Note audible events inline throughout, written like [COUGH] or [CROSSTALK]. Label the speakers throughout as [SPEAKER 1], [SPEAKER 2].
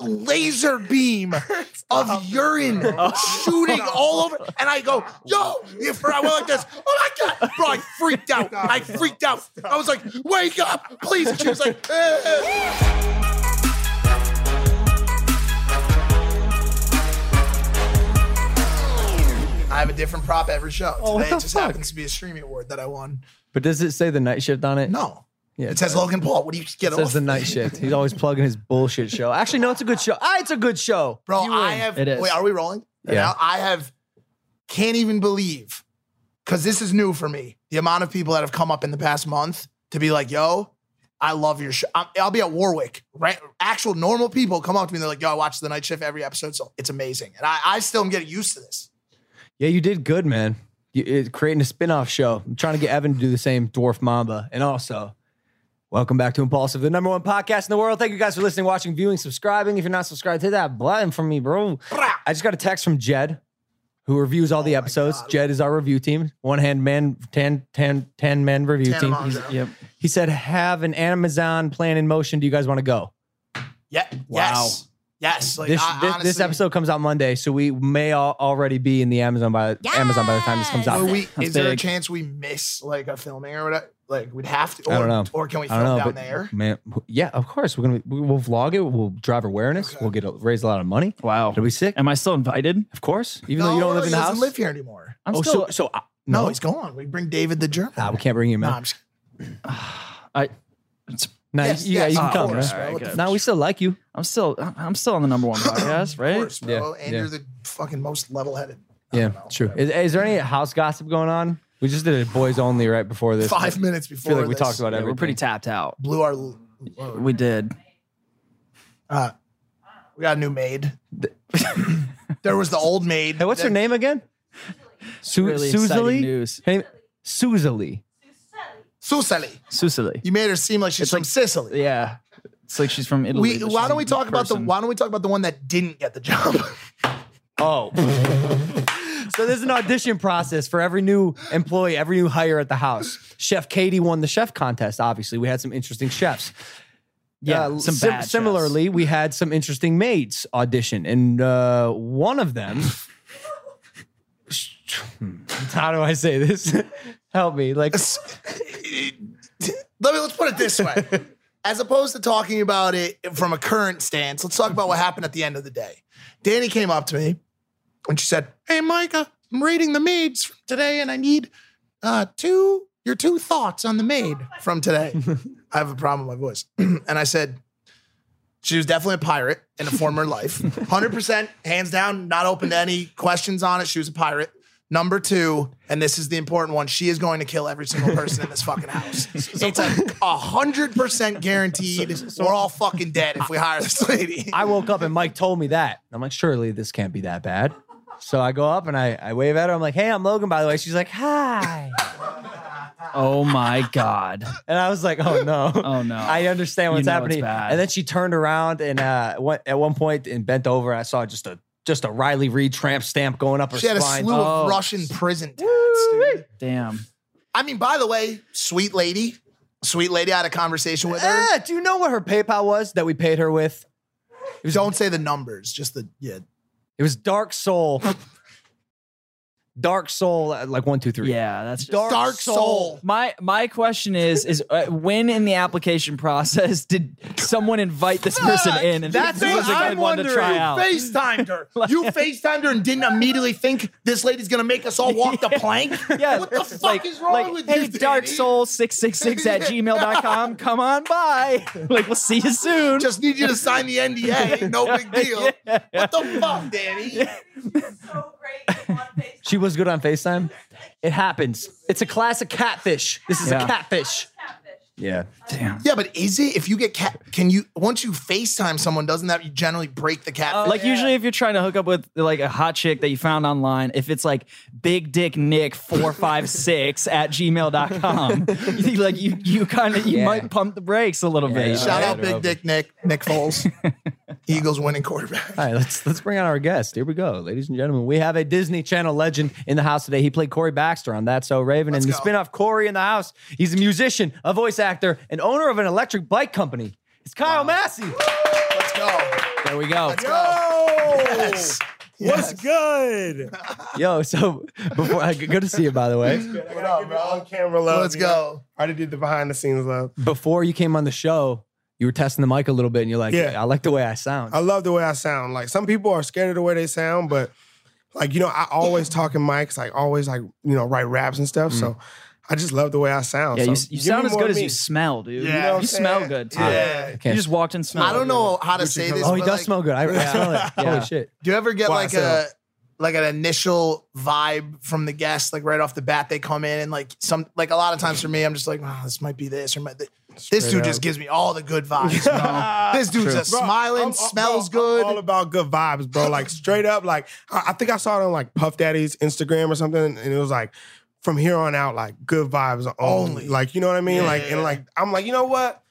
[SPEAKER 1] laser [LAUGHS] beam of urine
[SPEAKER 2] Oh.
[SPEAKER 1] shooting all over. And I go, yo, [LAUGHS] if I went like this, oh my God. Bro, I freaked out. I freaked out. I was like, wake up, please. And she was like, eh, eh. I have a different prop every show.
[SPEAKER 2] Oh, what
[SPEAKER 1] Today
[SPEAKER 2] the
[SPEAKER 1] it just
[SPEAKER 2] fuck?
[SPEAKER 1] happens to be a streaming award that I won.
[SPEAKER 2] But does it say the night shift on it?
[SPEAKER 1] No.
[SPEAKER 2] Yeah,
[SPEAKER 1] it says
[SPEAKER 2] does.
[SPEAKER 1] Logan Paul. What do you
[SPEAKER 2] It
[SPEAKER 1] get off?
[SPEAKER 2] says the night shift. He's always plugging his bullshit show. Actually, no, it's a good show. Ah, it's a good show.
[SPEAKER 1] Bro,
[SPEAKER 2] You
[SPEAKER 1] I
[SPEAKER 2] win.
[SPEAKER 1] have.
[SPEAKER 2] It is.
[SPEAKER 1] Wait, are we rolling?
[SPEAKER 2] Yeah.
[SPEAKER 1] Now, I have. Can't even believe, because this is new for me. The amount of people that have come up in the past month to be like, "Yo, I love your show." I'm, I'll be at Warwick. Right? Actual normal people come up to me. and They're like, "Yo, I watch the night shift every episode. So it's amazing." And I, I still am getting used to this.
[SPEAKER 2] Yeah, you did good, man. You, it, creating a spin-off show. I'm trying to get Evan to do the same, Dwarf Mamba. And also, welcome back to Impulsive, the number one podcast in the world. Thank you guys for listening, watching, viewing, subscribing. If you're not subscribed, hit that button for me, bro. I just got a text from Jed, who reviews all
[SPEAKER 1] Oh
[SPEAKER 2] the episodes. Jed is our review team. One hand man, tan, tan, tan man review
[SPEAKER 1] Tan
[SPEAKER 2] team.
[SPEAKER 1] Monzo.
[SPEAKER 2] He's- yep. He said, have an Amazon plan in motion. Do you guys want to go?
[SPEAKER 1] Yeah.
[SPEAKER 2] Wow.
[SPEAKER 1] Yes. Yes. Like
[SPEAKER 2] this,
[SPEAKER 1] I,
[SPEAKER 2] this,
[SPEAKER 1] honestly,
[SPEAKER 2] this episode comes out Monday, so we may all already be in the Amazon by Amazon by the time this comes out.
[SPEAKER 1] Are we,
[SPEAKER 2] [LAUGHS]
[SPEAKER 3] That's
[SPEAKER 1] is there a
[SPEAKER 3] big.
[SPEAKER 1] chance we miss like a filming or whatever? Like we'd have to. Or,
[SPEAKER 2] I don't know.
[SPEAKER 1] Or can we
[SPEAKER 2] I
[SPEAKER 1] film
[SPEAKER 2] don't know,
[SPEAKER 1] down
[SPEAKER 2] but
[SPEAKER 1] there?
[SPEAKER 2] man, yeah, of course we're gonna we- we'll vlog it. We'll drive awareness. We'll get a, raise a lot of money.
[SPEAKER 3] Wow.
[SPEAKER 2] It'll be sick,
[SPEAKER 3] Am I still invited?
[SPEAKER 2] of course. Even though you
[SPEAKER 1] No,
[SPEAKER 2] don't live
[SPEAKER 1] he
[SPEAKER 2] in the
[SPEAKER 1] doesn't
[SPEAKER 2] house.
[SPEAKER 1] live here anymore.
[SPEAKER 3] I'm
[SPEAKER 2] oh,
[SPEAKER 3] still.
[SPEAKER 2] so so uh,
[SPEAKER 1] No,
[SPEAKER 2] no,
[SPEAKER 1] he's gone. We bring David the German.
[SPEAKER 2] nah, we can't bring him
[SPEAKER 1] No,
[SPEAKER 2] in.
[SPEAKER 1] I'm just-
[SPEAKER 3] I, it's,
[SPEAKER 2] Nah,
[SPEAKER 1] yes,
[SPEAKER 2] you, yeah,
[SPEAKER 1] yes,
[SPEAKER 2] you
[SPEAKER 1] of
[SPEAKER 2] can come.
[SPEAKER 1] course,
[SPEAKER 2] man.
[SPEAKER 1] bro. What
[SPEAKER 3] Alright,
[SPEAKER 1] the
[SPEAKER 3] good.
[SPEAKER 2] Nah, we still like you.
[SPEAKER 3] I'm still. I'm still on the number one podcast,
[SPEAKER 1] Of
[SPEAKER 3] right?
[SPEAKER 1] course, bro.
[SPEAKER 2] Yeah,
[SPEAKER 1] and
[SPEAKER 2] yeah.
[SPEAKER 1] you're the fucking most level-headed. I
[SPEAKER 2] Yeah,
[SPEAKER 1] don't know.
[SPEAKER 2] true. Is, is there any house gossip going on? We just did a boys only right before this.
[SPEAKER 1] Five minutes
[SPEAKER 2] I
[SPEAKER 1] before
[SPEAKER 2] feel like we
[SPEAKER 1] this,
[SPEAKER 2] talked about
[SPEAKER 3] Yeah,
[SPEAKER 2] everything.
[SPEAKER 3] we're pretty tapped out.
[SPEAKER 1] blew our. load.
[SPEAKER 3] We did.
[SPEAKER 1] Uh, we got a
[SPEAKER 2] [LAUGHS]
[SPEAKER 1] new maid. there was the old maid.
[SPEAKER 2] Hey, what's her
[SPEAKER 1] that-
[SPEAKER 2] name again? Su-
[SPEAKER 3] Really
[SPEAKER 2] Suzali?
[SPEAKER 3] exciting news.
[SPEAKER 2] Hey, Suzali.
[SPEAKER 1] Susali.
[SPEAKER 3] Sicily.
[SPEAKER 1] You made her seem like she's from Sicily.
[SPEAKER 3] Yeah. It's like she's from Italy.
[SPEAKER 1] We,
[SPEAKER 3] but
[SPEAKER 1] why
[SPEAKER 3] she's
[SPEAKER 1] don't we
[SPEAKER 3] a
[SPEAKER 1] talk about the
[SPEAKER 3] person.
[SPEAKER 1] Why don't we talk about the one that didn't get the job? [LAUGHS]
[SPEAKER 2] Oh. so there's an audition process for every new employee, every new hire at the house. Chef Katie won the chef contest, obviously. We had some interesting chefs.
[SPEAKER 3] Yeah,
[SPEAKER 2] Uh,
[SPEAKER 3] some
[SPEAKER 2] sim-
[SPEAKER 3] bad chefs.
[SPEAKER 2] Similarly, we had some interesting maids audition, and uh, one of them. [LAUGHS] How do I say this? [LAUGHS] Help me. Like,
[SPEAKER 1] Let me let's put it this way. As opposed to talking about it from a current stance, let's talk about what happened at the end of the day. Danny came up to me and she said, Hey Micah, I'm reading the maids from today and I need uh two your two thoughts on the maid from today. I have a problem with my voice. [CLEARS THROAT] and I said, she was definitely a pirate in a former life. 100%, hands down, not open to any questions on it. She was a pirate. Number two, and this is the important one, she is going to kill every single person in this fucking house. It's a 100% guaranteed we're all fucking dead if we hire this lady.
[SPEAKER 2] I woke up and Mike told me that. I'm like, surely this can't be that bad. So I go up and I, I wave at her. I'm like, hey, I'm Logan, by the way. She's like, hi.
[SPEAKER 3] Oh my God.
[SPEAKER 2] And I was like, oh no.
[SPEAKER 3] [LAUGHS] Oh, no.
[SPEAKER 2] I understand what's
[SPEAKER 3] You know it's
[SPEAKER 2] happening.
[SPEAKER 3] bad.
[SPEAKER 2] And then she turned around and uh, one, at one point and bent over. I saw just a just a Riley Reed tramp stamp going up her
[SPEAKER 1] She had a
[SPEAKER 2] spine.
[SPEAKER 1] slew of
[SPEAKER 3] Oh.
[SPEAKER 1] Russian prison tats, dude.
[SPEAKER 3] Damn.
[SPEAKER 1] I mean, by the way, sweet lady, sweet lady, I had a conversation with her.
[SPEAKER 2] Ah, do you know what her PayPal was that we paid her with?
[SPEAKER 1] Don't say the numbers, just the, yeah.
[SPEAKER 2] It was Dark Soul. Dark Soul, uh, like one, two, three.
[SPEAKER 3] Yeah, that's just-
[SPEAKER 2] Dark,
[SPEAKER 1] Dark Soul.
[SPEAKER 3] My my question is is uh, when in the application process did someone invite this person in and
[SPEAKER 2] That's
[SPEAKER 3] this
[SPEAKER 2] what
[SPEAKER 3] was a good
[SPEAKER 2] I'm
[SPEAKER 3] one to try
[SPEAKER 2] wondering.
[SPEAKER 3] out?
[SPEAKER 1] You
[SPEAKER 3] [LAUGHS]
[SPEAKER 1] FaceTimed her. You FaceTimed her and didn't immediately think this lady's gonna make us all walk the plank.
[SPEAKER 3] [LAUGHS] Yeah,
[SPEAKER 1] What the
[SPEAKER 3] it's
[SPEAKER 1] fuck
[SPEAKER 3] like,
[SPEAKER 1] is wrong
[SPEAKER 3] like,
[SPEAKER 1] with
[SPEAKER 3] hey,
[SPEAKER 1] you?
[SPEAKER 3] Dark
[SPEAKER 1] Danny?
[SPEAKER 3] Soul 666 at gmail.com. Come on by. Like, we'll see you soon.
[SPEAKER 1] Just need you to sign
[SPEAKER 3] [LAUGHS]
[SPEAKER 1] the NDA. No big deal. What the fuck, Danny?
[SPEAKER 2] She was good on FaceTime. It happens. It's a classic catfish. This is
[SPEAKER 3] Yeah.
[SPEAKER 2] a catfish. Yeah.
[SPEAKER 3] Damn.
[SPEAKER 1] Yeah, but is it if you get cat? Can you once you FaceTime someone? Doesn't that generally break the cat?
[SPEAKER 3] Uh, Like usually, if you're trying to hook up with like a hot chick that you found online, if it's like Big Dick Nick four five six at gmail.com, you, think, like you you kind of you
[SPEAKER 2] Yeah.
[SPEAKER 3] might pump the brakes a little bit.
[SPEAKER 2] yeah.
[SPEAKER 1] Shout
[SPEAKER 2] Yeah,
[SPEAKER 1] out
[SPEAKER 2] they're
[SPEAKER 1] Big
[SPEAKER 2] over.
[SPEAKER 1] Dick Nick,
[SPEAKER 3] [LAUGHS]
[SPEAKER 1] Nick Foles, Eagles winning quarterback.
[SPEAKER 2] All right, let's let's bring on our guest. Here we go, ladies and gentlemen. We have a Disney Channel legend in the house today. He played Corey Baxter on That's So Raven,
[SPEAKER 1] Let's
[SPEAKER 2] and the
[SPEAKER 1] go.
[SPEAKER 2] spinoff Corey in the house. He's a musician, a voice actor, and owner of an electric bike company. It's Kyle Massey.
[SPEAKER 1] Let's go.
[SPEAKER 3] There we go.
[SPEAKER 1] Let's go. Yes. Yes.
[SPEAKER 4] What's good?
[SPEAKER 2] Yo, so before I good to see you by the way.
[SPEAKER 4] What up, bro? On camera love.
[SPEAKER 1] Let's
[SPEAKER 4] you know?
[SPEAKER 1] go.
[SPEAKER 4] I already did the behind the scenes love.
[SPEAKER 2] Before you came on the show, you were testing the mic a little bit, and you're like,
[SPEAKER 4] Yeah.
[SPEAKER 2] I like the way I sound.
[SPEAKER 4] I love the way I sound. Like some people are scared of the way they sound, but like you know, I always talk in mics. Like always, like you know, write raps and stuff. So I just love the way I sound.
[SPEAKER 3] Yeah, you,
[SPEAKER 4] so
[SPEAKER 3] you
[SPEAKER 4] give
[SPEAKER 3] sound
[SPEAKER 4] me
[SPEAKER 3] as
[SPEAKER 4] more
[SPEAKER 3] good
[SPEAKER 4] of
[SPEAKER 3] as
[SPEAKER 4] me.
[SPEAKER 3] you smell, dude.
[SPEAKER 4] You know what
[SPEAKER 3] you
[SPEAKER 4] I'm
[SPEAKER 3] smell
[SPEAKER 4] saying?
[SPEAKER 3] good. Too.
[SPEAKER 4] Yeah.
[SPEAKER 3] You just walked and smelled.
[SPEAKER 1] I don't know how to say this.
[SPEAKER 2] oh, he
[SPEAKER 1] but,
[SPEAKER 2] does
[SPEAKER 1] like,
[SPEAKER 2] smell good. I, I
[SPEAKER 4] [LAUGHS]
[SPEAKER 2] smell it.
[SPEAKER 3] Yeah.
[SPEAKER 2] Holy shit.
[SPEAKER 1] Do you ever get
[SPEAKER 4] Why
[SPEAKER 1] like a
[SPEAKER 4] so?
[SPEAKER 1] like an initial vibe from the guest, like right off the bat? They come in and like some like a lot of times for me, I'm just like, oh, this might be this or might be-" this dude
[SPEAKER 4] up.
[SPEAKER 1] just gives me all the good vibes.
[SPEAKER 4] [LAUGHS]
[SPEAKER 1] bro. this dude's just
[SPEAKER 4] Bro,
[SPEAKER 1] smiling,
[SPEAKER 4] I'm- I'm-
[SPEAKER 1] smells
[SPEAKER 4] bro, I'm
[SPEAKER 1] good.
[SPEAKER 4] all about good vibes, bro. Like straight up, like I, I think I saw it on like Puff Daddy's Instagram or something, and it was like from here on out, like good vibes only.
[SPEAKER 1] Only.
[SPEAKER 4] Like you know what I mean?
[SPEAKER 1] Yeah.
[SPEAKER 4] Like and like I'm like you know what?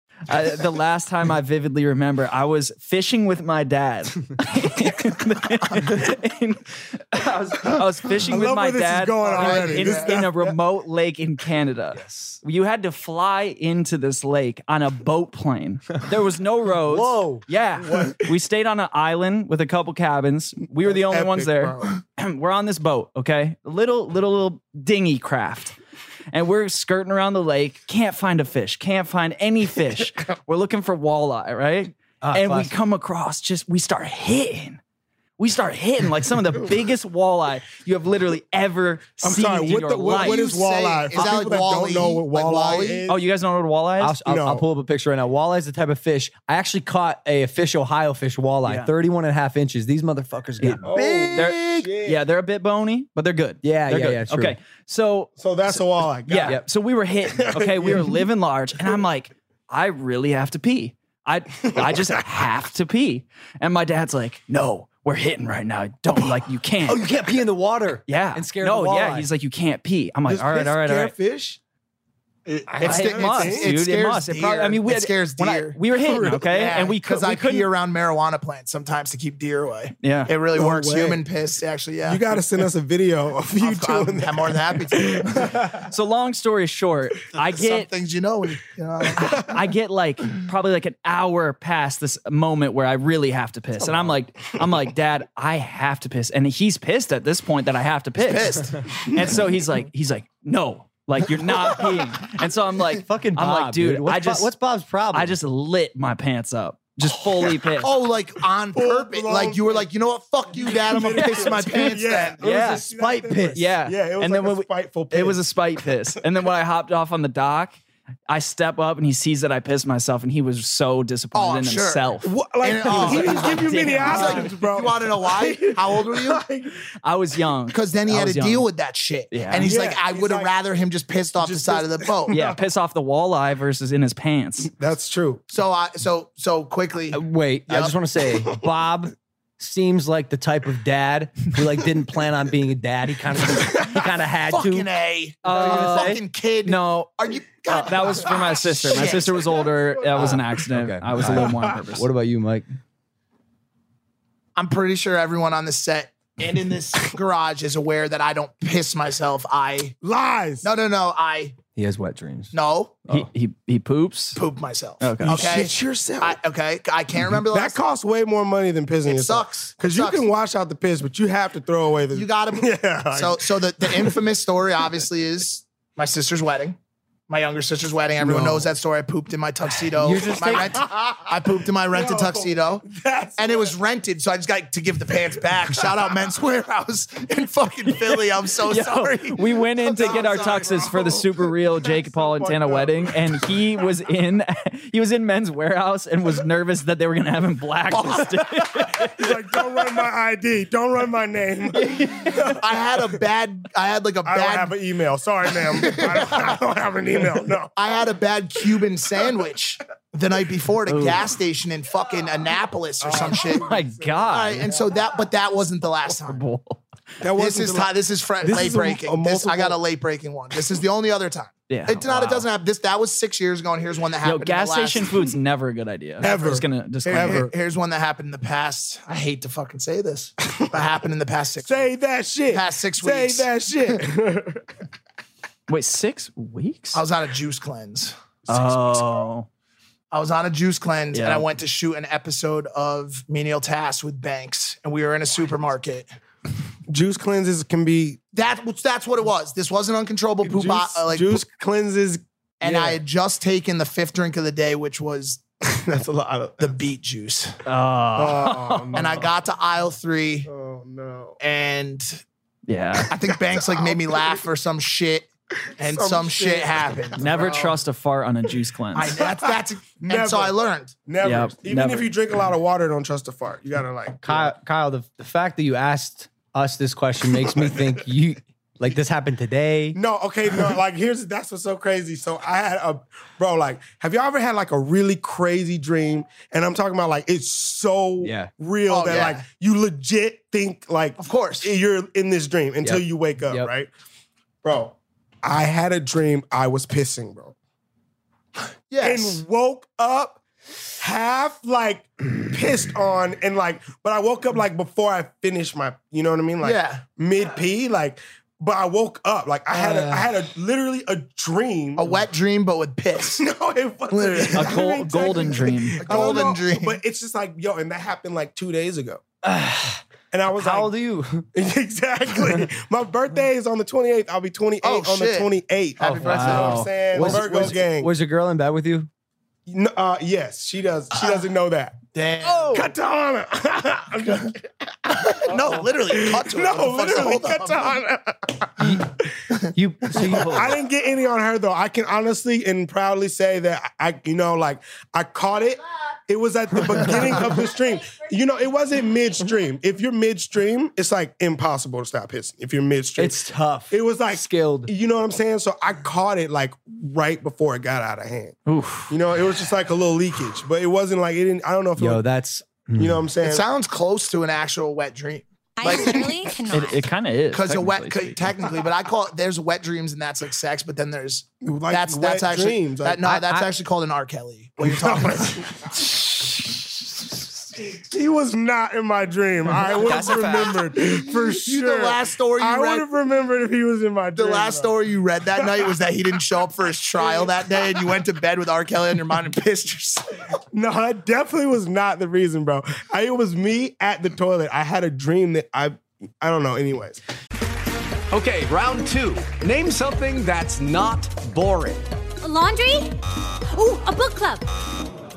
[SPEAKER 3] I, Uh, the last time I vividly remember, I was fishing with my dad. [LAUGHS] And I, was, I was fishing
[SPEAKER 4] I
[SPEAKER 3] with
[SPEAKER 4] love
[SPEAKER 3] my
[SPEAKER 4] where this is
[SPEAKER 3] dad
[SPEAKER 4] going
[SPEAKER 3] on-
[SPEAKER 4] already.
[SPEAKER 3] in,
[SPEAKER 4] This-
[SPEAKER 3] in a remote lake in Canada. Yes. You had to fly into this lake on a boat plane. There was no roads.
[SPEAKER 4] [LAUGHS]
[SPEAKER 1] Whoa.
[SPEAKER 3] Yeah. We stayed on an island with a couple cabins. We were the only ones
[SPEAKER 4] epic,
[SPEAKER 3] there.
[SPEAKER 4] bro.
[SPEAKER 3] [CLEARS THROAT] we're on this boat, okay? Little, little, little dinghy craft. And we're skirting around the lake. Can't find a fish. Can't find any
[SPEAKER 4] [LAUGHS]
[SPEAKER 3] fish. we're looking for walleye, right?
[SPEAKER 4] Ah,
[SPEAKER 3] and
[SPEAKER 2] classic.
[SPEAKER 3] we come across just, we start hitting. We start hitting like some
[SPEAKER 4] [LAUGHS]
[SPEAKER 3] of the biggest walleye you have literally ever
[SPEAKER 4] I'm
[SPEAKER 3] seen
[SPEAKER 4] sorry.
[SPEAKER 3] in
[SPEAKER 4] What
[SPEAKER 3] your
[SPEAKER 4] the what,
[SPEAKER 3] life.
[SPEAKER 4] what
[SPEAKER 1] You
[SPEAKER 4] is
[SPEAKER 1] say-
[SPEAKER 4] walleye?
[SPEAKER 1] is
[SPEAKER 4] For
[SPEAKER 1] that
[SPEAKER 4] people
[SPEAKER 1] like
[SPEAKER 4] that don't know
[SPEAKER 1] wally?
[SPEAKER 4] what walleye
[SPEAKER 1] Like wally?
[SPEAKER 4] is.
[SPEAKER 3] oh, you guys don't know what walleye is?
[SPEAKER 2] I'll, I'll,
[SPEAKER 4] No.
[SPEAKER 2] I'll pull up a picture right now. Walleye is the type of fish. I actually caught a fish Ohio fish walleye,
[SPEAKER 3] Yeah.
[SPEAKER 2] 31 and a half inches. These motherfuckers get big.
[SPEAKER 3] They're- yeah, they're a bit bony, but they're good.
[SPEAKER 2] Yeah,
[SPEAKER 3] they're
[SPEAKER 2] yeah,
[SPEAKER 3] good.
[SPEAKER 2] yeah, true.
[SPEAKER 3] Okay, so
[SPEAKER 4] So that's a walleye. Got
[SPEAKER 3] yeah,
[SPEAKER 4] it.
[SPEAKER 2] Yep.
[SPEAKER 3] so we were
[SPEAKER 2] [LAUGHS]
[SPEAKER 3] hitting. Okay, we were living large, and I'm like, I really have to pee. I I just have to pee, and my dad's like, No, we're hitting right now. Don't like you can't.
[SPEAKER 2] Oh, you can't pee in the [LAUGHS] water.
[SPEAKER 3] yeah,
[SPEAKER 2] And scare
[SPEAKER 3] No,
[SPEAKER 2] the walleye.
[SPEAKER 3] yeah. He's like, You can't pee. I'm like,
[SPEAKER 4] Does
[SPEAKER 3] All right,
[SPEAKER 4] piss
[SPEAKER 3] all right, all
[SPEAKER 4] scare
[SPEAKER 3] right.
[SPEAKER 4] Fish.
[SPEAKER 3] It's-
[SPEAKER 4] I-
[SPEAKER 3] it must,
[SPEAKER 4] it's-
[SPEAKER 3] dude. It
[SPEAKER 1] scares
[SPEAKER 3] must. It probably, I
[SPEAKER 1] deer.
[SPEAKER 3] mean, we
[SPEAKER 1] It
[SPEAKER 3] had,
[SPEAKER 1] scares
[SPEAKER 3] when I-
[SPEAKER 1] deer.
[SPEAKER 3] we were
[SPEAKER 4] [LAUGHS]
[SPEAKER 3] hitting, okay,
[SPEAKER 1] Yeah,
[SPEAKER 3] and we could
[SPEAKER 1] because I
[SPEAKER 3] we couldn't.
[SPEAKER 1] pee around marijuana plants sometimes to keep deer away.
[SPEAKER 3] Yeah.
[SPEAKER 1] it really
[SPEAKER 4] No
[SPEAKER 1] works.
[SPEAKER 4] way.
[SPEAKER 1] Human piss, actually. Yeah,
[SPEAKER 4] You got to send us a
[SPEAKER 3] [LAUGHS]
[SPEAKER 4] video of you
[SPEAKER 1] I'm,
[SPEAKER 4] doing that.
[SPEAKER 1] I'm more than
[SPEAKER 4] [LAUGHS]
[SPEAKER 1] happy to.
[SPEAKER 3] so long story
[SPEAKER 2] [LAUGHS]
[SPEAKER 3] short, I
[SPEAKER 1] Some
[SPEAKER 3] get
[SPEAKER 1] things you know when you, you
[SPEAKER 4] [LAUGHS]
[SPEAKER 1] know.
[SPEAKER 3] I get like probably like an hour past this moment where I really have to piss, and I'm like, I'm like, Dad, I have to piss, and he's pissed at this point that I have to piss.
[SPEAKER 1] pissed.
[SPEAKER 3] and so he's like, he's like, no, like you're not peeing, and so I'm like,
[SPEAKER 2] Fucking Bob,
[SPEAKER 3] I'm like, dude,
[SPEAKER 2] What's,
[SPEAKER 3] I
[SPEAKER 2] Bo-
[SPEAKER 3] just,
[SPEAKER 2] what's Bob's problem?
[SPEAKER 3] I just lit my pants up, just fully pissed.
[SPEAKER 1] Oh, like on purpose.
[SPEAKER 4] blown
[SPEAKER 1] Like you were like, you know what? Fuck you, Dad. I'm gonna piss my pants.
[SPEAKER 4] Yeah.
[SPEAKER 1] Yeah.
[SPEAKER 4] It was
[SPEAKER 3] Yeah.
[SPEAKER 4] a
[SPEAKER 2] spite piss.
[SPEAKER 3] Yeah.
[SPEAKER 4] Yeah, it was
[SPEAKER 3] and
[SPEAKER 4] like
[SPEAKER 3] then
[SPEAKER 4] a
[SPEAKER 3] when we-
[SPEAKER 4] spiteful
[SPEAKER 3] It was a
[SPEAKER 4] piss.
[SPEAKER 3] spite piss. And then when I hopped off on the dock, I step up and he sees that I pissed myself and he was so disappointed
[SPEAKER 1] Oh, I'm
[SPEAKER 3] in
[SPEAKER 1] sure.
[SPEAKER 3] himself.
[SPEAKER 4] What, like
[SPEAKER 1] And,
[SPEAKER 3] oh,
[SPEAKER 1] uh,
[SPEAKER 4] he didn't
[SPEAKER 3] he's
[SPEAKER 4] give
[SPEAKER 3] like,
[SPEAKER 4] you many
[SPEAKER 3] "Damn."
[SPEAKER 1] He's
[SPEAKER 4] options,
[SPEAKER 1] like,
[SPEAKER 4] bro.
[SPEAKER 1] you want to know why? How old were you?
[SPEAKER 4] [LAUGHS]
[SPEAKER 3] I was young.
[SPEAKER 1] Because then he
[SPEAKER 3] I
[SPEAKER 1] had to
[SPEAKER 3] was young.
[SPEAKER 1] deal with that shit.
[SPEAKER 3] Yeah.
[SPEAKER 1] And he's
[SPEAKER 4] Yeah.
[SPEAKER 1] like, I
[SPEAKER 4] He's
[SPEAKER 1] would have
[SPEAKER 4] like-
[SPEAKER 1] rather him just pissed off the side of the
[SPEAKER 3] [LAUGHS]
[SPEAKER 1] boat.
[SPEAKER 3] Yeah, piss off the walleye versus in his pants.
[SPEAKER 4] That's true.
[SPEAKER 1] So I so so quickly.
[SPEAKER 2] Wait, I
[SPEAKER 1] Yep.
[SPEAKER 2] just want to say, [LAUGHS] Bob seems like the type of dad who like didn't plan on being a dad. He kind of [LAUGHS] he
[SPEAKER 1] [LAUGHS]
[SPEAKER 2] kind of had
[SPEAKER 1] Fucking
[SPEAKER 2] to.
[SPEAKER 1] A.
[SPEAKER 3] Uh,
[SPEAKER 1] fucking kid.
[SPEAKER 3] No,
[SPEAKER 1] [LAUGHS] Are you
[SPEAKER 3] uh, that was for my sister. My
[SPEAKER 1] Shit. Uh,
[SPEAKER 3] sister was older. That was an accident. I was a little more on purpose.
[SPEAKER 2] What about you, Mike?
[SPEAKER 1] I'm pretty sure everyone on this set and
[SPEAKER 3] [LAUGHS]
[SPEAKER 1] in this garage is aware that I don't piss myself. I
[SPEAKER 4] Lies.
[SPEAKER 1] no no no. I
[SPEAKER 2] He has wet dreams. Oh.
[SPEAKER 1] no
[SPEAKER 3] he, he he
[SPEAKER 1] [LAUGHS]
[SPEAKER 3] poops.
[SPEAKER 1] poop myself.
[SPEAKER 3] Okay.
[SPEAKER 4] You
[SPEAKER 1] Okay.
[SPEAKER 4] shit yourself.
[SPEAKER 1] I, okay. I can't remember the
[SPEAKER 4] that
[SPEAKER 1] last.
[SPEAKER 4] costs way more money than pissing
[SPEAKER 1] It
[SPEAKER 4] yourself.
[SPEAKER 1] sucks.
[SPEAKER 4] Because you
[SPEAKER 1] Sucks.
[SPEAKER 4] can wash out the piss, but you have to throw away the.
[SPEAKER 1] You
[SPEAKER 4] [LAUGHS]
[SPEAKER 1] got to.
[SPEAKER 4] Yeah, like-
[SPEAKER 1] So so the, the infamous story obviously is my sister's wedding. My younger sister's wedding. Everyone
[SPEAKER 4] No.
[SPEAKER 1] knows that story. I pooped in my tuxedo.
[SPEAKER 2] You're just
[SPEAKER 1] my
[SPEAKER 3] [LAUGHS]
[SPEAKER 2] taking-
[SPEAKER 1] rent- I pooped in my rented tuxedo.
[SPEAKER 4] That's
[SPEAKER 1] and it was rented, so I just got to give the pants back. Shout
[SPEAKER 3] [LAUGHS]
[SPEAKER 1] out menswear. I was in fucking Philly. I'm so
[SPEAKER 3] Yo,
[SPEAKER 1] Oh, sorry.
[SPEAKER 3] we went in to
[SPEAKER 1] I'm
[SPEAKER 3] get our
[SPEAKER 1] sorry,
[SPEAKER 3] tuxes
[SPEAKER 1] bro.
[SPEAKER 3] for the super
[SPEAKER 1] [LAUGHS]
[SPEAKER 3] real Jake Paul and
[SPEAKER 4] fucked
[SPEAKER 3] Tana
[SPEAKER 4] up.
[SPEAKER 3] wedding, and he was in [LAUGHS] he was in Men's Warehouse and was nervous that they were gonna have him
[SPEAKER 1] [LAUGHS]
[SPEAKER 3] blacklisted.
[SPEAKER 4] He's like, don't run my ID. Don't run my name.
[SPEAKER 1] I had a bad. I
[SPEAKER 3] [LAUGHS]
[SPEAKER 1] had like a
[SPEAKER 4] I don't have
[SPEAKER 1] bad.
[SPEAKER 4] an email. Sorry, ma'am. I don't, I don't have an email. No.
[SPEAKER 1] I had a bad Cuban sandwich the night before at a gas station in fucking Annapolis or some shit.
[SPEAKER 3] Oh My
[SPEAKER 1] All right,
[SPEAKER 3] God,
[SPEAKER 1] and so that, but that wasn't the last time.
[SPEAKER 4] That
[SPEAKER 1] This is ti- this is fr-
[SPEAKER 4] This
[SPEAKER 1] late
[SPEAKER 4] is a-
[SPEAKER 1] breaking.
[SPEAKER 4] a
[SPEAKER 1] This- I got a
[SPEAKER 4] multiple-
[SPEAKER 1] late breaking one. This is the only other
[SPEAKER 4] [LAUGHS]
[SPEAKER 1] time.
[SPEAKER 3] Yeah,
[SPEAKER 1] it's not. It
[SPEAKER 3] wow.
[SPEAKER 1] doesn't have this. That was six years ago, and here's one that
[SPEAKER 3] yo,
[SPEAKER 1] happened. in the
[SPEAKER 3] gas
[SPEAKER 1] last- [LAUGHS]
[SPEAKER 3] station food's never a good idea.
[SPEAKER 4] Ever.
[SPEAKER 3] just gonna just
[SPEAKER 4] Ever.
[SPEAKER 1] Here's one that happened in the past. I hate to fucking say
[SPEAKER 4] [LAUGHS]
[SPEAKER 1] this, but happened in the past six.
[SPEAKER 4] Say that shit.
[SPEAKER 1] Past six
[SPEAKER 4] Say
[SPEAKER 1] weeks.
[SPEAKER 4] that shit.
[SPEAKER 3] Wait, six weeks?
[SPEAKER 1] I was on a juice cleanse.
[SPEAKER 3] oh,
[SPEAKER 1] I was on a juice cleanse and
[SPEAKER 3] Yeah.
[SPEAKER 1] I went to shoot an episode of Menial Tasks with Banks, and we were in a supermarket.
[SPEAKER 4] juice cleanses can be
[SPEAKER 1] That that's what it was. This wasn't uncontrollable poop.
[SPEAKER 4] juice,
[SPEAKER 1] I- uh, like,
[SPEAKER 4] juice
[SPEAKER 1] poop-
[SPEAKER 4] cleanses.
[SPEAKER 1] and
[SPEAKER 4] yeah.
[SPEAKER 1] I had just taken the fifth drink of the day, which was
[SPEAKER 4] [LAUGHS] That's a lot. Of,
[SPEAKER 1] the beet juice.
[SPEAKER 3] oh,
[SPEAKER 4] oh, no.
[SPEAKER 1] And I got to aisle three,
[SPEAKER 4] Oh no.
[SPEAKER 1] and
[SPEAKER 3] [LAUGHS] yeah.
[SPEAKER 1] I think Banks like made me laugh or some shit, and
[SPEAKER 4] Some
[SPEAKER 1] some, shit.
[SPEAKER 4] shit. [LAUGHS]
[SPEAKER 1] happened.
[SPEAKER 3] Never trust a fart on a juice cleanse.
[SPEAKER 1] I, that's that's and
[SPEAKER 4] Never.
[SPEAKER 1] so I learned.
[SPEAKER 4] Never.
[SPEAKER 3] Yep,
[SPEAKER 4] Even
[SPEAKER 3] never.
[SPEAKER 4] if you drink a lot of water, don't trust a fart. You gotta like.
[SPEAKER 2] Kyle, Kyle the, the fact that you asked us this question makes me think you like this happened today.
[SPEAKER 4] No, okay, no. Like, here's that's what's so crazy. So I had a bro. Like, have y'all ever had like a really crazy dream? And I'm talking about like it's so
[SPEAKER 2] Yeah.
[SPEAKER 4] real
[SPEAKER 1] Oh,
[SPEAKER 4] that
[SPEAKER 1] yeah.
[SPEAKER 4] like you legit think like,
[SPEAKER 1] Of course.
[SPEAKER 4] you're in this dream until
[SPEAKER 2] Yep.
[SPEAKER 4] you wake up,
[SPEAKER 2] Yep.
[SPEAKER 4] right? Bro, I had a dream. I was pissing, bro.
[SPEAKER 1] Yes.
[SPEAKER 4] and woke up half like [CLEARS THROAT] pissed on and like but I woke up like before I finished my you know what I mean like
[SPEAKER 1] Yeah.
[SPEAKER 4] mid pee like but I woke up like I had a, I had a literally a dream
[SPEAKER 1] a wet dream, but with piss.
[SPEAKER 4] [LAUGHS] no it wasn't [LAUGHS]
[SPEAKER 1] Literally.
[SPEAKER 3] A
[SPEAKER 4] I
[SPEAKER 3] gol-
[SPEAKER 4] mean,
[SPEAKER 3] golden
[SPEAKER 4] technically,
[SPEAKER 3] dream.
[SPEAKER 4] I don't
[SPEAKER 1] Golden
[SPEAKER 4] know,
[SPEAKER 1] dream.
[SPEAKER 4] but it's just like yo and that happened like 2
[SPEAKER 1] [SIGHS]
[SPEAKER 4] days ago and [LAUGHS] I was
[SPEAKER 2] How
[SPEAKER 4] like
[SPEAKER 2] old are you?
[SPEAKER 4] [LAUGHS] exactly my birthday is on the 28th I'll be 28
[SPEAKER 1] Oh,
[SPEAKER 4] on
[SPEAKER 1] shit.
[SPEAKER 4] the 28th
[SPEAKER 1] Happy
[SPEAKER 4] You know
[SPEAKER 1] birthday.
[SPEAKER 4] what
[SPEAKER 2] Oh, Wow.
[SPEAKER 4] I'm saying
[SPEAKER 2] Was-
[SPEAKER 4] Virgo
[SPEAKER 2] was-
[SPEAKER 4] gang
[SPEAKER 2] Was your girl in bed with you?
[SPEAKER 4] N- uh, yes she does she
[SPEAKER 1] Uh-huh.
[SPEAKER 4] doesn't know that
[SPEAKER 1] Damn.
[SPEAKER 4] Oh,
[SPEAKER 1] [LAUGHS]
[SPEAKER 4] Katana. I'm just-
[SPEAKER 1] No, literally. Cut to it.
[SPEAKER 4] [LAUGHS] oh. no,
[SPEAKER 1] What the fuck's the
[SPEAKER 4] literally
[SPEAKER 1] holdup?
[SPEAKER 4] katana. [LAUGHS]
[SPEAKER 2] You, so you
[SPEAKER 4] I didn't get any on her though. I can honestly and proudly say that I, you know, like I caught it. It was
[SPEAKER 2] [LAUGHS]
[SPEAKER 4] at the beginning of the stream. You know, it wasn't midstream. If you're midstream, it's like impossible to stop hissing. If you're midstream,
[SPEAKER 2] it's tough.
[SPEAKER 4] it was like [LAUGHS]
[SPEAKER 2] skilled.
[SPEAKER 4] You know what I'm saying? So I caught it like right before it got out of hand. You know, it was just like a little leakage, but it wasn't like it didn't. I don't know if
[SPEAKER 2] Yo,
[SPEAKER 4] it,
[SPEAKER 2] that's
[SPEAKER 4] you know what I'm
[SPEAKER 1] It
[SPEAKER 4] saying.
[SPEAKER 1] sounds close to an actual wet dream.
[SPEAKER 5] I literally cannot.
[SPEAKER 3] It, it kind of is.
[SPEAKER 1] Because a wet,
[SPEAKER 3] technically speaking.
[SPEAKER 1] technically, but I call it, there's wet dreams and that's like sex, but then there's,
[SPEAKER 4] Like
[SPEAKER 1] that's, that's
[SPEAKER 4] wet
[SPEAKER 1] actually,
[SPEAKER 4] dreams, like-
[SPEAKER 1] that, no,
[SPEAKER 4] I-
[SPEAKER 1] that's actually called an R. Kelly.
[SPEAKER 4] [LAUGHS]
[SPEAKER 1] What you're talking about.
[SPEAKER 4] He was not in my dream. I would have
[SPEAKER 1] That's a fact.
[SPEAKER 4] remembered for sure.
[SPEAKER 1] last story you
[SPEAKER 4] I
[SPEAKER 1] read-
[SPEAKER 4] would have remembered if he was in my
[SPEAKER 1] The
[SPEAKER 4] dream.
[SPEAKER 1] last
[SPEAKER 4] though.
[SPEAKER 1] story you read that night was that he didn't show up for his trial that day and you went to bed with R. Kelly on your mind and pissed yourself.
[SPEAKER 4] No, that definitely was not the reason, bro. I, it was me at the toilet. I had a dream that I, I don't know. Anyways,
[SPEAKER 6] Okay, round two. Name something that's not boring.
[SPEAKER 5] A laundry? Ooh, a book club.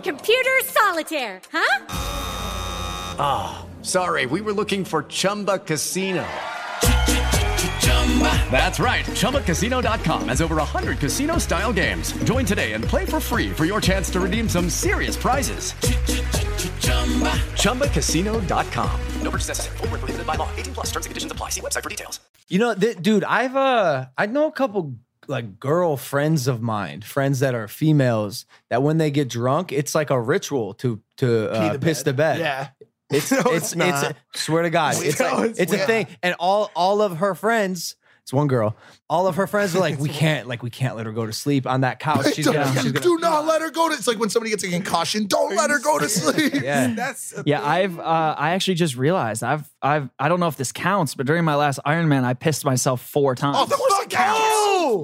[SPEAKER 5] Computer solitaire, huh?
[SPEAKER 6] Sorry, we were looking for Chumba Casino. That's right. ChumbaCasino.com has over 100 casino style games. Join today and play for free for your chance to redeem some serious prizes. ChumbaCasino.com. No purchase necessary. Void where prohibited by law. 18 plus terms and conditions apply. See website for details.
[SPEAKER 2] You know, th- dude, I've uh, I know a couple like girl friends of mine, friends that are females, that when they get drunk, it's like a ritual to to uh, piss the bed.
[SPEAKER 1] Yeah.
[SPEAKER 2] it's [LAUGHS]
[SPEAKER 4] No,
[SPEAKER 2] it's,
[SPEAKER 4] it's not.
[SPEAKER 2] it's- swear to
[SPEAKER 4] [LAUGHS]
[SPEAKER 2] God, it's
[SPEAKER 4] No,
[SPEAKER 2] like,
[SPEAKER 4] it's
[SPEAKER 2] it's a
[SPEAKER 4] not.
[SPEAKER 2] thing, and all all of her friends. It's one girl. All of her friends are
[SPEAKER 4] [LAUGHS]
[SPEAKER 2] like, we can't, like, we can't let her go to sleep on that couch. She's
[SPEAKER 1] Don't-
[SPEAKER 2] gonna, she's gonna,
[SPEAKER 1] do not let her go to. It's like when somebody gets a concussion. Don't let her go to sleep.
[SPEAKER 2] yeah.
[SPEAKER 4] that's a
[SPEAKER 3] Yeah, I've uh, I actually just realized I've I've I don't know if this counts, but during my last Ironman, I pissed myself four times.
[SPEAKER 1] Of course it counts.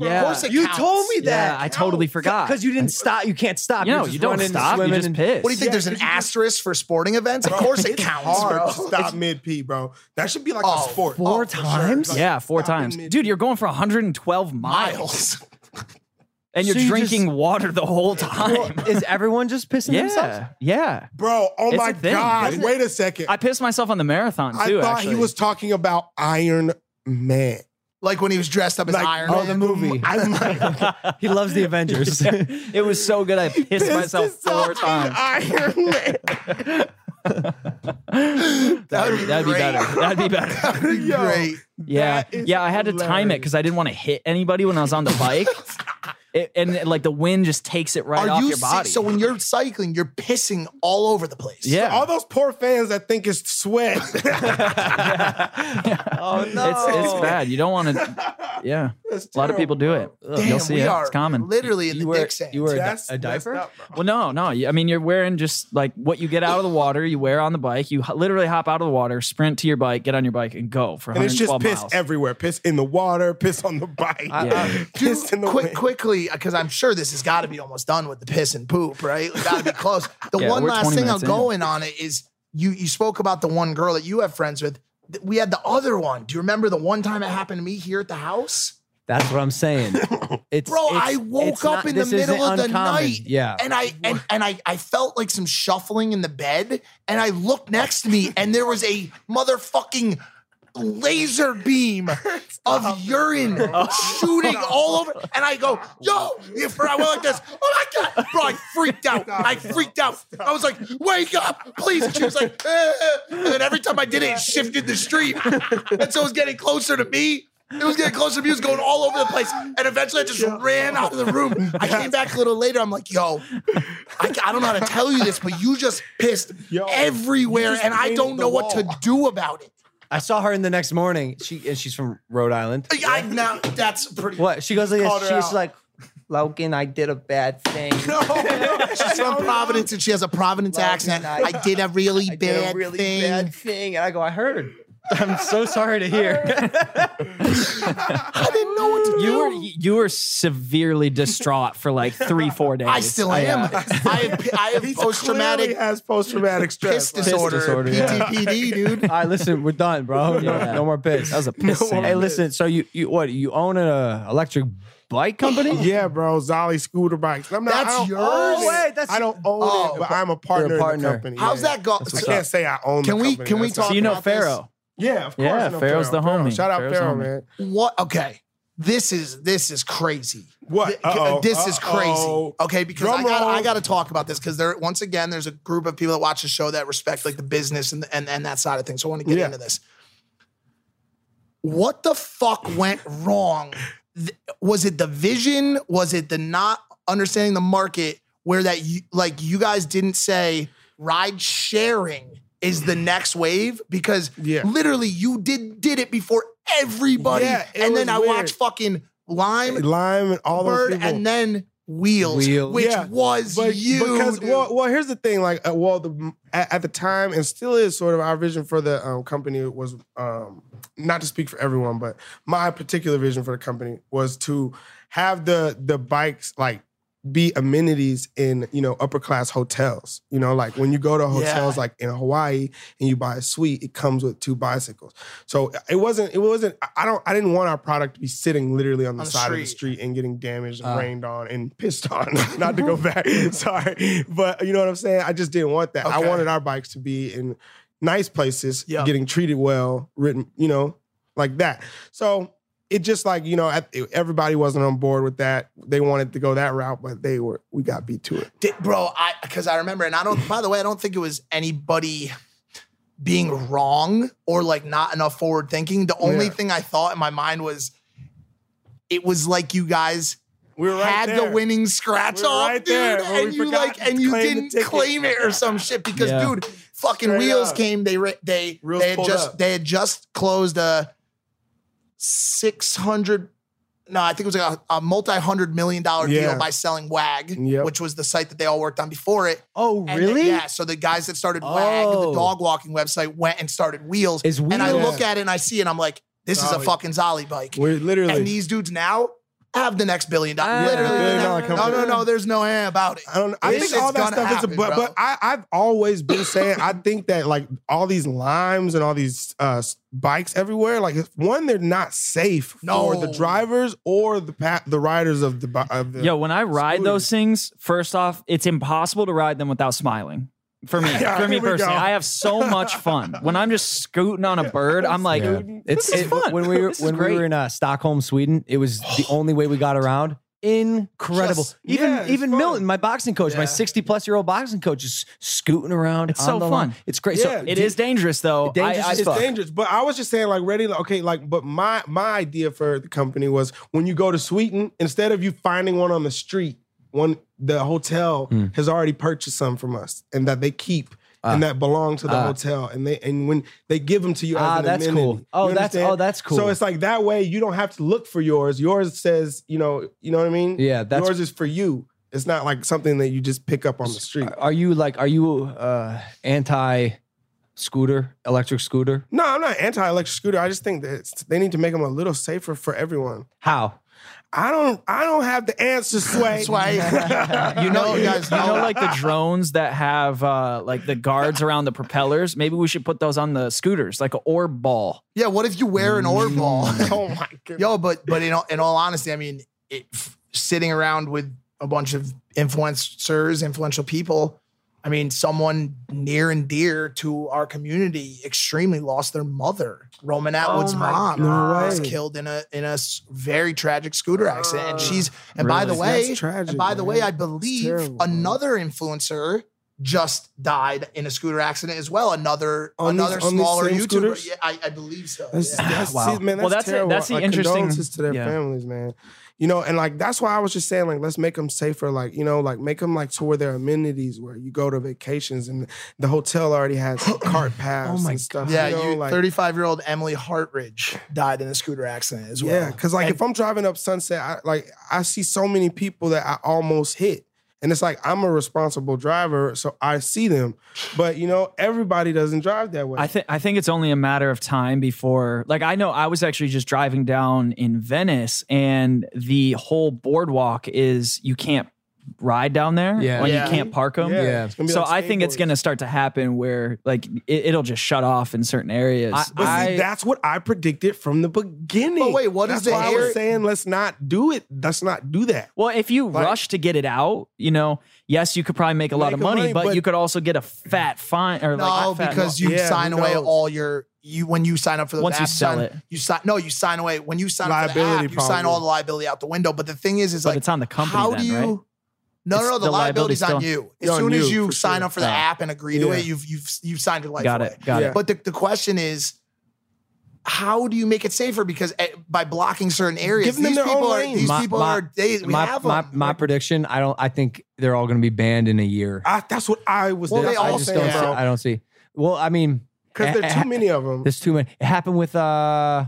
[SPEAKER 3] Yeah.
[SPEAKER 1] Of course it
[SPEAKER 2] You
[SPEAKER 1] counts.
[SPEAKER 2] told me that.
[SPEAKER 3] yeah, I totally forgot.
[SPEAKER 2] because you didn't stop. You can't stop.
[SPEAKER 3] you
[SPEAKER 2] You're
[SPEAKER 3] know,
[SPEAKER 2] just
[SPEAKER 3] you don't
[SPEAKER 2] running,
[SPEAKER 3] stop. You
[SPEAKER 2] swimming,
[SPEAKER 3] just
[SPEAKER 2] and-
[SPEAKER 3] piss.
[SPEAKER 1] What do you think? There's an asterisk for sporting events? Of course
[SPEAKER 4] [LAUGHS]
[SPEAKER 1] it counts,
[SPEAKER 4] hard
[SPEAKER 1] bro.
[SPEAKER 4] to stop mid pee, bro. That should be like
[SPEAKER 1] Oh,
[SPEAKER 4] a sport.
[SPEAKER 2] four
[SPEAKER 4] Four
[SPEAKER 2] times?
[SPEAKER 3] Yeah, four
[SPEAKER 4] Stop in
[SPEAKER 3] times,
[SPEAKER 4] mid-
[SPEAKER 3] dude. You're going for 112 miles,
[SPEAKER 1] Miles. [LAUGHS]
[SPEAKER 3] and you're
[SPEAKER 2] So you
[SPEAKER 3] drinking
[SPEAKER 2] just-
[SPEAKER 3] water the whole time. [LAUGHS]
[SPEAKER 2] Is everyone just pissing themselves?
[SPEAKER 3] yeah, yeah.
[SPEAKER 4] bro. Oh
[SPEAKER 3] It's
[SPEAKER 4] my
[SPEAKER 3] a thing,
[SPEAKER 4] god!
[SPEAKER 3] dude.
[SPEAKER 4] Wait a second.
[SPEAKER 3] I pissed myself on the marathon
[SPEAKER 4] I
[SPEAKER 3] too.
[SPEAKER 4] thought
[SPEAKER 3] actually.
[SPEAKER 4] he was [LAUGHS] talking about Iron Man.
[SPEAKER 1] Like when he was dressed up as
[SPEAKER 4] Like,
[SPEAKER 1] Iron
[SPEAKER 2] Oh,
[SPEAKER 1] Man.
[SPEAKER 2] the movie.
[SPEAKER 4] I'm like,
[SPEAKER 2] He loves the [LAUGHS]
[SPEAKER 3] [LAUGHS]
[SPEAKER 2] Avengers.
[SPEAKER 3] it was so good. I pissed myself four times.
[SPEAKER 4] Iron Man.
[SPEAKER 3] That'd be, that'd be
[SPEAKER 1] great.
[SPEAKER 3] better. That'd be better.
[SPEAKER 4] Yo,
[SPEAKER 1] Great.
[SPEAKER 3] Yeah,
[SPEAKER 4] That is
[SPEAKER 3] yeah. I had to time it
[SPEAKER 4] hilarious.
[SPEAKER 3] because I didn't want to hit anybody when I was on
[SPEAKER 1] [LAUGHS]
[SPEAKER 3] the bike, it, and it, like the wind just takes it right
[SPEAKER 1] Are
[SPEAKER 3] off
[SPEAKER 1] you
[SPEAKER 3] your
[SPEAKER 1] si-
[SPEAKER 3] body.
[SPEAKER 1] so when you're cycling, you're pissing all over the place?
[SPEAKER 3] yeah,
[SPEAKER 4] All those poor fans that think it's sweat.
[SPEAKER 2] oh
[SPEAKER 3] it's
[SPEAKER 1] [LAUGHS]
[SPEAKER 3] it's bad. You don't want to. Yeah, a lot of people do it.
[SPEAKER 1] Damn,
[SPEAKER 3] You'll see
[SPEAKER 1] we
[SPEAKER 3] it.
[SPEAKER 1] are
[SPEAKER 3] It's common.
[SPEAKER 1] Literally in
[SPEAKER 2] You
[SPEAKER 1] the
[SPEAKER 2] were,
[SPEAKER 1] dick sand.
[SPEAKER 2] you were a, di-
[SPEAKER 4] That's
[SPEAKER 2] a diaper.
[SPEAKER 4] messed up,
[SPEAKER 3] Well,
[SPEAKER 4] bro.
[SPEAKER 3] no, no. you- I mean, you're wearing just like what you get out of the water. You wear on the bike. You h- literally hop out of the water, sprint to your bike, get on your bike, and go for
[SPEAKER 4] And it's
[SPEAKER 3] 112
[SPEAKER 4] just piss
[SPEAKER 3] miles.
[SPEAKER 4] everywhere. Piss in the water, piss on the bike,
[SPEAKER 3] Yeah.
[SPEAKER 4] [LAUGHS] piss in the
[SPEAKER 1] quick,
[SPEAKER 4] wind.
[SPEAKER 1] quickly, because I'm sure this has got to be almost done with the piss and poop, right? Got to be close. The
[SPEAKER 3] Yeah,
[SPEAKER 1] one
[SPEAKER 3] we're
[SPEAKER 1] last
[SPEAKER 3] 20
[SPEAKER 1] thing I'll
[SPEAKER 3] minutes in.
[SPEAKER 1] go in on it is you. You spoke about the one girl that you have friends with. Th- We had the other one. Do you remember the one time it happened to me here at the house?
[SPEAKER 2] That's what I'm
[SPEAKER 1] [LAUGHS]
[SPEAKER 2] saying. It's
[SPEAKER 1] Bro,
[SPEAKER 2] it's-
[SPEAKER 1] I
[SPEAKER 2] it's
[SPEAKER 1] woke
[SPEAKER 2] not-
[SPEAKER 1] up in the
[SPEAKER 2] this
[SPEAKER 1] middle
[SPEAKER 2] isn't
[SPEAKER 1] of the
[SPEAKER 2] uncommon.
[SPEAKER 1] night.
[SPEAKER 2] Yeah,
[SPEAKER 1] And I and, and I I felt like some shuffling in the bed. And I looked next to me and there was a motherfucking laser
[SPEAKER 4] [LAUGHS]
[SPEAKER 1] beam of urine
[SPEAKER 4] Oh.
[SPEAKER 1] shooting all over. And I go, yo, if I went like this, oh my God. Bro, I freaked out. I freaked out. I was like, wake up, please. And she was like, eh, eh. and then every time I did it, it shifted the street. And so it was getting closer to me. It was getting closer to me. It was going all over the place. And eventually I just ran out of the room. I came back a little later. I'm like, yo, I, I don't know how to tell you this, but you just pissed
[SPEAKER 4] Yo,
[SPEAKER 1] everywhere.
[SPEAKER 4] you just
[SPEAKER 1] and I
[SPEAKER 4] painted
[SPEAKER 1] don't
[SPEAKER 4] the
[SPEAKER 1] know what to
[SPEAKER 4] wall.
[SPEAKER 1] do about it.
[SPEAKER 2] I saw her in the next morning. She and she's from Rhode Island.
[SPEAKER 1] I, now that's pretty.
[SPEAKER 2] What she goes like
[SPEAKER 1] Called her
[SPEAKER 2] this. She's
[SPEAKER 1] out.
[SPEAKER 2] like,
[SPEAKER 7] Logan, I did a bad thing.
[SPEAKER 1] She's from Providence and she has a Providence
[SPEAKER 7] Logan,
[SPEAKER 1] accent.
[SPEAKER 7] I-
[SPEAKER 1] I, did a really
[SPEAKER 7] I
[SPEAKER 1] bad
[SPEAKER 7] did a really
[SPEAKER 1] thing.
[SPEAKER 7] bad thing. And I go, I heard.
[SPEAKER 3] I'm so sorry to hear.
[SPEAKER 1] I didn't know what to do.
[SPEAKER 3] You were you were severely distraught for like three four days.
[SPEAKER 1] I still
[SPEAKER 3] I,
[SPEAKER 1] am.
[SPEAKER 3] uh,
[SPEAKER 1] I have, I have post
[SPEAKER 4] Clearly
[SPEAKER 1] traumatic
[SPEAKER 4] has post traumatic stress.
[SPEAKER 1] piss disorder,
[SPEAKER 3] disorder, yeah.
[SPEAKER 1] PTPD, dude.
[SPEAKER 2] All right, listen, we're done, bro. No-
[SPEAKER 3] Yeah.
[SPEAKER 2] No, more piss.
[SPEAKER 3] That was a piss. scene.
[SPEAKER 2] hey, listen. So you you what? You own an electric
[SPEAKER 3] [LAUGHS]
[SPEAKER 2] bike company?
[SPEAKER 4] Yeah, bro, Zolly scooter bikes. I'm not,
[SPEAKER 1] That's
[SPEAKER 4] I don't
[SPEAKER 1] yours?
[SPEAKER 4] own it.
[SPEAKER 2] wait, that's-
[SPEAKER 4] I don't own
[SPEAKER 1] Oh.
[SPEAKER 4] it, but I'm a partner, in the
[SPEAKER 2] partner.
[SPEAKER 4] company.
[SPEAKER 1] How's
[SPEAKER 4] yeah.
[SPEAKER 1] that go?
[SPEAKER 4] I
[SPEAKER 1] so-
[SPEAKER 4] can't say I own.
[SPEAKER 1] Can
[SPEAKER 4] the
[SPEAKER 1] we-
[SPEAKER 4] company.
[SPEAKER 1] can we
[SPEAKER 4] That's not-
[SPEAKER 3] so you know
[SPEAKER 1] about this.
[SPEAKER 3] Pharaoh.
[SPEAKER 4] Yeah, of course.
[SPEAKER 3] Yeah,
[SPEAKER 4] I know
[SPEAKER 3] Pharaoh's the
[SPEAKER 4] Pharaoh.
[SPEAKER 3] homie.
[SPEAKER 4] Shout out
[SPEAKER 3] Pharaoh's
[SPEAKER 4] Pharaoh,
[SPEAKER 3] homie.
[SPEAKER 4] man.
[SPEAKER 1] What? Okay. This is this is crazy.
[SPEAKER 4] What?
[SPEAKER 1] Th-
[SPEAKER 4] Uh-oh,
[SPEAKER 1] This is
[SPEAKER 4] uh-oh.
[SPEAKER 1] crazy. Okay, because
[SPEAKER 4] Drum
[SPEAKER 1] I got
[SPEAKER 4] roll.
[SPEAKER 1] I got to talk about this because there once again there's a group of people that watch the show that respect like the business and and, and that side of things. So I want to get
[SPEAKER 4] Yeah.
[SPEAKER 1] into this. What the fuck went wrong? Th- Was it the vision? Was it the not understanding the market where that you like you guys didn't say ride sharing is the next wave because
[SPEAKER 4] Yeah.
[SPEAKER 1] literally you did did it before everybody
[SPEAKER 4] Yeah, it
[SPEAKER 1] and
[SPEAKER 4] was
[SPEAKER 1] then I
[SPEAKER 4] weird.
[SPEAKER 1] watched fucking Lime,
[SPEAKER 4] Lime and all those
[SPEAKER 1] Bird,
[SPEAKER 4] people.
[SPEAKER 1] and then Wheels,
[SPEAKER 2] Wheels.
[SPEAKER 1] which
[SPEAKER 4] Yeah,
[SPEAKER 1] was you.
[SPEAKER 4] because
[SPEAKER 1] dude.
[SPEAKER 4] well, well, here's the thing. Like, uh, well, the, at, at the time and still is sort of our vision for the um, company was um, not to speak for everyone, but my particular vision for the company was to have the the bikes like be amenities in you know upper class hotels. You know, like when you go to hotels like in Hawaii and you buy a suite, it comes with two bicycles. So it wasn't. It wasn't. I- I don't. I didn't want our product to be sitting literally on the,
[SPEAKER 1] On the
[SPEAKER 4] side of
[SPEAKER 1] street.
[SPEAKER 4] the street street and getting damaged
[SPEAKER 1] Uh.
[SPEAKER 4] and rained on and pissed on. [LAUGHS] Not to go back, sorry, but you know what I'm saying. I just didn't want that. I
[SPEAKER 1] Okay.
[SPEAKER 4] wanted our bikes to be in nice places,
[SPEAKER 1] Yeah.
[SPEAKER 4] getting treated well, written, you know, like that. So it just like you know, at- everybody wasn't on board with that. They wanted to go that route, but they were. We got beat to it.
[SPEAKER 1] Di- bro, I because I remember, and I don't. By the way, I don't think it was anybody being wrong or like not enough forward thinking. The only
[SPEAKER 4] Yeah.
[SPEAKER 1] thing I thought in my mind was, it was like you guys
[SPEAKER 4] We were right
[SPEAKER 1] had
[SPEAKER 4] there.
[SPEAKER 1] the winning scratch
[SPEAKER 4] We were
[SPEAKER 1] off,
[SPEAKER 4] right
[SPEAKER 1] dude,
[SPEAKER 4] there, but
[SPEAKER 1] and
[SPEAKER 4] we
[SPEAKER 1] you
[SPEAKER 4] forgot
[SPEAKER 1] like
[SPEAKER 4] to
[SPEAKER 1] and you
[SPEAKER 4] claim the
[SPEAKER 1] didn't
[SPEAKER 4] ticket.
[SPEAKER 1] claim it or some shit because
[SPEAKER 3] Yeah.
[SPEAKER 1] dude, fucking
[SPEAKER 4] Straight
[SPEAKER 1] wheels
[SPEAKER 4] up.
[SPEAKER 1] came. They re- they
[SPEAKER 4] Wheels
[SPEAKER 1] they had
[SPEAKER 4] pulled
[SPEAKER 1] just
[SPEAKER 4] up.
[SPEAKER 1] they had just closed a six hundred. No, I think it was like a, a multi hundred million dollar
[SPEAKER 4] Yeah.
[SPEAKER 1] deal by selling WAG,
[SPEAKER 4] Yep.
[SPEAKER 1] which was the site that they all worked on before it.
[SPEAKER 2] Oh,
[SPEAKER 1] And
[SPEAKER 2] really?
[SPEAKER 1] then- yeah. So the guys that started WAG,
[SPEAKER 2] Oh.
[SPEAKER 1] the dog walking website, went and started Wheels.
[SPEAKER 2] Is
[SPEAKER 1] And I
[SPEAKER 2] Wheels-
[SPEAKER 1] look at it and I see it and I'm like, this is
[SPEAKER 4] Zolly.
[SPEAKER 1] a fucking Zolly bike.
[SPEAKER 4] We're literally.
[SPEAKER 1] And these dudes now have the next billion dollars.
[SPEAKER 2] Ah.
[SPEAKER 1] Literally,
[SPEAKER 4] Billion
[SPEAKER 1] the
[SPEAKER 4] dollar
[SPEAKER 1] next- no,
[SPEAKER 4] company.
[SPEAKER 1] no, no. There's no eh about it.
[SPEAKER 4] I don't. I
[SPEAKER 1] This
[SPEAKER 4] think all
[SPEAKER 1] shit's
[SPEAKER 4] that
[SPEAKER 1] gonna
[SPEAKER 4] stuff
[SPEAKER 1] happen,
[SPEAKER 4] is a but.
[SPEAKER 1] bro.
[SPEAKER 4] But I, I've always been saying I think that like all these limes and all these uh, s- bikes everywhere, like one, they're not safe for the
[SPEAKER 1] No.
[SPEAKER 4] drivers or the pa- the riders of the bi- of the.
[SPEAKER 3] Yo, when I ride
[SPEAKER 4] Scooter.
[SPEAKER 3] those things, first off, it's impossible to ride them without smiling. For me,
[SPEAKER 4] Yeah,
[SPEAKER 3] for me
[SPEAKER 4] here we go.
[SPEAKER 3] personally, I have so much fun when I'm just scooting on a bird. I'm like,
[SPEAKER 2] Yeah.
[SPEAKER 3] this
[SPEAKER 2] It's
[SPEAKER 3] is
[SPEAKER 2] it-
[SPEAKER 3] fun.
[SPEAKER 2] when we [LAUGHS] were
[SPEAKER 3] This is
[SPEAKER 2] when we were
[SPEAKER 3] great.
[SPEAKER 2] in uh, Stockholm, Sweden. It was [SIGHS] the only way we got around. Incredible.
[SPEAKER 1] Just-
[SPEAKER 2] even
[SPEAKER 4] yeah, it's
[SPEAKER 2] even
[SPEAKER 4] fun.
[SPEAKER 2] Milton, my boxing coach, my
[SPEAKER 1] Yeah.
[SPEAKER 2] sixty plus year old boxing coach, is scooting around.
[SPEAKER 3] It's
[SPEAKER 2] on
[SPEAKER 3] so
[SPEAKER 2] the
[SPEAKER 3] fun.
[SPEAKER 2] line. It's great. So
[SPEAKER 4] Yeah,
[SPEAKER 3] It is dangerous though.
[SPEAKER 2] Dangerous
[SPEAKER 3] I, I,
[SPEAKER 2] as fuck.
[SPEAKER 4] it's dangerous. But I was just saying, like, ready, like, okay, like, but my my idea for the company was when you go to Sweden, instead of you finding one on the street, one the hotel
[SPEAKER 2] Hmm.
[SPEAKER 4] has already purchased some from us, and that they keep.
[SPEAKER 2] Ah.
[SPEAKER 4] and that belong to the hotel, and they and when they give them to you,
[SPEAKER 2] Ah,
[SPEAKER 4] as an
[SPEAKER 2] that's
[SPEAKER 4] amenity.
[SPEAKER 2] cool. Oh,
[SPEAKER 4] You
[SPEAKER 2] that's-
[SPEAKER 4] understand?
[SPEAKER 2] oh, that's cool.
[SPEAKER 4] So it's like that way you don't have to look for yours. Yours says, you know, you know what I mean.
[SPEAKER 2] Yeah, that's-
[SPEAKER 4] yours is for you. It's not like something that you just pick up on the street.
[SPEAKER 2] Are you like are you uh, anti scooter electric scooter?
[SPEAKER 4] No, I'm not anti-electric scooter. I just think that it's- they need to make them a little safer for everyone.
[SPEAKER 2] How?
[SPEAKER 4] I don't I don't have the answer, Sway.
[SPEAKER 1] That's why you know, you guys
[SPEAKER 3] you
[SPEAKER 1] know,
[SPEAKER 3] know, like the drones that have uh, like the guards around the propellers. Maybe we should put those on the scooters, like an orb ball.
[SPEAKER 1] yeah. What if you wear an orb ball?
[SPEAKER 4] [LAUGHS] Oh my god.
[SPEAKER 1] Yo, but but in all, in all honesty, I mean, it, f- sitting around with a bunch of influencers, influential people, I mean, someone near and dear to our community extremely lost their mother. Roman Atwood's mom was killed in a in a s- very tragic scooter accident, and she's and by the
[SPEAKER 4] Really? That's
[SPEAKER 1] way,
[SPEAKER 4] tragic,
[SPEAKER 1] and by the way,
[SPEAKER 4] man.
[SPEAKER 1] I believe
[SPEAKER 4] terrible, man.
[SPEAKER 1] another influencer just died in a scooter accident as well. Another
[SPEAKER 4] On these-
[SPEAKER 1] another
[SPEAKER 4] on these
[SPEAKER 1] smaller
[SPEAKER 4] same
[SPEAKER 1] YouTuber.
[SPEAKER 4] scooters?
[SPEAKER 1] Yeah, I, I believe so.
[SPEAKER 4] That's,
[SPEAKER 1] yeah.
[SPEAKER 4] that's,
[SPEAKER 3] Wow.
[SPEAKER 4] see, man, that's
[SPEAKER 3] Well, that's it.
[SPEAKER 4] terrible.
[SPEAKER 3] That's the
[SPEAKER 4] Our
[SPEAKER 3] interesting-
[SPEAKER 4] condolences to their
[SPEAKER 3] yeah.
[SPEAKER 4] families, man. You know, and like that's why I was just saying, like, let's make them safer. Like, you know, like make them like to where their amenities where you go to vacations and the hotel already has cart
[SPEAKER 3] Oh
[SPEAKER 4] paths and stuff.
[SPEAKER 1] Yeah,
[SPEAKER 4] you know,
[SPEAKER 1] you
[SPEAKER 4] like,
[SPEAKER 1] 35 year old Emily Hartridge died in a scooter accident as well.
[SPEAKER 4] Yeah, because like if I'm driving up Sunset, I, like I see so many people that I almost hit, and it's like I'm a responsible driver, so I see them, but you know everybody doesn't drive that way.
[SPEAKER 3] I think I think it's only a matter of time before like I know I was actually just driving down in Venice and the whole boardwalk is you can't ride down there
[SPEAKER 2] Yeah.
[SPEAKER 3] when
[SPEAKER 1] Yeah.
[SPEAKER 3] you can't park them.
[SPEAKER 2] Yeah.
[SPEAKER 4] it's gonna be
[SPEAKER 3] So
[SPEAKER 4] like
[SPEAKER 3] I think it's
[SPEAKER 4] skateboards.
[SPEAKER 3] going to start to happen where like it, it'll just shut off in certain areas.
[SPEAKER 2] I-
[SPEAKER 4] But see, that's what I predicted from the beginning.
[SPEAKER 1] But wait, what
[SPEAKER 4] that's
[SPEAKER 1] is the
[SPEAKER 4] why I
[SPEAKER 1] air-
[SPEAKER 4] was saying let's not do it. Let's not do that.
[SPEAKER 3] well, if you rush to get it out, you know, yes, you could probably make a lot
[SPEAKER 4] Make
[SPEAKER 3] of
[SPEAKER 4] a
[SPEAKER 3] money,
[SPEAKER 4] money,
[SPEAKER 3] but,
[SPEAKER 4] but-
[SPEAKER 3] you could also get a fat fine or
[SPEAKER 1] no,
[SPEAKER 3] like a fat
[SPEAKER 1] because you
[SPEAKER 4] Yeah,
[SPEAKER 1] sign
[SPEAKER 4] who
[SPEAKER 1] away
[SPEAKER 4] knows?
[SPEAKER 1] all your you when you sign up for the
[SPEAKER 3] Once you sell it.
[SPEAKER 1] you sign no, you sign away when you sign up for the app,
[SPEAKER 4] Liability
[SPEAKER 1] you sign
[SPEAKER 4] probably.
[SPEAKER 1] all the liability out the window. But the thing is, is
[SPEAKER 3] But
[SPEAKER 1] like
[SPEAKER 3] it's on the company
[SPEAKER 1] How
[SPEAKER 3] then,
[SPEAKER 1] do you?
[SPEAKER 3] right?
[SPEAKER 1] No,
[SPEAKER 3] It's-
[SPEAKER 1] no, no, the,
[SPEAKER 3] the liability's
[SPEAKER 1] liability's on
[SPEAKER 3] still-
[SPEAKER 1] you. As
[SPEAKER 4] Yeah, on
[SPEAKER 1] soon as
[SPEAKER 4] you,
[SPEAKER 1] you
[SPEAKER 4] for
[SPEAKER 1] sign
[SPEAKER 4] sure.
[SPEAKER 1] up for the
[SPEAKER 3] Yeah.
[SPEAKER 1] app and agree to
[SPEAKER 4] Yeah.
[SPEAKER 1] it, you've you've you've signed your life
[SPEAKER 3] got
[SPEAKER 1] away.
[SPEAKER 3] it, got
[SPEAKER 4] Yeah.
[SPEAKER 3] it.
[SPEAKER 1] But the, the question is, how do you make it safer? Because eh, by blocking certain areas,
[SPEAKER 4] Give them
[SPEAKER 1] these
[SPEAKER 4] their
[SPEAKER 1] people
[SPEAKER 4] own
[SPEAKER 1] are
[SPEAKER 4] lanes.
[SPEAKER 1] these
[SPEAKER 2] My-
[SPEAKER 1] people
[SPEAKER 2] my-
[SPEAKER 1] are they we
[SPEAKER 2] my,
[SPEAKER 1] have
[SPEAKER 2] my,
[SPEAKER 1] them.
[SPEAKER 2] my prediction, I don't. I think they're all going to be banned in a year.
[SPEAKER 4] I, that's what I was.
[SPEAKER 1] Well,
[SPEAKER 4] that's
[SPEAKER 1] they
[SPEAKER 4] what
[SPEAKER 2] I
[SPEAKER 1] all
[SPEAKER 2] just
[SPEAKER 1] say
[SPEAKER 2] don't.
[SPEAKER 1] that.
[SPEAKER 2] See, I don't see. Well, I mean,
[SPEAKER 4] because
[SPEAKER 2] eh,
[SPEAKER 4] there are
[SPEAKER 2] eh,
[SPEAKER 4] too many of them.
[SPEAKER 2] There's too many. It happened with uh,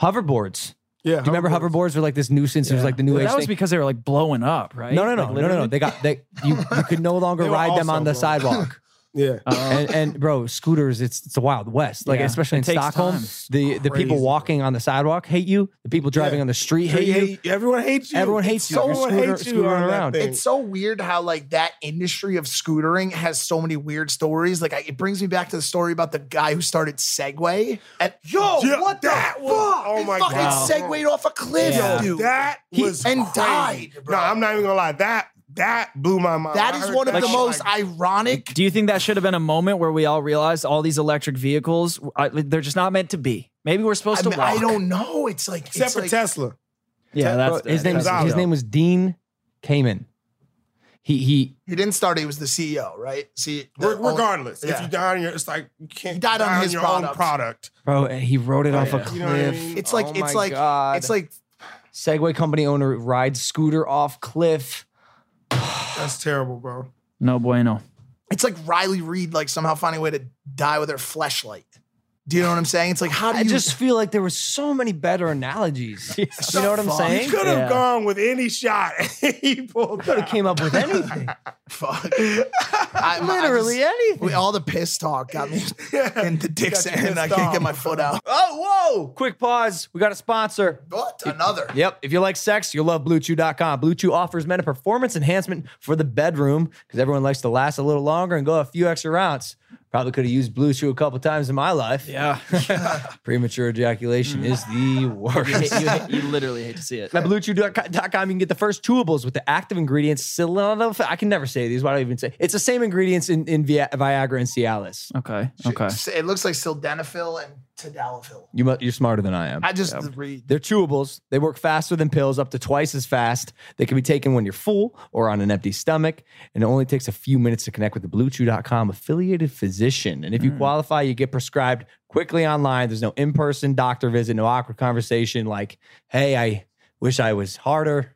[SPEAKER 2] hoverboards.
[SPEAKER 4] yeah,
[SPEAKER 2] Do you remember hoverboards were like this nuisance? It was like the new
[SPEAKER 3] Well,
[SPEAKER 2] age
[SPEAKER 3] that was
[SPEAKER 2] thing.
[SPEAKER 3] because they were like blowing up, right?
[SPEAKER 2] no, no,
[SPEAKER 3] Like,
[SPEAKER 2] no, no, no, no.
[SPEAKER 3] literally?
[SPEAKER 2] They got they. You, you could no longer
[SPEAKER 4] They were
[SPEAKER 2] ride them
[SPEAKER 4] also
[SPEAKER 2] on the
[SPEAKER 4] blowing.
[SPEAKER 2] sidewalk.
[SPEAKER 4] Yeah,
[SPEAKER 2] and, and bro, scooters, it's it's the wild west. Like
[SPEAKER 3] Yeah.
[SPEAKER 2] especially
[SPEAKER 3] It
[SPEAKER 2] in
[SPEAKER 3] takes
[SPEAKER 2] Stockholm,
[SPEAKER 3] time.
[SPEAKER 2] the the people walking on the sidewalk hate you. The people driving
[SPEAKER 4] Yeah.
[SPEAKER 2] on the street
[SPEAKER 4] They
[SPEAKER 2] hate you.
[SPEAKER 4] hate- everyone hates you.
[SPEAKER 2] Everyone hates you.
[SPEAKER 4] Someone
[SPEAKER 2] You're
[SPEAKER 4] hates
[SPEAKER 2] scooter-
[SPEAKER 4] you
[SPEAKER 2] scootering
[SPEAKER 4] on
[SPEAKER 2] around.
[SPEAKER 4] around. That thing.
[SPEAKER 1] It's so weird how like that industry of scootering has so many weird stories. Like I, it brings me back to the story about the guy who started Segway. And yo,
[SPEAKER 4] Yeah,
[SPEAKER 1] what the
[SPEAKER 4] that
[SPEAKER 1] fuck?
[SPEAKER 4] was- oh
[SPEAKER 1] He
[SPEAKER 4] my
[SPEAKER 1] fucking
[SPEAKER 4] God.
[SPEAKER 1] segwayed off a cliff,
[SPEAKER 3] Yeah.
[SPEAKER 1] dude.
[SPEAKER 4] that
[SPEAKER 1] He-
[SPEAKER 4] was
[SPEAKER 1] and
[SPEAKER 4] crazy.
[SPEAKER 1] died, bro.
[SPEAKER 4] No, I'm not even gonna lie. That that blew my mind.
[SPEAKER 1] that
[SPEAKER 4] I
[SPEAKER 1] is
[SPEAKER 4] heard
[SPEAKER 1] one of
[SPEAKER 4] that,
[SPEAKER 1] the
[SPEAKER 4] I'm
[SPEAKER 1] most
[SPEAKER 4] like,
[SPEAKER 1] ironic.
[SPEAKER 3] Do you think that should have been a moment where we all realized all these electric vehicles, uh, they're just not meant to be? Maybe we're supposed
[SPEAKER 1] I,
[SPEAKER 3] to
[SPEAKER 1] mean,
[SPEAKER 3] walk.
[SPEAKER 1] I don't know. It's like
[SPEAKER 4] except
[SPEAKER 1] it's
[SPEAKER 4] for
[SPEAKER 1] like,
[SPEAKER 4] Tesla.
[SPEAKER 3] Yeah,
[SPEAKER 2] Bro,
[SPEAKER 3] that's
[SPEAKER 2] his name. Was,
[SPEAKER 4] that's
[SPEAKER 2] his
[SPEAKER 4] wild.
[SPEAKER 2] name was Dean Kamen. He he.
[SPEAKER 1] He didn't start. it, He was the CEO, right? See, the
[SPEAKER 4] Re-
[SPEAKER 1] own-
[SPEAKER 4] regardless,
[SPEAKER 1] Yeah.
[SPEAKER 4] if you die on your, it's like you can't
[SPEAKER 1] You died on
[SPEAKER 4] die
[SPEAKER 1] his
[SPEAKER 4] your
[SPEAKER 1] product.
[SPEAKER 4] own product.
[SPEAKER 2] Bro, he rode it off a cliff.
[SPEAKER 4] You know what I mean?
[SPEAKER 1] It's like
[SPEAKER 2] Oh my
[SPEAKER 1] it's like
[SPEAKER 2] God.
[SPEAKER 1] it's like
[SPEAKER 2] Segway company owner rides scooter off cliff.
[SPEAKER 4] That's terrible, bro.
[SPEAKER 3] No bueno.
[SPEAKER 1] it's like Riley Reed like somehow finding a way to die with her fleshlight. Do you know what I'm saying? It's like how do
[SPEAKER 2] I
[SPEAKER 1] you
[SPEAKER 2] just feel like there were so many
[SPEAKER 3] [LAUGHS]
[SPEAKER 2] better analogies. you know what I'm
[SPEAKER 1] Fuck.
[SPEAKER 2] saying?
[SPEAKER 4] You could have
[SPEAKER 3] Yeah.
[SPEAKER 4] gone with any shot. [LAUGHS] he pulled
[SPEAKER 2] Could have came up with anything.
[SPEAKER 1] fuck? I, I
[SPEAKER 2] Literally
[SPEAKER 1] just-
[SPEAKER 2] anything.
[SPEAKER 1] we- all the piss talk got
[SPEAKER 4] [LAUGHS]
[SPEAKER 1] me into dicks
[SPEAKER 4] Got you
[SPEAKER 1] and I
[SPEAKER 4] pissed
[SPEAKER 1] can't get
[SPEAKER 4] off.
[SPEAKER 1] my foot
[SPEAKER 4] [LAUGHS]
[SPEAKER 1] out.
[SPEAKER 2] Oh, whoa! Quick pause. We got a sponsor.
[SPEAKER 1] What another?
[SPEAKER 2] Yep. If you like sex, you'll love BlueChew.com. Blue Chew offers men a performance enhancement for the bedroom because everyone likes to last a little longer and go a few extra rounds. Probably could have used Blue Chew a couple times in my life.
[SPEAKER 3] Yeah.
[SPEAKER 2] [LAUGHS]
[SPEAKER 3] Mm.
[SPEAKER 2] Premature ejaculation is the worst.
[SPEAKER 3] you, you literally hate to see it.
[SPEAKER 2] At BlueChew.com, you can get the first chewables with the active ingredients. Sildenaf- I can never say these. Why do I even say? It's the same ingredients in, in Vi- Viagra and Cialis.
[SPEAKER 3] Okay. Okay.
[SPEAKER 1] It looks like sildenafil and tadalafil.
[SPEAKER 2] You, mu- you're smarter than I am.
[SPEAKER 1] I just read.
[SPEAKER 2] They're chewables. They work faster than pills, up to twice as fast. They can be taken when you're full or on an empty stomach. And it only takes a few minutes to connect with the BlueChew.com affiliated physician. And if you qualify, you get prescribed quickly online. There's no in person doctor visit, no awkward conversation like, hey, I wish I was harder.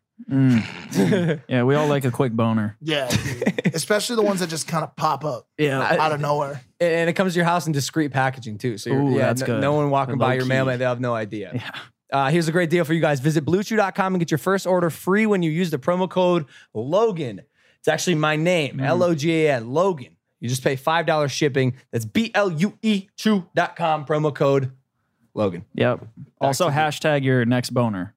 [SPEAKER 3] Yeah, we all like a quick boner.
[SPEAKER 1] [LAUGHS] Yeah, dude. especially the ones that just kind of pop up
[SPEAKER 3] Yeah.
[SPEAKER 1] out of nowhere.
[SPEAKER 2] And- And it comes to your house in discreet packaging too. So you're,
[SPEAKER 3] Ooh,
[SPEAKER 2] yeah,
[SPEAKER 3] that's
[SPEAKER 2] no,
[SPEAKER 3] good.
[SPEAKER 2] no one walking
[SPEAKER 3] Low
[SPEAKER 2] by your
[SPEAKER 3] key.
[SPEAKER 2] mailman, they have no idea. Yeah. Uh, here's a great deal for you guys. Visit bluechew.com and get your first order free when you use the promo code Logan. It's actually my
[SPEAKER 3] Mm.
[SPEAKER 2] name, L O G A N, Logan. You just pay $5 shipping. That's B L U E chew.com, promo code Logan.
[SPEAKER 3] Yep. Also, hashtag your next boner.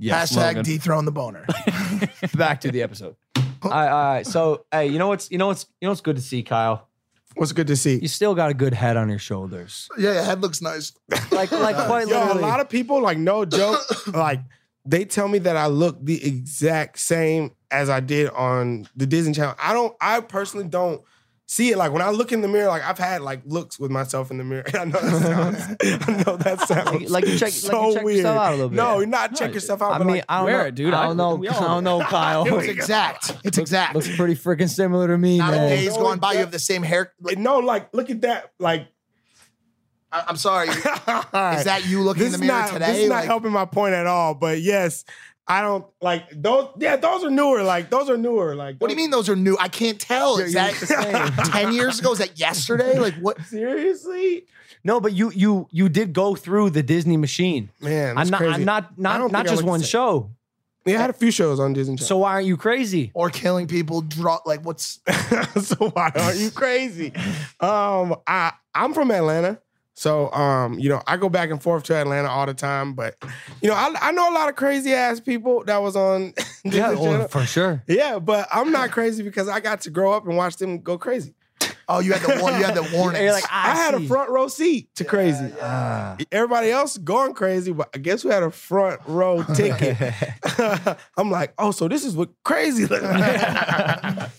[SPEAKER 1] Hashtag dethrone the boner.
[SPEAKER 3] [LAUGHS]
[SPEAKER 2] Back to the episode. all, right, all right. So, hey, you know what's you know what's you know what's good to see, Kyle?
[SPEAKER 4] What's good to see?
[SPEAKER 2] You still got a good head on your shoulders.
[SPEAKER 1] yeah, your head looks nice.
[SPEAKER 2] Like like quite
[SPEAKER 4] Uh, Yo,
[SPEAKER 2] literally.
[SPEAKER 4] a lot of people, like,
[SPEAKER 2] [COUGHS]
[SPEAKER 4] no joke, like, they tell me that I look the exact same as I did on the Disney Channel. I don't, I personally don't see it. Like when I look in the mirror, like I've had like looks with myself in the mirror. [LAUGHS] I know that sounds, I know that
[SPEAKER 2] [LAUGHS]
[SPEAKER 4] sounds
[SPEAKER 2] Like- like you check- like you
[SPEAKER 4] so
[SPEAKER 2] check yourself
[SPEAKER 4] weird.
[SPEAKER 2] out a little bit.
[SPEAKER 4] No, not check yourself out.
[SPEAKER 2] I
[SPEAKER 4] but
[SPEAKER 2] mean,
[SPEAKER 4] like,
[SPEAKER 2] I don't
[SPEAKER 4] wear
[SPEAKER 2] know,
[SPEAKER 4] it, dude.
[SPEAKER 2] I don't know.
[SPEAKER 4] we
[SPEAKER 2] I
[SPEAKER 4] all
[SPEAKER 2] don't know,
[SPEAKER 3] [LAUGHS]
[SPEAKER 2] Kyle.
[SPEAKER 1] It's exact. It's exact.
[SPEAKER 2] Looks pretty freaking similar to me,
[SPEAKER 1] Not a
[SPEAKER 2] man.
[SPEAKER 1] day's gone by. You have the same hair. Like,
[SPEAKER 4] no, like look at that. Like [LAUGHS]
[SPEAKER 1] I- I'm sorry. Is that you looking in
[SPEAKER 4] This is
[SPEAKER 1] the mirror
[SPEAKER 4] not-
[SPEAKER 1] today?
[SPEAKER 4] This is not
[SPEAKER 1] Like-
[SPEAKER 4] helping my point at all. But yes, I don't like those. Yeah, those are newer. Like those are newer. Like
[SPEAKER 1] What do you mean those are new? I can't tell. Is that [LAUGHS] ten years ago? Is that yesterday? Like what?
[SPEAKER 4] seriously?
[SPEAKER 2] No, but you you you did go through the Disney machine.
[SPEAKER 4] Man, that's
[SPEAKER 2] I'm not
[SPEAKER 4] crazy.
[SPEAKER 2] I'm not
[SPEAKER 4] I
[SPEAKER 2] not
[SPEAKER 4] don't
[SPEAKER 2] not
[SPEAKER 4] think I
[SPEAKER 2] just
[SPEAKER 4] look
[SPEAKER 2] one
[SPEAKER 4] the same.
[SPEAKER 2] show.
[SPEAKER 4] Yeah, I had a few shows on Disney. Channel.
[SPEAKER 2] So why aren't you crazy?
[SPEAKER 1] Or killing people? Draw like what's?
[SPEAKER 4] [LAUGHS] so why are
[SPEAKER 2] [LAUGHS]
[SPEAKER 4] you crazy? Um, I I'm from Atlanta, so um, you know, I go back and forth to Atlanta all the time. But you know, I I know a lot of crazy ass people that was on. [LAUGHS] Disney
[SPEAKER 2] Yeah, oh,
[SPEAKER 4] Channel.
[SPEAKER 2] for sure.
[SPEAKER 4] yeah, but I'm not crazy because I got to grow up and watch them go crazy.
[SPEAKER 1] Oh, you had the war- you
[SPEAKER 4] [LAUGHS]
[SPEAKER 1] had the warnings.
[SPEAKER 2] You're like,
[SPEAKER 4] I,
[SPEAKER 2] I,
[SPEAKER 4] had a
[SPEAKER 2] see.
[SPEAKER 4] front row seat to crazy. Everybody else going crazy, but I guess we had a front row
[SPEAKER 2] [LAUGHS]
[SPEAKER 4] ticket. [LAUGHS] I'm like, oh, so this is what crazy
[SPEAKER 2] [LAUGHS]
[SPEAKER 4] looks like.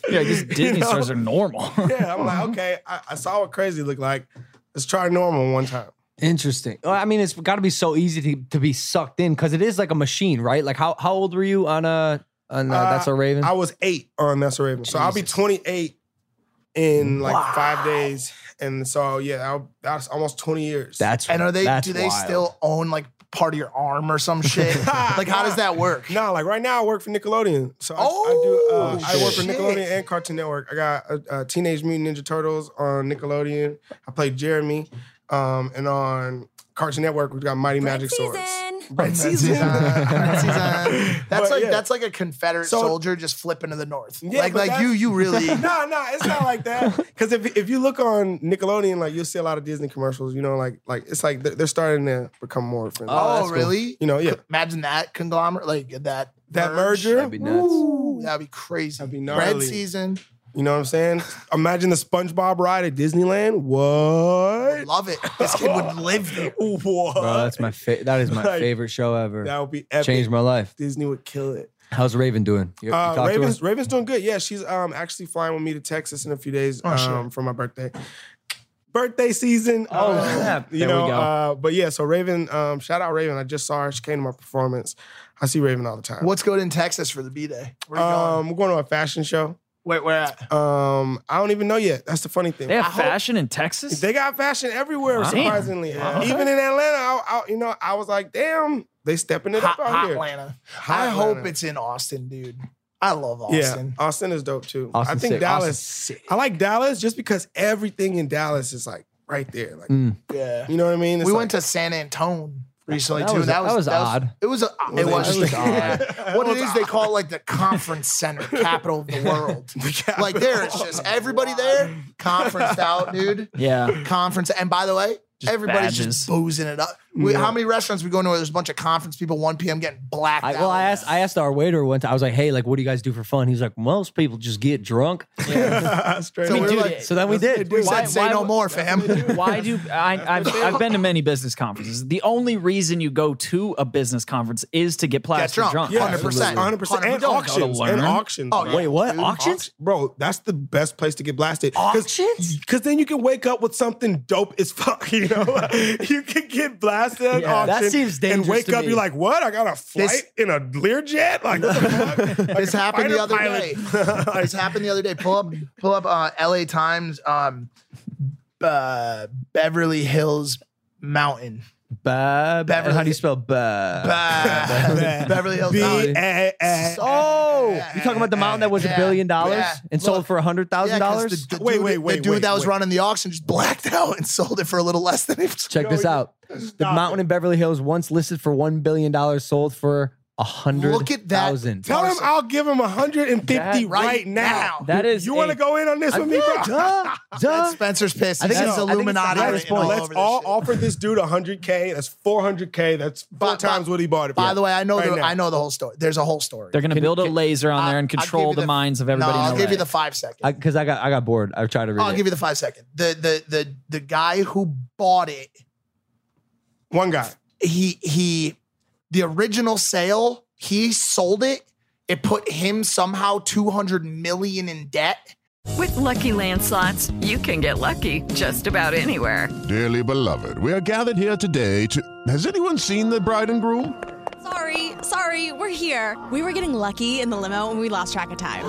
[SPEAKER 3] Yeah, these Disney
[SPEAKER 4] know?
[SPEAKER 3] stars are normal.
[SPEAKER 4] yeah,
[SPEAKER 1] [LAUGHS]
[SPEAKER 4] I'm like, okay, I, I saw what crazy looked like. Let's try normal one time.
[SPEAKER 2] Interesting. Well, I mean, it's got to be so easy to, to be sucked in because it is like a machine, right? Like how how old were you on a on uh, that's a Raven?
[SPEAKER 4] I was eight on That's a Raven. So I'll be 28 in like five days. And so, yeah, I'll, that's almost 20 years.
[SPEAKER 2] that's
[SPEAKER 1] And are they?
[SPEAKER 2] that's
[SPEAKER 1] do they
[SPEAKER 2] wild.
[SPEAKER 1] still own like part of your arm or some shit?
[SPEAKER 4] [LAUGHS] Ah,
[SPEAKER 1] like how does that work?
[SPEAKER 4] No, like right now I work for Nickelodeon. So I, I
[SPEAKER 1] Oh,
[SPEAKER 4] do. Uh, I work for
[SPEAKER 1] shit.
[SPEAKER 4] Nickelodeon and Cartoon Network. I got uh, uh, Teenage Mutant Ninja Turtles on Nickelodeon. I played Jeremy, um, and on Cartoon Network we got Mighty Magic Swords.
[SPEAKER 5] Season.
[SPEAKER 3] [LAUGHS]
[SPEAKER 4] Red season.
[SPEAKER 1] That's, that's
[SPEAKER 4] [LAUGHS] But
[SPEAKER 1] like
[SPEAKER 4] yeah.
[SPEAKER 1] that's like a Confederate
[SPEAKER 4] So-
[SPEAKER 1] soldier just flipping to the north.
[SPEAKER 4] Yeah,
[SPEAKER 1] like
[SPEAKER 4] but
[SPEAKER 1] like you
[SPEAKER 4] that's-
[SPEAKER 1] you
[SPEAKER 4] [LAUGHS]
[SPEAKER 1] really. Oh,
[SPEAKER 4] no, no, it's not
[SPEAKER 2] [LAUGHS]
[SPEAKER 4] like that. Because if if you look on Nickelodeon, like you'll see a lot of Disney commercials. You know, like like it's like they're, they're starting to become more friendly.
[SPEAKER 1] Oh, really?
[SPEAKER 4] You know, yeah.
[SPEAKER 1] Imagine that conglomerate, like that
[SPEAKER 4] That merger,
[SPEAKER 2] That'd be nuts.
[SPEAKER 1] Ooh, that'd be crazy.
[SPEAKER 4] That'd be
[SPEAKER 1] Red
[SPEAKER 4] gnarly.
[SPEAKER 1] season,
[SPEAKER 4] you know what I'm saying? Imagine the SpongeBob ride at Disneyland. What?
[SPEAKER 1] love it. This kid
[SPEAKER 4] [LAUGHS]
[SPEAKER 1] would live there.
[SPEAKER 4] What?
[SPEAKER 2] Bro, that's my fa- that is my
[SPEAKER 4] Like,
[SPEAKER 2] favorite show ever.
[SPEAKER 4] That would be epic.
[SPEAKER 2] Changed my life.
[SPEAKER 4] Disney would kill it.
[SPEAKER 2] How's Raven doing? You, you talk
[SPEAKER 4] Uh,
[SPEAKER 2] to her?
[SPEAKER 4] Raven's Raven's doing good. Yeah, she's um actually flying with me to Texas in a few days
[SPEAKER 1] Oh, shit.
[SPEAKER 4] um, for my birthday. Birthday season.
[SPEAKER 3] Oh,
[SPEAKER 4] um,
[SPEAKER 3] snap.
[SPEAKER 4] [LAUGHS] You
[SPEAKER 3] There we
[SPEAKER 4] know,
[SPEAKER 3] go.
[SPEAKER 4] Uh, but yeah, so Raven, um, shout out Raven. I just saw her. She came to my performance. I see Raven all the time.
[SPEAKER 1] What's going in Texas for the B day? Where you going?
[SPEAKER 4] Um, we're going to a fashion show.
[SPEAKER 1] Where, where at?
[SPEAKER 2] uh,
[SPEAKER 4] Um, I don't even know yet. That's the funny thing.
[SPEAKER 3] They have
[SPEAKER 4] I hope-
[SPEAKER 3] fashion in Texas.
[SPEAKER 4] They got fashion everywhere, surprisingly. Even in Atlanta, I, I, you know, I was like, damn, they stepping it
[SPEAKER 1] Hot,
[SPEAKER 4] up out
[SPEAKER 1] hot
[SPEAKER 4] here.
[SPEAKER 1] Atlanta.
[SPEAKER 4] Hot
[SPEAKER 1] I hope
[SPEAKER 4] Atlanta.
[SPEAKER 1] it's in Austin, dude. I love
[SPEAKER 4] Yeah,
[SPEAKER 1] Austin.
[SPEAKER 4] Austin is dope too.
[SPEAKER 2] Austin's
[SPEAKER 4] I think
[SPEAKER 2] sick.
[SPEAKER 4] Dallas.
[SPEAKER 2] Austin's sick.
[SPEAKER 4] I like Dallas just because everything in Dallas is like right there. Like
[SPEAKER 1] Yeah.
[SPEAKER 4] you know what I mean? It's
[SPEAKER 1] we
[SPEAKER 4] like-
[SPEAKER 1] went to San Antone recently
[SPEAKER 2] That
[SPEAKER 1] too.
[SPEAKER 2] was-
[SPEAKER 1] that was
[SPEAKER 2] that was odd.
[SPEAKER 1] It was a, it
[SPEAKER 2] was-
[SPEAKER 1] was,
[SPEAKER 2] that was odd.
[SPEAKER 1] yeah. [LAUGHS] What it is they call it like the conference
[SPEAKER 2] [LAUGHS]
[SPEAKER 1] center, capital of the world. like there, it's just everybody there conferenced out, dude.
[SPEAKER 3] Yeah.
[SPEAKER 1] Conference. And by the way, everybody's
[SPEAKER 3] badges.
[SPEAKER 1] just boozing it up. We, How many restaurants we go into where there's a bunch of conference people, 1 p.m. getting blacked
[SPEAKER 2] I,
[SPEAKER 1] out?
[SPEAKER 2] well, I asked I asked our waiter once. I was like, "Hey, like, what do you guys do for fun?" He was like, "Most people just get drunk."
[SPEAKER 4] [LAUGHS] Straight
[SPEAKER 1] So
[SPEAKER 4] up.
[SPEAKER 1] we were
[SPEAKER 3] dude,
[SPEAKER 1] like,
[SPEAKER 2] So then we did.
[SPEAKER 1] we
[SPEAKER 3] why-
[SPEAKER 1] said, say
[SPEAKER 3] why
[SPEAKER 1] no
[SPEAKER 3] would-
[SPEAKER 1] more, fam. [LAUGHS]
[SPEAKER 3] Why do I? I've, I've been to many business conferences. The only reason you go to a business conference is to get
[SPEAKER 1] Get
[SPEAKER 3] plastic
[SPEAKER 1] drunk.
[SPEAKER 3] drunk.
[SPEAKER 1] Yeah. 100%.
[SPEAKER 4] 100%.
[SPEAKER 1] We
[SPEAKER 3] go
[SPEAKER 1] don't
[SPEAKER 4] And
[SPEAKER 3] to
[SPEAKER 4] auctions.
[SPEAKER 3] learn.
[SPEAKER 4] And auctions.
[SPEAKER 1] Oh,
[SPEAKER 4] bro.
[SPEAKER 2] Wait, what?
[SPEAKER 1] dude.
[SPEAKER 2] Auctions?
[SPEAKER 4] Bro, that's the best place to get blasted.
[SPEAKER 2] Auctions?
[SPEAKER 4] Because then you can wake up with something dope as [LAUGHS] fuck. You know,
[SPEAKER 1] [LAUGHS]
[SPEAKER 4] you can get blasted at
[SPEAKER 2] Yeah. That
[SPEAKER 4] auction.
[SPEAKER 2] seems dangerous
[SPEAKER 4] And wake
[SPEAKER 2] to
[SPEAKER 4] up,
[SPEAKER 2] me.
[SPEAKER 4] you're like, what? I got a flight
[SPEAKER 1] This-
[SPEAKER 4] in a Learjet? Like, what the fuck? Like
[SPEAKER 1] this [LAUGHS]
[SPEAKER 4] a
[SPEAKER 1] happened the
[SPEAKER 4] fighter
[SPEAKER 1] other
[SPEAKER 4] pilot. [LAUGHS]
[SPEAKER 1] day. this happened the other day. Pull up, pull up. Uh, L.A. Times, um, uh, Beverly Hills
[SPEAKER 4] [LAUGHS]
[SPEAKER 1] Mountain,
[SPEAKER 2] Bah,
[SPEAKER 1] Beverly-
[SPEAKER 2] How do you spell bah?
[SPEAKER 1] Bah, [LAUGHS] Beverly Hills
[SPEAKER 4] B
[SPEAKER 1] Mountain.
[SPEAKER 4] A A.
[SPEAKER 2] Oh, you talking about the mountain that was a
[SPEAKER 1] Yeah.
[SPEAKER 2] billion dollars
[SPEAKER 1] Yeah.
[SPEAKER 2] and sold
[SPEAKER 1] Look.
[SPEAKER 2] for a hundred thousand
[SPEAKER 1] Yeah, 'cause
[SPEAKER 2] dollars?
[SPEAKER 1] The, the
[SPEAKER 4] Wait,
[SPEAKER 1] dude,
[SPEAKER 4] wait,
[SPEAKER 1] The
[SPEAKER 4] wait,
[SPEAKER 1] dude
[SPEAKER 4] wait,
[SPEAKER 1] that was
[SPEAKER 4] wait.
[SPEAKER 1] running the auction just blacked [LAUGHS] out and sold it for a little less than it. was-
[SPEAKER 2] Check this out. The mountain in Beverly Hills, once listed for one billion dollars, sold for a hundred
[SPEAKER 1] Look at that.
[SPEAKER 2] thousand.
[SPEAKER 4] Tell him I'll give him 150 right, now.
[SPEAKER 3] That is
[SPEAKER 4] You want
[SPEAKER 3] a-
[SPEAKER 4] to go in on this with me, bro?
[SPEAKER 2] Duh, duh.
[SPEAKER 1] Spencer's pissed.
[SPEAKER 2] I think
[SPEAKER 1] He's
[SPEAKER 2] it's- I think it's
[SPEAKER 1] Illuminati
[SPEAKER 2] the
[SPEAKER 4] At
[SPEAKER 2] highest
[SPEAKER 4] this
[SPEAKER 1] written all
[SPEAKER 4] point, let's
[SPEAKER 1] over this
[SPEAKER 4] all
[SPEAKER 1] shit.
[SPEAKER 4] offer this dude 100K. That's 400K. That's four
[SPEAKER 1] By- by-
[SPEAKER 4] times what he bought it for.
[SPEAKER 1] By the way, I know
[SPEAKER 4] Right
[SPEAKER 1] the,
[SPEAKER 4] now.
[SPEAKER 1] I know the whole story. There's a whole story.
[SPEAKER 3] They're going to build a laser on
[SPEAKER 1] I-
[SPEAKER 3] there and
[SPEAKER 1] I'll give
[SPEAKER 3] control
[SPEAKER 1] you
[SPEAKER 3] the, minds of everybody.
[SPEAKER 1] No,
[SPEAKER 3] in
[SPEAKER 1] I'll give
[SPEAKER 3] LA.
[SPEAKER 1] you the five second.
[SPEAKER 2] Because I, got I got bored. I tried to read
[SPEAKER 1] I'll
[SPEAKER 2] it.
[SPEAKER 1] give you the five second. The the the the guy who bought it,
[SPEAKER 4] One guy.
[SPEAKER 1] he he, the original sale, he sold it. It put him somehow two hundred million in debt.
[SPEAKER 8] With Lucky Land slots, you can get lucky just about anywhere.
[SPEAKER 9] Dearly beloved, we are gathered here today to. Has anyone seen the bride and groom?
[SPEAKER 10] Sorry, sorry, we're here. We were getting lucky in the limo and we lost track of time.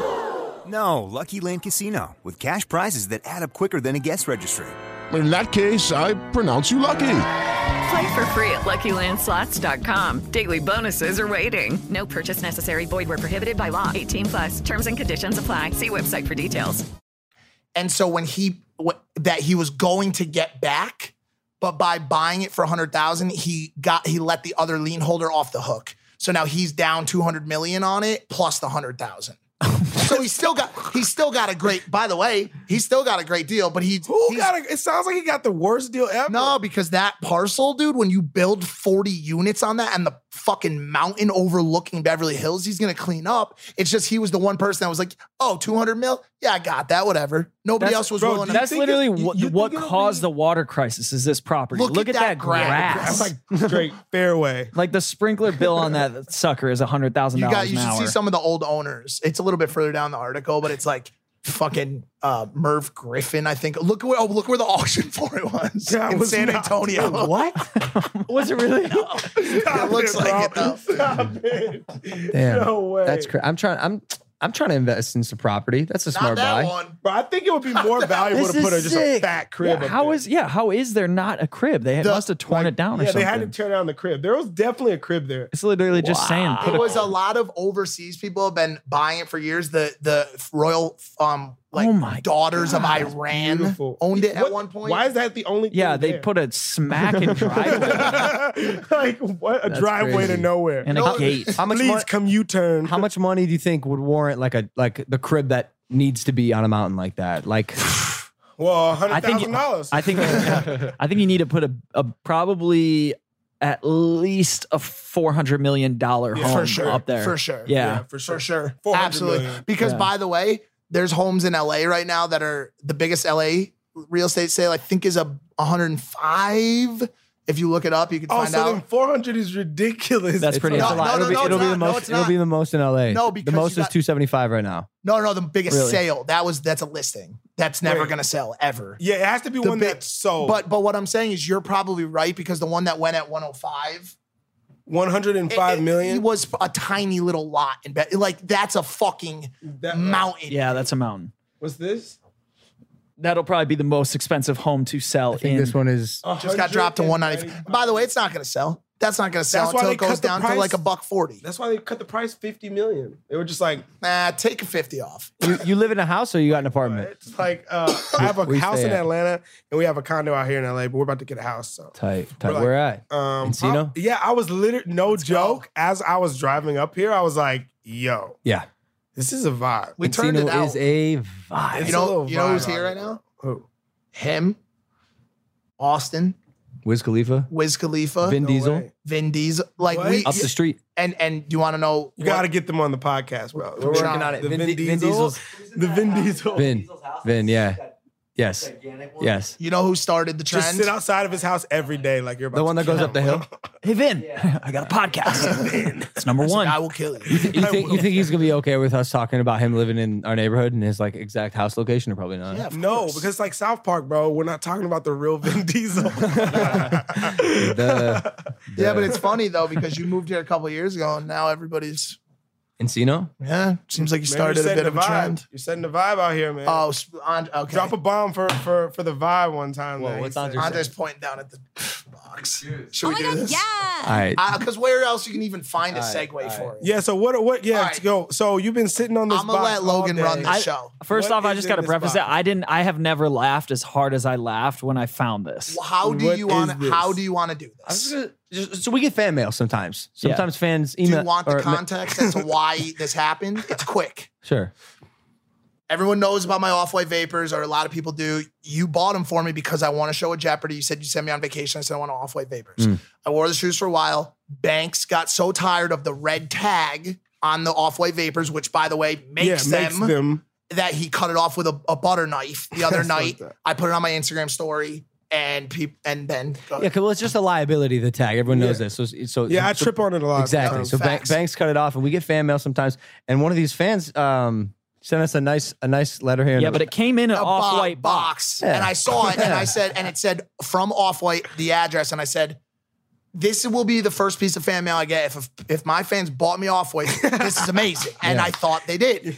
[SPEAKER 11] No, Lucky Land Casino, with cash prizes that add up quicker than a guest registry.
[SPEAKER 9] In that case, I pronounce you lucky.
[SPEAKER 8] Play for free at LuckyLandSlots.com. Daily bonuses are waiting. No purchase necessary. Void where prohibited by law. 18 plus. Terms and conditions apply. See website for details.
[SPEAKER 1] And so when he what, that he was going to get back, but by buying it for a hundred thousand, he got he let the other lien holder off the hook. So now he's down two hundred million on it plus the hundred [LAUGHS] thousand. so he still got he still got a great. By the way, he still got a great deal, but he who got
[SPEAKER 4] a, it sounds like he got the worst deal ever.
[SPEAKER 1] No, because that parcel, dude, when you build forty units on that and the fucking mountain overlooking Beverly Hills, he's gonna clean up. It's just he was the one person that was like, oh, 200 mil, yeah, I got that, whatever. Nobody else was willing.
[SPEAKER 3] That's
[SPEAKER 1] to
[SPEAKER 3] literally what, what caused the water crisis. Is this property? Look, at, that, grass.
[SPEAKER 4] like [LAUGHS] straight [LAUGHS] fairway.
[SPEAKER 3] Like the sprinkler bill on that sucker is hundred thousand
[SPEAKER 1] You got
[SPEAKER 3] dollars
[SPEAKER 1] you
[SPEAKER 3] an
[SPEAKER 1] should
[SPEAKER 3] hour.
[SPEAKER 1] see some of the old owners. It's a little bit further down the article, but it's like fucking uh, Merv Griffin. I think. Look where oh look where the [LAUGHS] auction for it was
[SPEAKER 4] That
[SPEAKER 1] in
[SPEAKER 4] was
[SPEAKER 1] San
[SPEAKER 4] not-
[SPEAKER 1] Antonio. [LAUGHS]
[SPEAKER 3] what was it really?
[SPEAKER 1] it looks like it though.
[SPEAKER 4] [LAUGHS] Stop it.
[SPEAKER 2] Damn,
[SPEAKER 4] No way.
[SPEAKER 2] That's cra- I'm trying. I'm I'm trying to invest in some property. That's a smart buy.
[SPEAKER 4] Bro, I think it would be more valuable
[SPEAKER 3] This
[SPEAKER 4] to put a,
[SPEAKER 3] is
[SPEAKER 4] just a
[SPEAKER 3] sick.
[SPEAKER 4] fat crib.
[SPEAKER 3] Yeah,
[SPEAKER 4] up
[SPEAKER 3] how
[SPEAKER 4] there.
[SPEAKER 3] is yeah? How is there not a crib? They had-
[SPEAKER 4] The-
[SPEAKER 3] must have torn it down or
[SPEAKER 4] Yeah, they
[SPEAKER 3] something.
[SPEAKER 4] had to tear down the crib. There was definitely a crib there.
[SPEAKER 3] it's literally just sand. Put
[SPEAKER 1] It
[SPEAKER 3] a-
[SPEAKER 1] was a lot of overseas people have been buying it for years. The the royal um like daughters of Iran
[SPEAKER 4] Oh Beautiful.
[SPEAKER 1] owned it
[SPEAKER 4] What-
[SPEAKER 1] at one point.
[SPEAKER 4] Why is that the only?
[SPEAKER 3] yeah,
[SPEAKER 4] thing
[SPEAKER 3] they
[SPEAKER 4] there?
[SPEAKER 3] put a smack and
[SPEAKER 1] [LAUGHS]
[SPEAKER 3] driveway
[SPEAKER 4] [LAUGHS] like what a
[SPEAKER 2] That's
[SPEAKER 4] driveway
[SPEAKER 2] crazy.
[SPEAKER 4] to nowhere.
[SPEAKER 3] and a gate.
[SPEAKER 2] How much
[SPEAKER 4] Please
[SPEAKER 2] money?
[SPEAKER 4] come U turn.
[SPEAKER 2] How much money do you think would warrant like a like the crib that needs to be on a mountain like that? Like
[SPEAKER 4] Well,
[SPEAKER 3] I
[SPEAKER 4] hundred
[SPEAKER 3] think-
[SPEAKER 4] thousand dollars.
[SPEAKER 3] I think I think you need to put a, a probably at least a four hundred million dollar
[SPEAKER 1] Yeah,
[SPEAKER 3] home
[SPEAKER 1] for sure,
[SPEAKER 3] up there
[SPEAKER 1] for sure.
[SPEAKER 3] Yeah,
[SPEAKER 4] for
[SPEAKER 1] for sure.
[SPEAKER 4] 400
[SPEAKER 1] Absolutely.
[SPEAKER 4] million.
[SPEAKER 1] Because
[SPEAKER 3] Yeah.
[SPEAKER 1] by the way, there's homes in LA right now that are the biggest LA real estate sale, I think is a 105. If you look it up, you can
[SPEAKER 4] Oh,
[SPEAKER 1] find
[SPEAKER 4] so
[SPEAKER 1] out.
[SPEAKER 4] then four hundred is ridiculous.
[SPEAKER 3] that's pretty.
[SPEAKER 1] No,
[SPEAKER 3] that's a lot.
[SPEAKER 1] no,
[SPEAKER 2] it'll be,
[SPEAKER 1] no,
[SPEAKER 2] it'll
[SPEAKER 1] it's
[SPEAKER 2] be the
[SPEAKER 1] not. No,
[SPEAKER 2] most.
[SPEAKER 1] it's
[SPEAKER 2] it'll be
[SPEAKER 1] not.
[SPEAKER 2] the most in LA.
[SPEAKER 1] No,
[SPEAKER 2] the
[SPEAKER 1] because
[SPEAKER 2] most
[SPEAKER 1] you
[SPEAKER 2] is
[SPEAKER 1] got-
[SPEAKER 2] two seventy five right now.
[SPEAKER 1] no, no, the biggest
[SPEAKER 3] Really?
[SPEAKER 1] sale. That was that's a listing. That's never
[SPEAKER 4] Wait.
[SPEAKER 1] gonna sell ever.
[SPEAKER 4] Yeah, it has to be
[SPEAKER 1] The
[SPEAKER 4] one
[SPEAKER 1] big-
[SPEAKER 4] that's sold.
[SPEAKER 1] But but what I'm saying is you're probably right because the one oh that went at 105
[SPEAKER 4] one hundred and five
[SPEAKER 1] it-
[SPEAKER 4] million.
[SPEAKER 1] It was a tiny little lot in bed. Like that's a fucking
[SPEAKER 4] That-
[SPEAKER 1] mountain.
[SPEAKER 3] Yeah, that's a mountain.
[SPEAKER 4] What's this?
[SPEAKER 3] That'll probably be the most expensive home to sell
[SPEAKER 2] I think
[SPEAKER 3] in.
[SPEAKER 2] this one is.
[SPEAKER 1] Just got dropped to 195. By the way, it's not going to sell. That's not going to sell
[SPEAKER 4] That's why
[SPEAKER 1] until
[SPEAKER 4] they
[SPEAKER 1] it goes
[SPEAKER 4] cut the
[SPEAKER 1] down to
[SPEAKER 4] price.
[SPEAKER 1] like a buck 40.
[SPEAKER 4] That's why they cut the price fifty million. They were just like,
[SPEAKER 1] Nah, take a 50 off. [LAUGHS]
[SPEAKER 2] You, you live in a house or you got an apartment?
[SPEAKER 4] it's like [LAUGHS] uh, I have a
[SPEAKER 2] We
[SPEAKER 4] house
[SPEAKER 2] stay
[SPEAKER 4] in
[SPEAKER 2] at-
[SPEAKER 4] Atlanta and we have a condo out here in LA, but we're about to get a house. So
[SPEAKER 2] Tight, tight.
[SPEAKER 4] like,
[SPEAKER 2] Where at?
[SPEAKER 4] Um,
[SPEAKER 2] Encino?
[SPEAKER 4] I-
[SPEAKER 1] uh,
[SPEAKER 4] yeah, I was literally no joke. As I was driving up here, I was like, "Yo,
[SPEAKER 2] Yeah,
[SPEAKER 4] this is a vibe."
[SPEAKER 1] We turned it
[SPEAKER 2] Encino
[SPEAKER 1] out.
[SPEAKER 2] is a vibe.
[SPEAKER 1] you
[SPEAKER 4] It's a
[SPEAKER 1] know,
[SPEAKER 4] little
[SPEAKER 1] you know who's
[SPEAKER 4] vibe
[SPEAKER 1] here
[SPEAKER 4] out
[SPEAKER 1] right now?
[SPEAKER 4] Who?
[SPEAKER 1] Him, Austin,
[SPEAKER 2] Wiz Khalifa,
[SPEAKER 1] Wiz Khalifa,
[SPEAKER 2] Vin
[SPEAKER 1] Vin,
[SPEAKER 2] Diesel,
[SPEAKER 4] way.
[SPEAKER 1] Diesel. Like
[SPEAKER 4] What?
[SPEAKER 1] we
[SPEAKER 2] up the street.
[SPEAKER 1] and and do you want to know?
[SPEAKER 4] You
[SPEAKER 1] what-
[SPEAKER 4] got to get them on the podcast, bro. We're
[SPEAKER 1] working
[SPEAKER 4] working
[SPEAKER 1] on it.
[SPEAKER 4] The
[SPEAKER 2] Vin
[SPEAKER 4] Vin,
[SPEAKER 2] Di- Vin
[SPEAKER 4] Diesel,
[SPEAKER 2] Diesel's-
[SPEAKER 4] the Vin Diesel.
[SPEAKER 2] Vin, Vin, yeah, yes, yes.
[SPEAKER 1] You know who started the
[SPEAKER 4] Just
[SPEAKER 1] trend?
[SPEAKER 4] sit outside of his house every day, like you're about
[SPEAKER 2] The one
[SPEAKER 4] to
[SPEAKER 2] that goes
[SPEAKER 4] kill
[SPEAKER 2] up the
[SPEAKER 4] him.
[SPEAKER 2] hill.
[SPEAKER 3] hey Vin, [LAUGHS] I got a
[SPEAKER 2] [LAUGHS]
[SPEAKER 3] podcast. it's number one.
[SPEAKER 1] I will kill you.
[SPEAKER 2] You think you think he's gonna be okay with us talking about him living in our neighborhood and his like exact house location? Or probably not.
[SPEAKER 1] [LAUGHS] Yeah, of
[SPEAKER 4] No,
[SPEAKER 1] course.
[SPEAKER 4] because it's like South Park, bro. We're not talking about the real Vin [LAUGHS] Diesel.
[SPEAKER 2] The
[SPEAKER 1] yeah, but it's funny though because you moved here a couple years ago and now everybody's
[SPEAKER 2] [LAUGHS] Encino.
[SPEAKER 1] yeah. Seems like you
[SPEAKER 4] Man,
[SPEAKER 1] started
[SPEAKER 4] you're
[SPEAKER 1] a bit
[SPEAKER 4] setting
[SPEAKER 1] of a
[SPEAKER 4] the vibe.
[SPEAKER 1] trend.
[SPEAKER 4] You're setting the vibe out here, man.
[SPEAKER 1] Oh, sp- and- okay.
[SPEAKER 4] Drop a bomb for for for the vibe one time.
[SPEAKER 2] Whoa,
[SPEAKER 4] man.
[SPEAKER 2] what's
[SPEAKER 4] He
[SPEAKER 2] Andre
[SPEAKER 4] said-
[SPEAKER 2] saying?
[SPEAKER 1] Andre's pointing down at the box. Should
[SPEAKER 10] oh
[SPEAKER 1] we
[SPEAKER 10] my
[SPEAKER 1] do
[SPEAKER 10] god,
[SPEAKER 1] this?
[SPEAKER 10] yeah.
[SPEAKER 2] All right.
[SPEAKER 1] Because where else you can even find a segue for it?
[SPEAKER 4] Yeah. So what? What? Yeah.
[SPEAKER 1] All right.
[SPEAKER 4] Go. So you've been sitting on this.
[SPEAKER 1] I'm gonna
[SPEAKER 4] box
[SPEAKER 1] let Logan
[SPEAKER 4] all day.
[SPEAKER 1] run the
[SPEAKER 3] I-
[SPEAKER 1] show.
[SPEAKER 3] First
[SPEAKER 4] What
[SPEAKER 3] off, I
[SPEAKER 4] is
[SPEAKER 3] just
[SPEAKER 4] in
[SPEAKER 3] got to
[SPEAKER 4] this
[SPEAKER 3] preface
[SPEAKER 4] box?
[SPEAKER 3] that I didn't. I have never laughed as hard as I laughed when I found this.
[SPEAKER 1] How do
[SPEAKER 4] What
[SPEAKER 1] you
[SPEAKER 4] is
[SPEAKER 1] want?
[SPEAKER 4] this?
[SPEAKER 1] How do you want to do
[SPEAKER 2] I was
[SPEAKER 1] this?
[SPEAKER 2] gonna- just- so we get fan mail sometimes.
[SPEAKER 3] Yeah.
[SPEAKER 2] Sometimes fans
[SPEAKER 1] Do
[SPEAKER 2] email.
[SPEAKER 1] you want
[SPEAKER 2] or
[SPEAKER 1] the
[SPEAKER 2] ma-
[SPEAKER 1] context as to why this happened? It's quick.
[SPEAKER 2] Sure.
[SPEAKER 1] Everyone knows about my off-white vapors, or a lot of people do. You bought them for me because I want to show a Jeopardy. You said you sent me on vacation. I said I want off-white vapors.
[SPEAKER 4] Mm.
[SPEAKER 1] I wore the shoes for a while. Banks got so tired of the red tag on the off-white vapors, which, by the way,
[SPEAKER 4] Yeah.
[SPEAKER 1] makes, them,
[SPEAKER 4] Makes them.
[SPEAKER 1] that he cut it off with a, a butter knife
[SPEAKER 4] [LAUGHS]
[SPEAKER 1] the other
[SPEAKER 4] That's
[SPEAKER 1] night.
[SPEAKER 4] fucked up.
[SPEAKER 1] I put it on my Instagram story, and people, and then
[SPEAKER 2] Yeah, 'cause, well, it's just a liability. The tag. Everyone knows
[SPEAKER 4] Yeah.
[SPEAKER 2] this. So so
[SPEAKER 4] Yeah. I
[SPEAKER 2] so-
[SPEAKER 4] trip on it a lot.
[SPEAKER 2] Exactly.
[SPEAKER 4] sometimes.
[SPEAKER 2] So Ban-
[SPEAKER 1] Facts.
[SPEAKER 2] Banks cut it off, and we get fan mail sometimes. And one of these fans um, sent us a nice a nice letter here.
[SPEAKER 3] Yeah, but it came in an
[SPEAKER 1] A
[SPEAKER 3] off
[SPEAKER 1] bo-
[SPEAKER 3] white box.
[SPEAKER 1] And I saw it and
[SPEAKER 4] [LAUGHS]
[SPEAKER 1] I said, and it said from Off White, the address. And I said, this will be the first piece of fan mail I get. If, if my fans bought me Off White, this is amazing. And
[SPEAKER 2] Yeah.
[SPEAKER 1] I thought they did.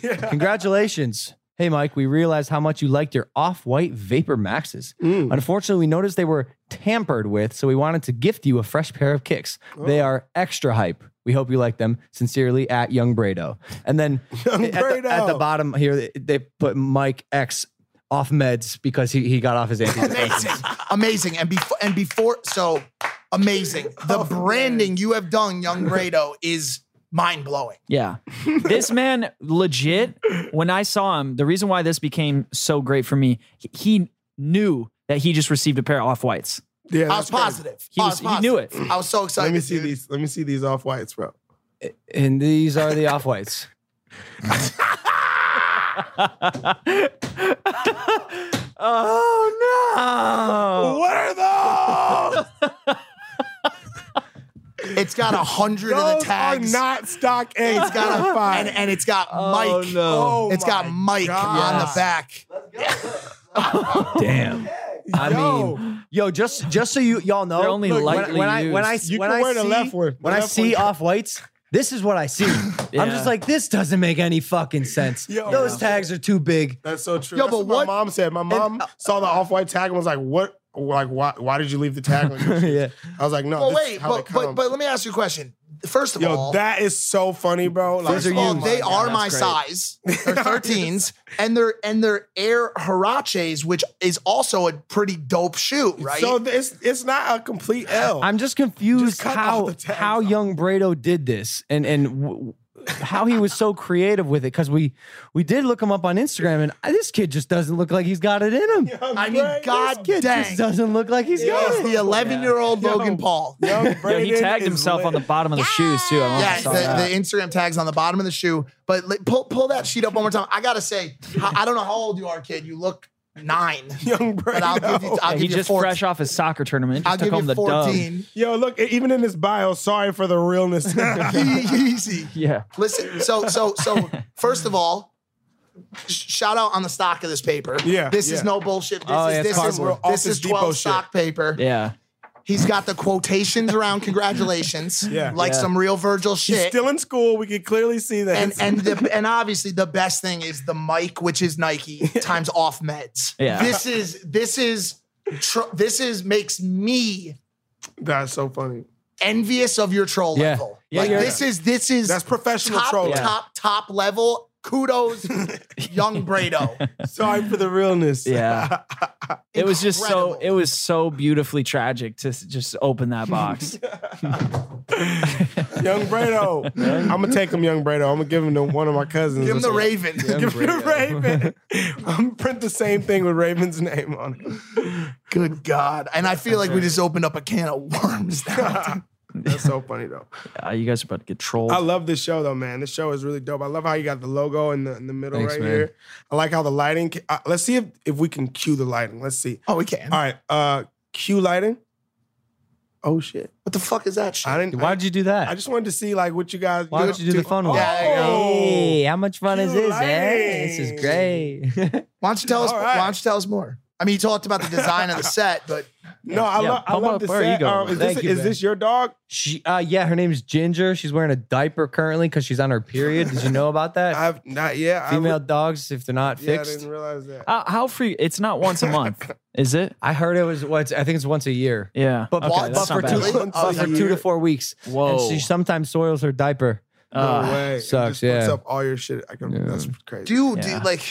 [SPEAKER 2] Congratulations. Hey, Mike, we realized how much you liked your off white Vapor Maxes.
[SPEAKER 4] Mm.
[SPEAKER 2] Unfortunately, we noticed they were tampered with, so we wanted to gift you a fresh pair of kicks.
[SPEAKER 4] Oh.
[SPEAKER 2] They are extra hype. We hope you like them. Sincerely, at Young Brado. And
[SPEAKER 4] [LAUGHS]
[SPEAKER 2] then at, The, at the
[SPEAKER 4] Brado.
[SPEAKER 2] bottom here, they- they put Mike X off meds because he, he got off his anti.
[SPEAKER 4] [LAUGHS]
[SPEAKER 1] amazing, amazing, and before and before so amazing. The
[SPEAKER 4] Oh,
[SPEAKER 1] branding you have done, Young Grado, is mind blowing.
[SPEAKER 2] [LAUGHS]
[SPEAKER 3] Yeah. this man legit, when I saw him, the reason why this became so great for me, he- he knew that he just received a pair of off whites.
[SPEAKER 1] I was positive.
[SPEAKER 3] He
[SPEAKER 1] I
[SPEAKER 3] was-
[SPEAKER 1] was
[SPEAKER 3] he knew
[SPEAKER 1] positive. I was so excited.
[SPEAKER 4] Let me see these. Let me see these off whites, bro.
[SPEAKER 2] and these are the off [LAUGHS]
[SPEAKER 4] [LAUGHS]
[SPEAKER 2] whites.
[SPEAKER 3] Oh
[SPEAKER 4] What are those?
[SPEAKER 1] It's got a
[SPEAKER 4] [LAUGHS]
[SPEAKER 1] hundred of the
[SPEAKER 4] Those are
[SPEAKER 1] tags.
[SPEAKER 4] not stock A.
[SPEAKER 1] it's got [LAUGHS] a
[SPEAKER 4] five.
[SPEAKER 1] and, and it's got
[SPEAKER 4] Oh,
[SPEAKER 1] Mike.
[SPEAKER 4] no.
[SPEAKER 1] it's got
[SPEAKER 4] Oh, my
[SPEAKER 1] Mike
[SPEAKER 4] God.
[SPEAKER 1] on the back.
[SPEAKER 2] Damn. I
[SPEAKER 4] Yo.
[SPEAKER 2] mean, yo, just just so you y'all know,
[SPEAKER 3] They're only
[SPEAKER 2] when-
[SPEAKER 3] lightly
[SPEAKER 2] when, I when I
[SPEAKER 3] used.
[SPEAKER 4] You
[SPEAKER 2] when
[SPEAKER 4] can
[SPEAKER 2] I
[SPEAKER 4] wear the
[SPEAKER 2] see,
[SPEAKER 4] left one. The
[SPEAKER 2] when I
[SPEAKER 4] left
[SPEAKER 2] see
[SPEAKER 4] one.
[SPEAKER 2] off whites, this is what I see. I'm
[SPEAKER 3] Yeah.
[SPEAKER 2] just like, this doesn't make any
[SPEAKER 4] [LAUGHS]
[SPEAKER 2] fucking sense.
[SPEAKER 4] Yo.
[SPEAKER 2] Those tags are too big.
[SPEAKER 4] That's so true.
[SPEAKER 1] Yo,
[SPEAKER 4] That's
[SPEAKER 1] but
[SPEAKER 4] my
[SPEAKER 1] what- uh,
[SPEAKER 4] mom said. My mom saw the off white tag and was like, "What? Like, why? Why did you leave the tag?"
[SPEAKER 1] [LAUGHS]
[SPEAKER 4] on your shoes?"
[SPEAKER 2] yeah.
[SPEAKER 4] I was like, "No."
[SPEAKER 1] Well,
[SPEAKER 4] this is
[SPEAKER 1] wait,
[SPEAKER 4] how
[SPEAKER 1] but,
[SPEAKER 4] they
[SPEAKER 1] but
[SPEAKER 4] come.
[SPEAKER 1] but let me ask you a question. First of
[SPEAKER 4] yo,
[SPEAKER 1] all,
[SPEAKER 4] that is so funny, bro. Like,
[SPEAKER 1] First of all,
[SPEAKER 4] oh
[SPEAKER 1] they
[SPEAKER 4] my
[SPEAKER 1] are
[SPEAKER 4] God,
[SPEAKER 1] my
[SPEAKER 4] that's great.
[SPEAKER 1] size.
[SPEAKER 4] [LAUGHS]
[SPEAKER 1] They're 13s, and they're and they're Air Huaraches, which is also a pretty dope shoe, right?
[SPEAKER 4] So it's it's not a complete L.
[SPEAKER 2] I'm just confused
[SPEAKER 4] Just cut all
[SPEAKER 2] how
[SPEAKER 4] the tags
[SPEAKER 2] how young Brado did this and and w- w- how he was so creative with it because we we did look him up on Instagram and I- this kid just doesn't look like he's got it in him.
[SPEAKER 1] I mean, God
[SPEAKER 2] Kid
[SPEAKER 1] dang,
[SPEAKER 2] just doesn't look like he's got
[SPEAKER 1] yes,
[SPEAKER 2] it.
[SPEAKER 1] the 11 year old Logan Paul.
[SPEAKER 4] Young
[SPEAKER 3] Yo, he
[SPEAKER 4] Brayden
[SPEAKER 3] tagged
[SPEAKER 4] is
[SPEAKER 3] himself
[SPEAKER 4] lit.
[SPEAKER 3] on the bottom of the shoes too. I
[SPEAKER 1] [LAUGHS] Yeah,
[SPEAKER 3] yes,
[SPEAKER 1] the,
[SPEAKER 3] saw that.
[SPEAKER 1] the Instagram tags on the bottom of the shoe. But li- pull pull that sheet up one more time. I gotta say, I, I don't know how old you are, kid. You look nine,
[SPEAKER 4] Young
[SPEAKER 1] but I'll give you.
[SPEAKER 4] Brando.
[SPEAKER 1] I'll
[SPEAKER 3] Yeah,
[SPEAKER 1] give
[SPEAKER 3] he
[SPEAKER 1] you
[SPEAKER 3] just
[SPEAKER 1] 14.
[SPEAKER 3] fresh off his soccer tournament. Just
[SPEAKER 1] I'll
[SPEAKER 3] took
[SPEAKER 1] give
[SPEAKER 3] home
[SPEAKER 1] you
[SPEAKER 3] the dub.
[SPEAKER 1] fourteen. [LAUGHS]
[SPEAKER 4] Yo, look, e, even in his bio, sorry for the realness. [LAUGHS]
[SPEAKER 1] Easy.
[SPEAKER 3] Yeah.
[SPEAKER 1] Listen, so so so first of all, sh- shout out on the stock of this paper.
[SPEAKER 4] Yeah,
[SPEAKER 1] This
[SPEAKER 4] yeah.
[SPEAKER 1] is no bullshit. This
[SPEAKER 2] Oh,
[SPEAKER 1] is
[SPEAKER 2] yeah, it's
[SPEAKER 1] this is
[SPEAKER 4] cardboard.
[SPEAKER 1] this
[SPEAKER 4] Office
[SPEAKER 1] is
[SPEAKER 4] Depot
[SPEAKER 1] 12
[SPEAKER 4] shit.
[SPEAKER 1] stock paper.
[SPEAKER 3] Yeah.
[SPEAKER 1] He's got the quotations around congratulations.
[SPEAKER 4] [LAUGHS] Yeah.
[SPEAKER 1] Like
[SPEAKER 3] Yeah.
[SPEAKER 1] some real Virgil
[SPEAKER 4] He's
[SPEAKER 1] shit.
[SPEAKER 4] still in school. We can clearly see that.
[SPEAKER 1] and and the,
[SPEAKER 4] [LAUGHS]
[SPEAKER 1] and obviously the best thing is the mic, which is Nike times off meds.
[SPEAKER 3] Yeah.
[SPEAKER 1] This is this is tr- this is makes me
[SPEAKER 4] that's so funny.
[SPEAKER 1] envious of your troll
[SPEAKER 2] Yeah.
[SPEAKER 1] level.
[SPEAKER 2] Yeah,
[SPEAKER 1] like
[SPEAKER 2] yeah.
[SPEAKER 1] this is this is
[SPEAKER 4] That's professional
[SPEAKER 1] top,
[SPEAKER 4] trolling.
[SPEAKER 1] Top top level.
[SPEAKER 4] [LAUGHS]
[SPEAKER 1] Kudos, young Brado.
[SPEAKER 4] Sorry for
[SPEAKER 1] [LAUGHS]
[SPEAKER 4] the realness.
[SPEAKER 3] Yeah. It was just so
[SPEAKER 1] Incredible.
[SPEAKER 3] it was so beautifully tragic to s- just open that
[SPEAKER 1] [LAUGHS]
[SPEAKER 3] box.
[SPEAKER 4] Young Brado. I'm gonna take him, Young Brado. I'm gonna give him to one of my cousins.
[SPEAKER 1] Give him the Raven.
[SPEAKER 4] Give him the
[SPEAKER 1] [LAUGHS]
[SPEAKER 4] Raven. I'm gonna print the same thing with Raven's name on it.
[SPEAKER 1] Good God. And I feel like we just opened up a can of worms now.
[SPEAKER 4] [LAUGHS] That's so funny though.
[SPEAKER 3] Uh, you guys are about to get trolled.
[SPEAKER 4] I love this show though, man. This show is really dope. I love how you got the logo in the in the middle
[SPEAKER 2] Thanks,
[SPEAKER 4] right
[SPEAKER 2] man.
[SPEAKER 4] here. I like how the lighting. ca- uh, let's see if if we can cue the lighting. Let's see.
[SPEAKER 1] oh, we can.
[SPEAKER 4] All right, uh, cue lighting. Oh shit!
[SPEAKER 1] What the fuck is that shit?
[SPEAKER 4] I didn't.
[SPEAKER 2] Why
[SPEAKER 4] I,
[SPEAKER 2] did you do that?
[SPEAKER 4] I just wanted to see like what you guys.
[SPEAKER 2] Why would you do the fun one?
[SPEAKER 1] Yeah, there you go.
[SPEAKER 2] Hey, how much fun is this? Eh?
[SPEAKER 4] Lighting.
[SPEAKER 2] This is great. [LAUGHS]
[SPEAKER 1] Why don't you tell us
[SPEAKER 4] All right.
[SPEAKER 1] why don't you tell us more? I mean, you talked about the design of the set, but
[SPEAKER 4] No, I,
[SPEAKER 3] Yeah,
[SPEAKER 4] love. I
[SPEAKER 3] how
[SPEAKER 4] love
[SPEAKER 3] about
[SPEAKER 4] the
[SPEAKER 3] where you
[SPEAKER 4] set.
[SPEAKER 3] going
[SPEAKER 4] Um,
[SPEAKER 3] with
[SPEAKER 4] is
[SPEAKER 3] that?
[SPEAKER 4] this,
[SPEAKER 3] Thank you,
[SPEAKER 4] is
[SPEAKER 3] Ben.
[SPEAKER 4] this your dog?
[SPEAKER 2] she, uh, yeah, her name's Ginger. She's wearing a diaper currently because she's on her period. Did you know about
[SPEAKER 4] [LAUGHS]
[SPEAKER 2] that?
[SPEAKER 4] I've not yet.
[SPEAKER 2] Female
[SPEAKER 4] I would-
[SPEAKER 2] dogs, if they're not
[SPEAKER 4] yeah, I
[SPEAKER 2] fixed.
[SPEAKER 4] didn't realize that.
[SPEAKER 3] how, how free? It's not once a
[SPEAKER 1] [LAUGHS]
[SPEAKER 3] month, is it?
[SPEAKER 2] I heard it was once. I think it's once a year,
[SPEAKER 3] Yeah.
[SPEAKER 2] but,
[SPEAKER 3] Okay,
[SPEAKER 2] but-
[SPEAKER 3] that's
[SPEAKER 2] but for,
[SPEAKER 3] not
[SPEAKER 2] two,
[SPEAKER 3] bad.
[SPEAKER 4] Once
[SPEAKER 2] but
[SPEAKER 4] a
[SPEAKER 2] for two
[SPEAKER 4] year?
[SPEAKER 2] to four weeks.
[SPEAKER 3] Whoa.
[SPEAKER 2] And she sometimes soils her diaper.
[SPEAKER 4] No
[SPEAKER 2] Ah,
[SPEAKER 3] Uh,
[SPEAKER 4] way. It
[SPEAKER 2] sucks,
[SPEAKER 4] just puts
[SPEAKER 2] yeah.
[SPEAKER 4] up all your shit. I can, That's [LAUGHS] crazy.
[SPEAKER 1] dude,
[SPEAKER 3] Yeah.
[SPEAKER 1] dude like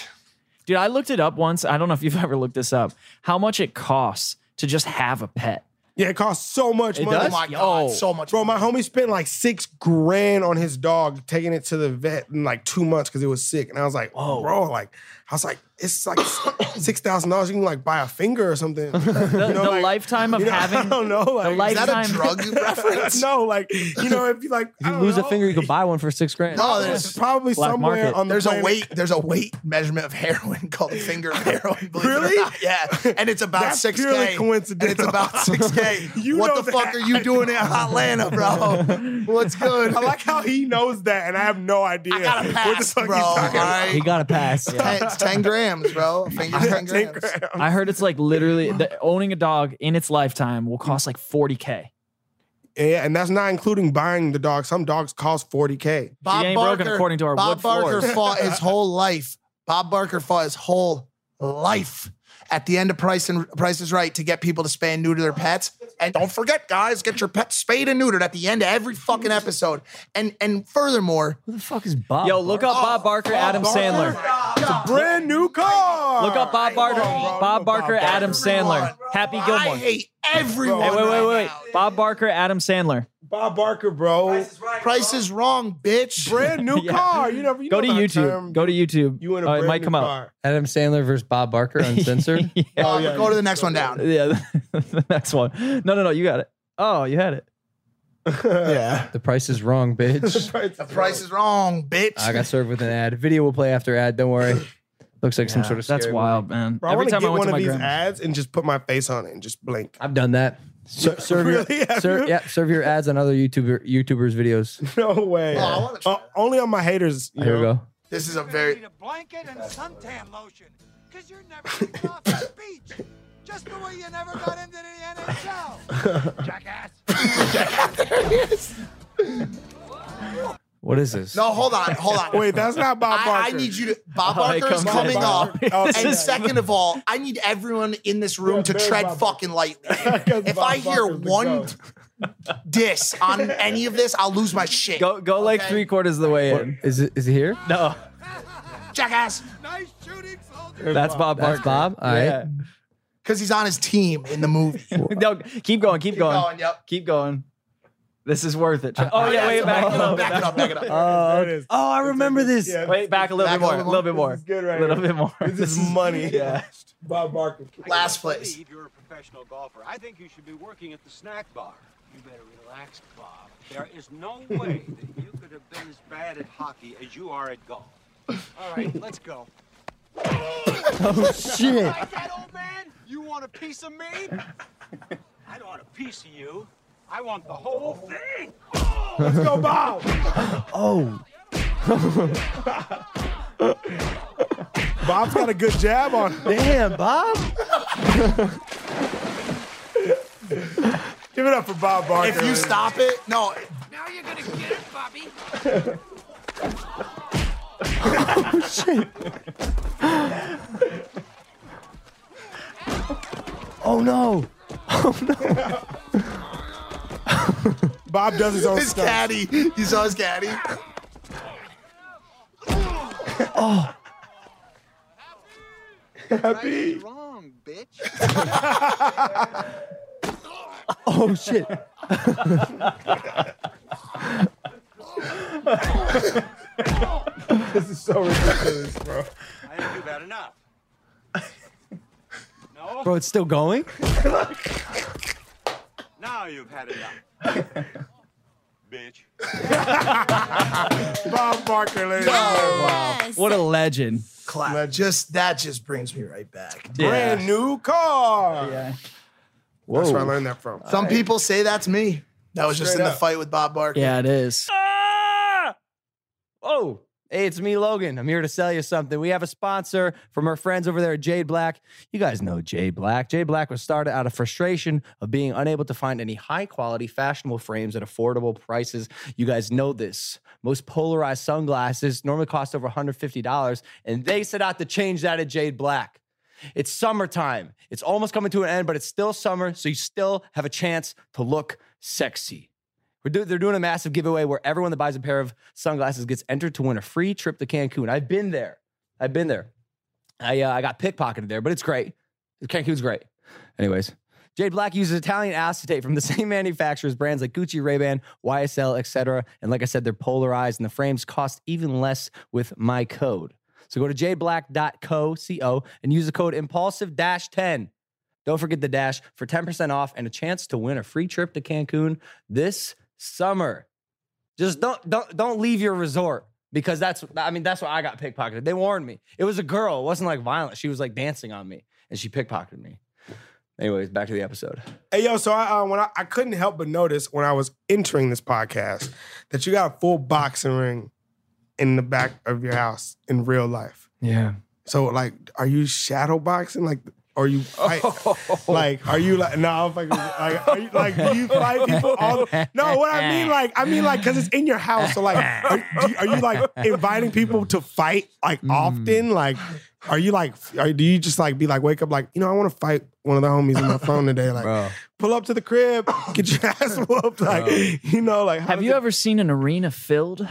[SPEAKER 3] Dude, I looked it up once. I don't know if you've [LAUGHS] ever looked this up. How much it costs to just have a pet?
[SPEAKER 4] yeah, it costs so much money.
[SPEAKER 1] oh my god, so much.
[SPEAKER 4] Bro, my homie spent like six grand on his dog, taking it to the vet in like two months because it was sick. And I was like, oh, bro, like, I was like, it's like [COUGHS] six thousand dollars. You can like buy a finger
[SPEAKER 2] [LAUGHS]
[SPEAKER 4] or something. the
[SPEAKER 3] the lifetime of
[SPEAKER 1] [LAUGHS]
[SPEAKER 3] having-
[SPEAKER 4] [LAUGHS] I don't know.
[SPEAKER 3] the
[SPEAKER 4] Like, [LAUGHS]
[SPEAKER 3] Is that a lifetime- drug
[SPEAKER 4] reference? no, like you know, if you like,
[SPEAKER 2] If you lose a finger, you could buy one for six grand.
[SPEAKER 1] No, Oh, there's
[SPEAKER 4] probably
[SPEAKER 2] Black somewhere market. on the
[SPEAKER 1] there's a
[SPEAKER 2] planet-
[SPEAKER 1] weight there's a weight measurement of heroin [LAUGHS] called the finger of heroin. Believe really? It or not. Yeah, and it's about
[SPEAKER 4] That's
[SPEAKER 1] six
[SPEAKER 4] purely
[SPEAKER 1] k.
[SPEAKER 4] coincidental.
[SPEAKER 1] It's about six k.
[SPEAKER 4] [LAUGHS] You
[SPEAKER 1] what
[SPEAKER 4] know
[SPEAKER 1] the fuck
[SPEAKER 4] that.
[SPEAKER 1] are you doing in Atlanta,
[SPEAKER 4] [LAUGHS]
[SPEAKER 1] bro? What's good?
[SPEAKER 4] I [LAUGHS] like how he knows that, and I have no idea. I
[SPEAKER 1] gotta
[SPEAKER 4] what the
[SPEAKER 1] pass,
[SPEAKER 4] fuck
[SPEAKER 1] bro,
[SPEAKER 4] he's talking
[SPEAKER 1] all
[SPEAKER 4] about.
[SPEAKER 1] right?
[SPEAKER 3] He got a pass.
[SPEAKER 1] Ten, it's ten grams,
[SPEAKER 3] [LAUGHS]
[SPEAKER 1] bro. A
[SPEAKER 4] [LAUGHS]
[SPEAKER 1] Finger's ten grams.
[SPEAKER 3] I heard it's like literally the, owning a dog in its lifetime will cost like 40k.
[SPEAKER 4] Yeah, and that's not including buying the dog. Some dogs cost forty k.
[SPEAKER 3] She ain't broken according to our
[SPEAKER 1] Bob
[SPEAKER 3] wood [LAUGHS]
[SPEAKER 1] Barker
[SPEAKER 3] floors.
[SPEAKER 1] fought his whole life. Bob Barker fought his whole life at the end of Price and Price is Right to get people to spay and neuter their pets. And don't forget, guys, get your pets spayed and neutered at the end of every fucking episode. And and furthermore, who
[SPEAKER 2] the fuck is Bob?
[SPEAKER 3] Yo, look up Bob Barker, Adam Sandler.
[SPEAKER 4] It's a brand new car.
[SPEAKER 3] Look up Bob Barker, Bob Barker, Adam Sandler, Happy Gilmore.
[SPEAKER 1] I hate
[SPEAKER 3] Hey,
[SPEAKER 1] everyone.
[SPEAKER 3] wait, wait,
[SPEAKER 1] right
[SPEAKER 3] wait, wait.
[SPEAKER 1] now.
[SPEAKER 3] Bob Barker, Adam Sandler.
[SPEAKER 4] Bob Barker, bro.
[SPEAKER 1] Price is wrong, bitch.
[SPEAKER 4] Brand new
[SPEAKER 3] [LAUGHS] Yeah.
[SPEAKER 4] car. Ah, You never. You
[SPEAKER 3] Go
[SPEAKER 4] know
[SPEAKER 3] to
[SPEAKER 4] that
[SPEAKER 3] YouTube.
[SPEAKER 4] term.
[SPEAKER 3] Go to YouTube.
[SPEAKER 4] You in a
[SPEAKER 3] Uh, it
[SPEAKER 4] brand
[SPEAKER 3] might
[SPEAKER 4] new
[SPEAKER 3] come
[SPEAKER 4] car. Oh,
[SPEAKER 3] up.
[SPEAKER 2] Adam Sandler versus Bob Barker [LAUGHS] uncensored.
[SPEAKER 3] [LAUGHS] Yeah.
[SPEAKER 1] Uh, go to the next one down.
[SPEAKER 3] Yeah, [LAUGHS] the next one. No, no, no. You got it. Oh, you had it.
[SPEAKER 1] Yeah.
[SPEAKER 2] The price is
[SPEAKER 4] [LAUGHS]
[SPEAKER 2] wrong, bitch.
[SPEAKER 1] The price is wrong, bitch.
[SPEAKER 2] I got served with an ad. Video will play after ad. Don't [LAUGHS] worry. Looks like some
[SPEAKER 3] Yeah,
[SPEAKER 2] sort of.
[SPEAKER 3] that's
[SPEAKER 2] scary
[SPEAKER 3] wild,
[SPEAKER 2] movie.
[SPEAKER 3] man.
[SPEAKER 4] Bro, I
[SPEAKER 3] Every
[SPEAKER 4] want to
[SPEAKER 3] time I
[SPEAKER 4] get
[SPEAKER 3] went
[SPEAKER 4] one
[SPEAKER 3] to
[SPEAKER 4] of
[SPEAKER 3] my
[SPEAKER 4] these
[SPEAKER 3] grandma.
[SPEAKER 4] ads and just put my face on it and just blink. [LAUGHS]
[SPEAKER 2] I've done that. Ser- serve
[SPEAKER 4] Really?
[SPEAKER 2] your
[SPEAKER 4] Have
[SPEAKER 2] ser-
[SPEAKER 4] you?
[SPEAKER 2] yeah, serve your ads on other YouTuber YouTubers
[SPEAKER 4] [LAUGHS]
[SPEAKER 2] videos.
[SPEAKER 4] No way.
[SPEAKER 1] Oh, I wanna
[SPEAKER 4] Uh, only on my haters. you
[SPEAKER 2] Here we
[SPEAKER 4] know?
[SPEAKER 2] go.
[SPEAKER 1] This is a very
[SPEAKER 12] blanket and suntan lotion because you're never getting off the beach. Just the way you never got into the NHL. Jackass.
[SPEAKER 2] What is this?
[SPEAKER 1] no. Hold on, hold
[SPEAKER 3] [LAUGHS]
[SPEAKER 1] on.
[SPEAKER 4] Wait, that's not Bob Barker.
[SPEAKER 1] I, I need you to. Bob
[SPEAKER 3] Oh, it
[SPEAKER 1] Barker is
[SPEAKER 3] comes
[SPEAKER 1] coming
[SPEAKER 3] in. [LAUGHS]
[SPEAKER 1] up. [LAUGHS]
[SPEAKER 4] Oh,
[SPEAKER 1] and
[SPEAKER 4] okay.
[SPEAKER 1] second of all, I need everyone in this room
[SPEAKER 4] Yeah,
[SPEAKER 1] to
[SPEAKER 4] there's
[SPEAKER 1] tread
[SPEAKER 4] Bob Barker.
[SPEAKER 1] fucking
[SPEAKER 4] [LAUGHS]
[SPEAKER 1] lightly.
[SPEAKER 4] 'Cause
[SPEAKER 1] If
[SPEAKER 4] Bob
[SPEAKER 1] I hear
[SPEAKER 4] Barker's the
[SPEAKER 1] one
[SPEAKER 4] goat.
[SPEAKER 1] [LAUGHS] diss on any of this, I'll lose my shit.
[SPEAKER 3] Go, go like
[SPEAKER 1] Okay?
[SPEAKER 3] three quarters of the way
[SPEAKER 2] What-
[SPEAKER 3] in.
[SPEAKER 2] Is it? Is it here?
[SPEAKER 3] No,
[SPEAKER 1] Jackass.
[SPEAKER 12] Nice shooting, soldier.
[SPEAKER 3] that's Bob Barker.
[SPEAKER 2] That's Bob. All right.
[SPEAKER 3] Yeah.
[SPEAKER 1] Because he's on his team in the [LAUGHS] movie.
[SPEAKER 3] [LAUGHS] no, keep going. Keep, going.
[SPEAKER 1] going, yep.
[SPEAKER 3] Keep going. This is worth it. Oh yeah, wait back.
[SPEAKER 1] it up, back it up, back it up.
[SPEAKER 2] Oh,
[SPEAKER 4] There it is.
[SPEAKER 2] oh, I remember this.
[SPEAKER 4] Yeah,
[SPEAKER 3] Wait back a little
[SPEAKER 1] Back
[SPEAKER 3] bit more. A little bit more.
[SPEAKER 4] This is good right
[SPEAKER 3] A little
[SPEAKER 4] here.
[SPEAKER 3] bit more.
[SPEAKER 4] This is money.
[SPEAKER 3] [LAUGHS] Yeah.
[SPEAKER 4] Bob Barker.
[SPEAKER 1] Last place.
[SPEAKER 12] Steve, you're a professional golfer. I think you should be working at the snack bar. You better relax, Bob. There is no way that you could have been as bad at hockey as you are at golf. All right, let's go.
[SPEAKER 2] Shit.
[SPEAKER 12] Like that, old man? You want a piece of me? I don't want a piece of you. I want the whole thing.
[SPEAKER 4] Let's go, Bob.
[SPEAKER 2] Oh,
[SPEAKER 4] Bob's got a good jab on. him.
[SPEAKER 1] [LAUGHS]
[SPEAKER 2] damn, Bob.
[SPEAKER 4] Give it up for Bob Barker.
[SPEAKER 1] If you stop it, no.
[SPEAKER 12] Now you're gonna get it, Bobby.
[SPEAKER 2] Oh no.
[SPEAKER 4] Bob does his own
[SPEAKER 1] His
[SPEAKER 4] stuff.
[SPEAKER 1] caddy. You saw his caddy?
[SPEAKER 12] Happy. Wrong, bitch.
[SPEAKER 2] Oh shit.
[SPEAKER 4] This is so ridiculous, bro.
[SPEAKER 12] I didn't do bad enough. No.
[SPEAKER 2] Bro, it's still going?
[SPEAKER 12] Now you've had enough. bitch.
[SPEAKER 4] Bob Barker, ladies.
[SPEAKER 10] Yes.
[SPEAKER 3] What a legend.
[SPEAKER 1] Clap. Just that just brings me right back.
[SPEAKER 3] Yeah.
[SPEAKER 4] Brand new car.
[SPEAKER 3] Yeah.
[SPEAKER 4] That's where I learned that from.
[SPEAKER 1] Some people say that's me. That was just
[SPEAKER 4] Straight
[SPEAKER 1] in the
[SPEAKER 4] up.
[SPEAKER 1] fight with Bob Barker.
[SPEAKER 3] Yeah, it
[SPEAKER 2] [LAUGHS]
[SPEAKER 3] is.
[SPEAKER 2] Ah! Oh, hey, it's me, Logan. I'm here to sell you something. We have a sponsor from our friends over there at Jade Black. You guys know Jade Black. Jade Black was started out of frustration of being unable to find any high quality, fashionable frames at affordable prices. You guys know this. Most polarized sunglasses normally cost over $150, and they set out to change that at Jade Black. It's summertime. It's almost coming to an end, but it's still summer, so you still have a chance to look sexy. We're do- they're doing a massive giveaway where everyone that buys a pair of sunglasses gets entered to win a free trip to Cancun. I've been there. I've been there. I, uh, I got pickpocketed there, but it's great. Cancun's great. Anyways, Jade Black uses Italian acetate from the [LAUGHS] same manufacturers, brands like Gucci, Ray-Ban, YSL, etc. And like I said, they're polarized, and the frames cost even less with my code. So go to jblack.co co, and use the code impulsive dash 10. Don't forget the dash for 10% off and a chance to win a free trip to Cancun this summer. Just don't don't don't leave your resort because that's I mean that's why I got pickpocketed. They warned me. It was a girl. It wasn't like violent. She was like dancing on me and she pickpocketed me. Anyways, back to the episode.
[SPEAKER 4] Hey yo, so I uh, when I, I couldn't help but notice when I was entering this podcast that you got a full boxing ring in the back of your house in real life.
[SPEAKER 2] Yeah.
[SPEAKER 4] So like, are you shadow boxing? Like, are you fight,
[SPEAKER 3] [LAUGHS]
[SPEAKER 4] like, are you like, no, I'm fucking, like, are you like, do you fight people all? The, no, what I mean, like, I mean, like, because it's in your house. So like, are, do you, are you like inviting people to fight like often? Like, are you like, are, do you just like be like, wake up, like, you know, I want to fight one of the homies in my phone today, like. Pull up to the crib, get your ass whooped, like you know, like.
[SPEAKER 3] Have you ever seen an arena filled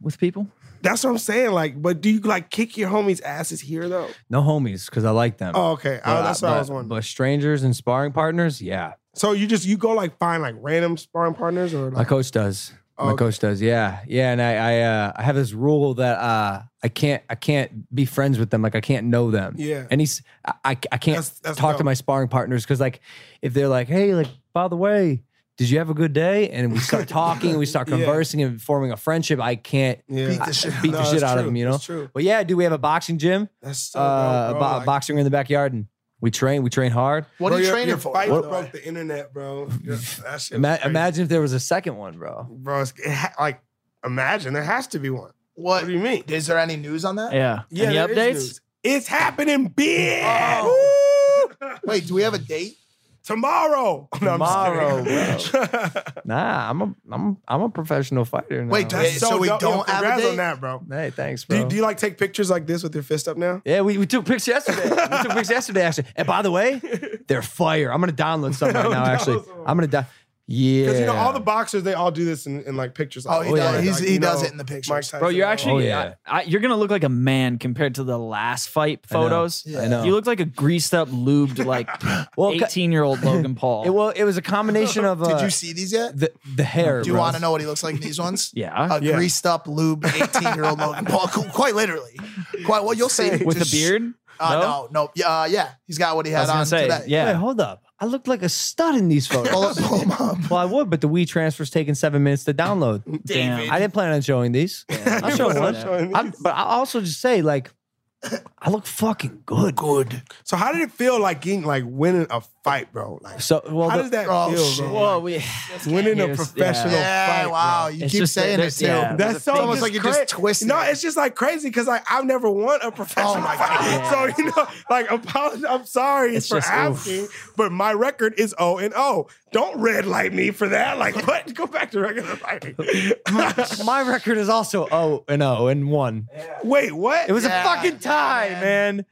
[SPEAKER 3] with people?
[SPEAKER 4] That's what I'm saying. Like, but do you like kick your homies' asses here though?
[SPEAKER 2] No homies because I like them.
[SPEAKER 4] Oh, okay. Oh, that's what I was
[SPEAKER 2] wondering. But strangers and sparring partners, yeah.
[SPEAKER 4] So you just you go like find like random sparring partners or
[SPEAKER 2] My
[SPEAKER 4] like
[SPEAKER 2] coach does. My
[SPEAKER 4] Oh, Okay.
[SPEAKER 2] coach does. Yeah, yeah. And I, I, uh, I have this rule that uh, I can't, I can't be friends with them. Like I can't know them.
[SPEAKER 4] Yeah.
[SPEAKER 2] And he's, I, I I can't
[SPEAKER 4] that's
[SPEAKER 2] talk to
[SPEAKER 4] dope.
[SPEAKER 2] my sparring partners because like, if they're like, hey, like by the way, did you have a good day? And we
[SPEAKER 4] [LAUGHS]
[SPEAKER 2] start talking, and we start
[SPEAKER 4] Yeah.
[SPEAKER 2] conversing and forming a friendship. I can't
[SPEAKER 4] Yeah. Beat the
[SPEAKER 2] I- I
[SPEAKER 4] shit-
[SPEAKER 2] beat
[SPEAKER 4] No,
[SPEAKER 2] the
[SPEAKER 4] that's
[SPEAKER 2] shit out of
[SPEAKER 4] true.
[SPEAKER 2] them. You know.
[SPEAKER 4] That's true.
[SPEAKER 2] But yeah, dude, we have a boxing gym.
[SPEAKER 4] That's so
[SPEAKER 2] uh,
[SPEAKER 4] dope,
[SPEAKER 2] a
[SPEAKER 4] bro.
[SPEAKER 2] bo-
[SPEAKER 4] Like-
[SPEAKER 2] boxing ring in the backyard, and we train. We train hard.
[SPEAKER 4] Bro, your- your Fight
[SPEAKER 2] What-
[SPEAKER 4] broke the internet, bro. Your- that shit
[SPEAKER 2] Ima-
[SPEAKER 4] was crazy.
[SPEAKER 2] imagine if there was a second one, bro.
[SPEAKER 4] bro. It's, it ha- like, imagine there has to be one.
[SPEAKER 1] What,
[SPEAKER 4] do you mean?
[SPEAKER 1] Is there any news on that?
[SPEAKER 3] Yeah.
[SPEAKER 4] Yeah,
[SPEAKER 3] Any
[SPEAKER 4] there is
[SPEAKER 3] updates?
[SPEAKER 4] news. It's happening big.
[SPEAKER 1] Oh.
[SPEAKER 4] Woo! [LAUGHS]
[SPEAKER 1] Wait, do we have a date?
[SPEAKER 4] Tomorrow. [LAUGHS] No, I'm just
[SPEAKER 2] Tomorrow,
[SPEAKER 4] kidding.
[SPEAKER 2] bro. Nah, I'm a I'm I'm a professional fighter. Now.
[SPEAKER 4] Wait, [LAUGHS] that's so,
[SPEAKER 1] so we
[SPEAKER 4] dope. Yo,
[SPEAKER 1] don't have a
[SPEAKER 4] congrats on
[SPEAKER 1] date?
[SPEAKER 4] that, bro.
[SPEAKER 2] hey, thanks,
[SPEAKER 4] Do
[SPEAKER 2] bro.
[SPEAKER 4] you, do you like take pictures like this with your fist up now?
[SPEAKER 2] yeah, we, we took pictures yesterday. we took
[SPEAKER 4] [LAUGHS]
[SPEAKER 2] pictures yesterday, actually. And by the way, they're fire. I'm gonna download some
[SPEAKER 4] [LAUGHS]
[SPEAKER 2] right now. Actually, I'm gonna down. Yeah,
[SPEAKER 4] Because you know all the boxers they all do this in, in like pictures.
[SPEAKER 1] Oh, he does-
[SPEAKER 4] like,
[SPEAKER 1] he's-
[SPEAKER 4] like,
[SPEAKER 1] he
[SPEAKER 4] you
[SPEAKER 1] does
[SPEAKER 4] know,
[SPEAKER 1] it in the pictures.
[SPEAKER 4] Mike Tyson
[SPEAKER 3] Bro, you're
[SPEAKER 4] and all
[SPEAKER 3] actually
[SPEAKER 2] Oh, yeah.
[SPEAKER 3] I, I, you're gonna look like a man compared to the last fight
[SPEAKER 2] I know.
[SPEAKER 3] photos.
[SPEAKER 2] Yeah. I know.
[SPEAKER 3] You look like a greased up, lubed, like
[SPEAKER 2] Well, ca-
[SPEAKER 3] 18 year old Logan Paul.
[SPEAKER 2] It, well, it was a
[SPEAKER 4] [LAUGHS]
[SPEAKER 2] combination of. Uh,
[SPEAKER 1] Did you see these yet?
[SPEAKER 2] the the hair?
[SPEAKER 1] Do you
[SPEAKER 2] bro.
[SPEAKER 1] want to know what he looks like in these ones?
[SPEAKER 3] [LAUGHS] yeah,
[SPEAKER 1] A greased up, lube,
[SPEAKER 3] [LAUGHS]
[SPEAKER 1] 18 year old Logan Paul. Qu- Quite literally. Quite well, you'll see.
[SPEAKER 3] with
[SPEAKER 1] Just-
[SPEAKER 3] the beard.
[SPEAKER 1] Uh, no, no. Yeah, uh, yeah. He's got what he
[SPEAKER 3] I was
[SPEAKER 1] had
[SPEAKER 3] gonna
[SPEAKER 1] on
[SPEAKER 3] say,
[SPEAKER 1] today.
[SPEAKER 2] Wait,
[SPEAKER 3] yeah.
[SPEAKER 2] hold up. I look like a stud in
[SPEAKER 4] [LAUGHS]
[SPEAKER 2] these photos.
[SPEAKER 1] Pull, pull him up.
[SPEAKER 2] well, I would, but the Wii transfer's taking seven minutes to download.
[SPEAKER 3] Damn.
[SPEAKER 2] I didn't plan on showing these.
[SPEAKER 4] [LAUGHS]
[SPEAKER 2] I'll [LAUGHS] show
[SPEAKER 4] I'm
[SPEAKER 2] one.
[SPEAKER 4] showing
[SPEAKER 2] I'm- but I also just say like, I look fucking good.
[SPEAKER 1] Good.
[SPEAKER 4] So how did it feel like getting like winning a fight, bro? Like
[SPEAKER 2] So well,
[SPEAKER 4] how
[SPEAKER 2] the-
[SPEAKER 4] does that
[SPEAKER 1] oh,
[SPEAKER 4] feel,
[SPEAKER 1] shit.
[SPEAKER 4] bro?
[SPEAKER 3] Well, we [LAUGHS]
[SPEAKER 4] winning a
[SPEAKER 3] Here's-
[SPEAKER 4] professional
[SPEAKER 1] Yeah,
[SPEAKER 4] fight.
[SPEAKER 1] wow.
[SPEAKER 4] bro.
[SPEAKER 1] You
[SPEAKER 3] It's
[SPEAKER 1] keep
[SPEAKER 3] just that
[SPEAKER 1] saying
[SPEAKER 3] there-
[SPEAKER 1] it too.
[SPEAKER 3] yeah.
[SPEAKER 4] That's so
[SPEAKER 1] It's almost
[SPEAKER 4] just
[SPEAKER 1] like you're just
[SPEAKER 4] cra-
[SPEAKER 1] twisting
[SPEAKER 4] No,
[SPEAKER 1] it.
[SPEAKER 4] it's just like crazy because like I've never won a professional
[SPEAKER 1] my
[SPEAKER 4] fight.
[SPEAKER 1] God.
[SPEAKER 4] So you know, like apologize. I'm sorry
[SPEAKER 3] It's
[SPEAKER 4] for
[SPEAKER 3] just, oof.
[SPEAKER 4] asking, but my record is O and O. Don't red light me for that. Like, what? Go back to regular fighting.
[SPEAKER 2] my record is also oh and oh and one.
[SPEAKER 4] Wait, what?
[SPEAKER 2] It was
[SPEAKER 1] Yeah, Oh
[SPEAKER 2] a fucking tie, man.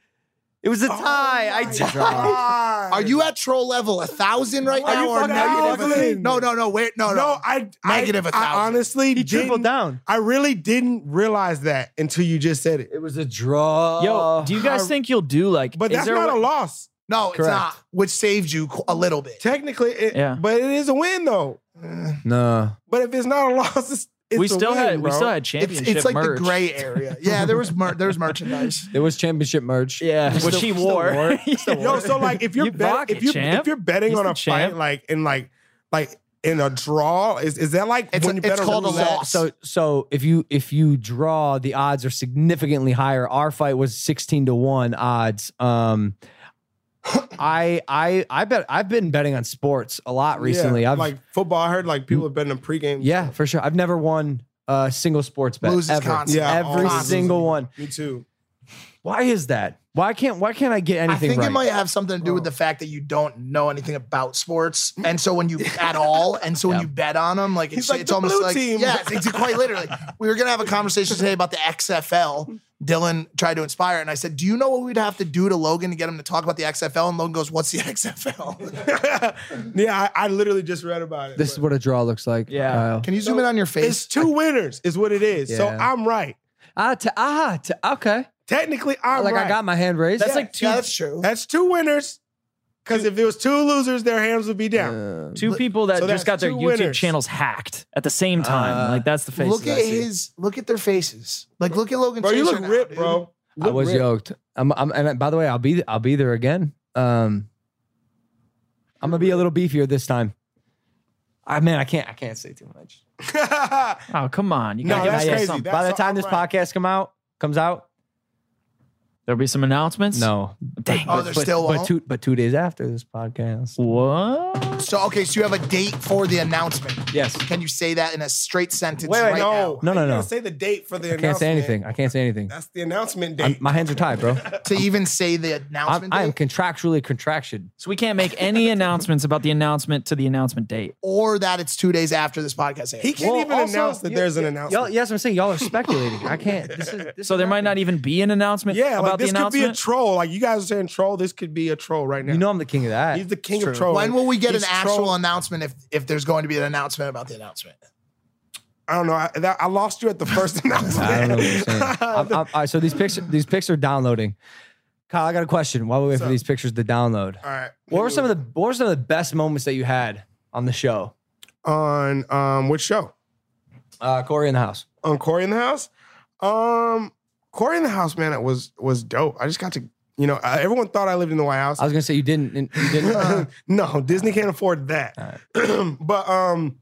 [SPEAKER 2] It was a tie. I tied.
[SPEAKER 1] Are you at troll level a thousand right
[SPEAKER 4] Are
[SPEAKER 1] now
[SPEAKER 4] you
[SPEAKER 1] or
[SPEAKER 4] fucking
[SPEAKER 1] negative?
[SPEAKER 4] thousand?
[SPEAKER 1] No, no, no. Wait, no, no.
[SPEAKER 4] No, I I-
[SPEAKER 1] Negative a
[SPEAKER 4] I
[SPEAKER 1] thousand.
[SPEAKER 4] honestly
[SPEAKER 2] He tripled
[SPEAKER 4] didn't-
[SPEAKER 2] down.
[SPEAKER 4] I really didn't realize that until you just said it.
[SPEAKER 2] It was a draw.
[SPEAKER 3] Yo, do you guys
[SPEAKER 2] Uh, I-
[SPEAKER 3] think you'll do like?
[SPEAKER 4] But
[SPEAKER 3] is
[SPEAKER 4] that's
[SPEAKER 3] there
[SPEAKER 4] not a
[SPEAKER 3] wa-
[SPEAKER 4] loss.
[SPEAKER 1] no, it's
[SPEAKER 2] Correct.
[SPEAKER 1] not. Which saved you qu- a little bit.
[SPEAKER 4] Technically, it,
[SPEAKER 3] Yeah.
[SPEAKER 4] but it is a win though.
[SPEAKER 2] No.
[SPEAKER 4] But if it's not a [LAUGHS] loss, it's, it's
[SPEAKER 3] We
[SPEAKER 4] a
[SPEAKER 3] still
[SPEAKER 4] win,
[SPEAKER 3] had we
[SPEAKER 4] bro.
[SPEAKER 3] still had
[SPEAKER 1] It's,
[SPEAKER 3] championship.
[SPEAKER 1] it's like
[SPEAKER 3] merch. [LAUGHS]
[SPEAKER 1] the gray area. Yeah, there was mer- there was merchandise.
[SPEAKER 2] There was championship merch.
[SPEAKER 3] Yeah, which he wore.
[SPEAKER 4] [LAUGHS]
[SPEAKER 3] [LAUGHS]
[SPEAKER 4] [LAUGHS] Yo, so like if you're
[SPEAKER 3] You
[SPEAKER 4] bet-
[SPEAKER 3] rock
[SPEAKER 4] if
[SPEAKER 3] it,
[SPEAKER 4] you
[SPEAKER 3] champ.
[SPEAKER 4] if you're betting
[SPEAKER 3] He's
[SPEAKER 4] on
[SPEAKER 3] the
[SPEAKER 4] a
[SPEAKER 3] champ.
[SPEAKER 4] fight like in like like in a draw, is is that like
[SPEAKER 1] It's,
[SPEAKER 4] when you bet
[SPEAKER 1] it's
[SPEAKER 4] on
[SPEAKER 1] called a
[SPEAKER 4] roulette?
[SPEAKER 1] loss.
[SPEAKER 2] So so if you if you draw, the odds are significantly higher. Our fight was sixteen to one odds.
[SPEAKER 1] [LAUGHS]
[SPEAKER 2] Um, I I I bet I've been betting on sports a lot recently.
[SPEAKER 4] Yeah,
[SPEAKER 2] I've Mm.
[SPEAKER 4] like football. I heard like people have been in pregame.
[SPEAKER 2] yeah for sure. I've never won a single sports bet
[SPEAKER 1] Loses
[SPEAKER 2] ever.
[SPEAKER 1] constantly.
[SPEAKER 4] Yeah,
[SPEAKER 2] every
[SPEAKER 4] always
[SPEAKER 2] single
[SPEAKER 4] losing.
[SPEAKER 2] one.
[SPEAKER 4] me too. [LAUGHS]
[SPEAKER 2] Why is that? Why can't why can't I get
[SPEAKER 1] I
[SPEAKER 2] anything
[SPEAKER 1] think
[SPEAKER 2] right?
[SPEAKER 1] it might have something to do with the fact that you don't know anything about sports, and so when you at all, and so when you bet on them, like it's,
[SPEAKER 4] like
[SPEAKER 1] it's
[SPEAKER 4] the
[SPEAKER 1] almost
[SPEAKER 4] blue
[SPEAKER 1] like
[SPEAKER 4] team.
[SPEAKER 1] yeah, it's, it's quite literally. We were gonna have a conversation today about the XFL. Dylan tried to inspire, it, and I said, "Do you know what we'd have to do to Logan to get him to talk about the XFL?" And Logan goes, "What's the [LAUGHS] XFL?"
[SPEAKER 4] yeah, I, I literally just read about it.
[SPEAKER 2] this is
[SPEAKER 4] but-
[SPEAKER 2] what a draw looks like.
[SPEAKER 3] Yeah.
[SPEAKER 2] Kyle.
[SPEAKER 1] Can you zoom in on your
[SPEAKER 4] it's
[SPEAKER 1] face?
[SPEAKER 4] two winners, is what it is. So
[SPEAKER 2] Yeah.
[SPEAKER 4] I'm right.
[SPEAKER 2] Ah, t- ah, t- okay.
[SPEAKER 4] Technically, I'm
[SPEAKER 2] like
[SPEAKER 4] right.
[SPEAKER 2] I got my hand raised.
[SPEAKER 3] That's like two
[SPEAKER 1] yeah, that's true.
[SPEAKER 4] That's two winners. Because if it was two losers, their hands would be down.
[SPEAKER 3] two people that
[SPEAKER 4] So that's
[SPEAKER 3] just got their
[SPEAKER 4] two
[SPEAKER 3] YouTube
[SPEAKER 4] winners.
[SPEAKER 3] channels hacked at the same time.
[SPEAKER 2] Uh,
[SPEAKER 3] like that's the face.
[SPEAKER 1] Look at his. Look at their faces. Like look at Logan.
[SPEAKER 4] bro, you
[SPEAKER 1] face
[SPEAKER 4] look
[SPEAKER 1] right now,
[SPEAKER 4] ripped,
[SPEAKER 1] dude.
[SPEAKER 4] bro.
[SPEAKER 2] I was
[SPEAKER 4] ripped.
[SPEAKER 2] yoked. I'm, I'm, and by the way, I'll be I'll be there again. Um, I'm gonna be a little beefier this time. I Ah, man, I can't I can't say too much.
[SPEAKER 3] oh come on! You
[SPEAKER 2] No,
[SPEAKER 3] gotta give
[SPEAKER 2] that's
[SPEAKER 3] me
[SPEAKER 2] crazy.
[SPEAKER 3] something.
[SPEAKER 2] By the time this podcast come out comes out,
[SPEAKER 3] there'll be some announcements.
[SPEAKER 2] No,
[SPEAKER 3] dang.
[SPEAKER 1] Oh, there still
[SPEAKER 2] but
[SPEAKER 1] won't?
[SPEAKER 2] two but two days after this podcast.
[SPEAKER 3] What?
[SPEAKER 1] So okay, so you have a date for the announcement.
[SPEAKER 2] Yes.
[SPEAKER 1] Can you say that in a straight sentence
[SPEAKER 4] Wait, wait,
[SPEAKER 1] right
[SPEAKER 4] no.
[SPEAKER 2] No, no,
[SPEAKER 4] You
[SPEAKER 2] no.
[SPEAKER 4] gotta Say the date for the
[SPEAKER 2] I can't say
[SPEAKER 4] announcement.
[SPEAKER 2] anything. I can't say anything.
[SPEAKER 4] That's the announcement
[SPEAKER 2] I'm-
[SPEAKER 4] date.
[SPEAKER 2] my hands are tied,
[SPEAKER 4] [LAUGHS]
[SPEAKER 2] bro.
[SPEAKER 1] now? To even say the
[SPEAKER 2] I'm,
[SPEAKER 1] announcement
[SPEAKER 2] I
[SPEAKER 1] date?
[SPEAKER 2] am contractually contraction.
[SPEAKER 3] So we can't make
[SPEAKER 4] [LAUGHS]
[SPEAKER 3] any announcements about the announcement to the announcement date.
[SPEAKER 1] or that it's two days after this podcast airs.
[SPEAKER 4] He can't even announce that there's an announcement.
[SPEAKER 2] Y'all, yes, I'm saying y'all are speculating. I can't. This
[SPEAKER 4] [LAUGHS]
[SPEAKER 2] is,
[SPEAKER 3] so there might not even be an announcement.
[SPEAKER 4] yeah,
[SPEAKER 3] about
[SPEAKER 4] like this
[SPEAKER 3] the
[SPEAKER 4] could be
[SPEAKER 3] announcement.
[SPEAKER 4] a troll. Like you guys are saying troll. This could be a troll right now.
[SPEAKER 2] you know, I'm the king of that.
[SPEAKER 4] He's the king
[SPEAKER 2] It's
[SPEAKER 4] of
[SPEAKER 2] true.
[SPEAKER 4] trolling.
[SPEAKER 1] When will we get
[SPEAKER 4] He's
[SPEAKER 1] an actual
[SPEAKER 4] troll-
[SPEAKER 1] announcement if if there's going to be an announcement about the announcement?
[SPEAKER 4] I don't know. I, that, I lost you
[SPEAKER 2] [LAUGHS]
[SPEAKER 4] at the first announcement.
[SPEAKER 2] I don't know what you're
[SPEAKER 4] [LAUGHS]
[SPEAKER 2] saying. I'm- I'm- all right, so these pics, these pics are downloading. Kyle, I got a question. While we wait for these pictures to download,
[SPEAKER 4] All right.
[SPEAKER 2] what were some of the what were some of the best moments that you had on the show?
[SPEAKER 4] on um which show?
[SPEAKER 2] Uh, Corey in the house.
[SPEAKER 4] On Corey in the house. Um, Corey in the house, man, it was was dope. I just got to, you know, uh, everyone thought I lived in the White House.
[SPEAKER 2] I was gonna say you didn't. You didn't.
[SPEAKER 4] [LAUGHS] no, Disney can't afford that. [CLEARS THROAT] but um,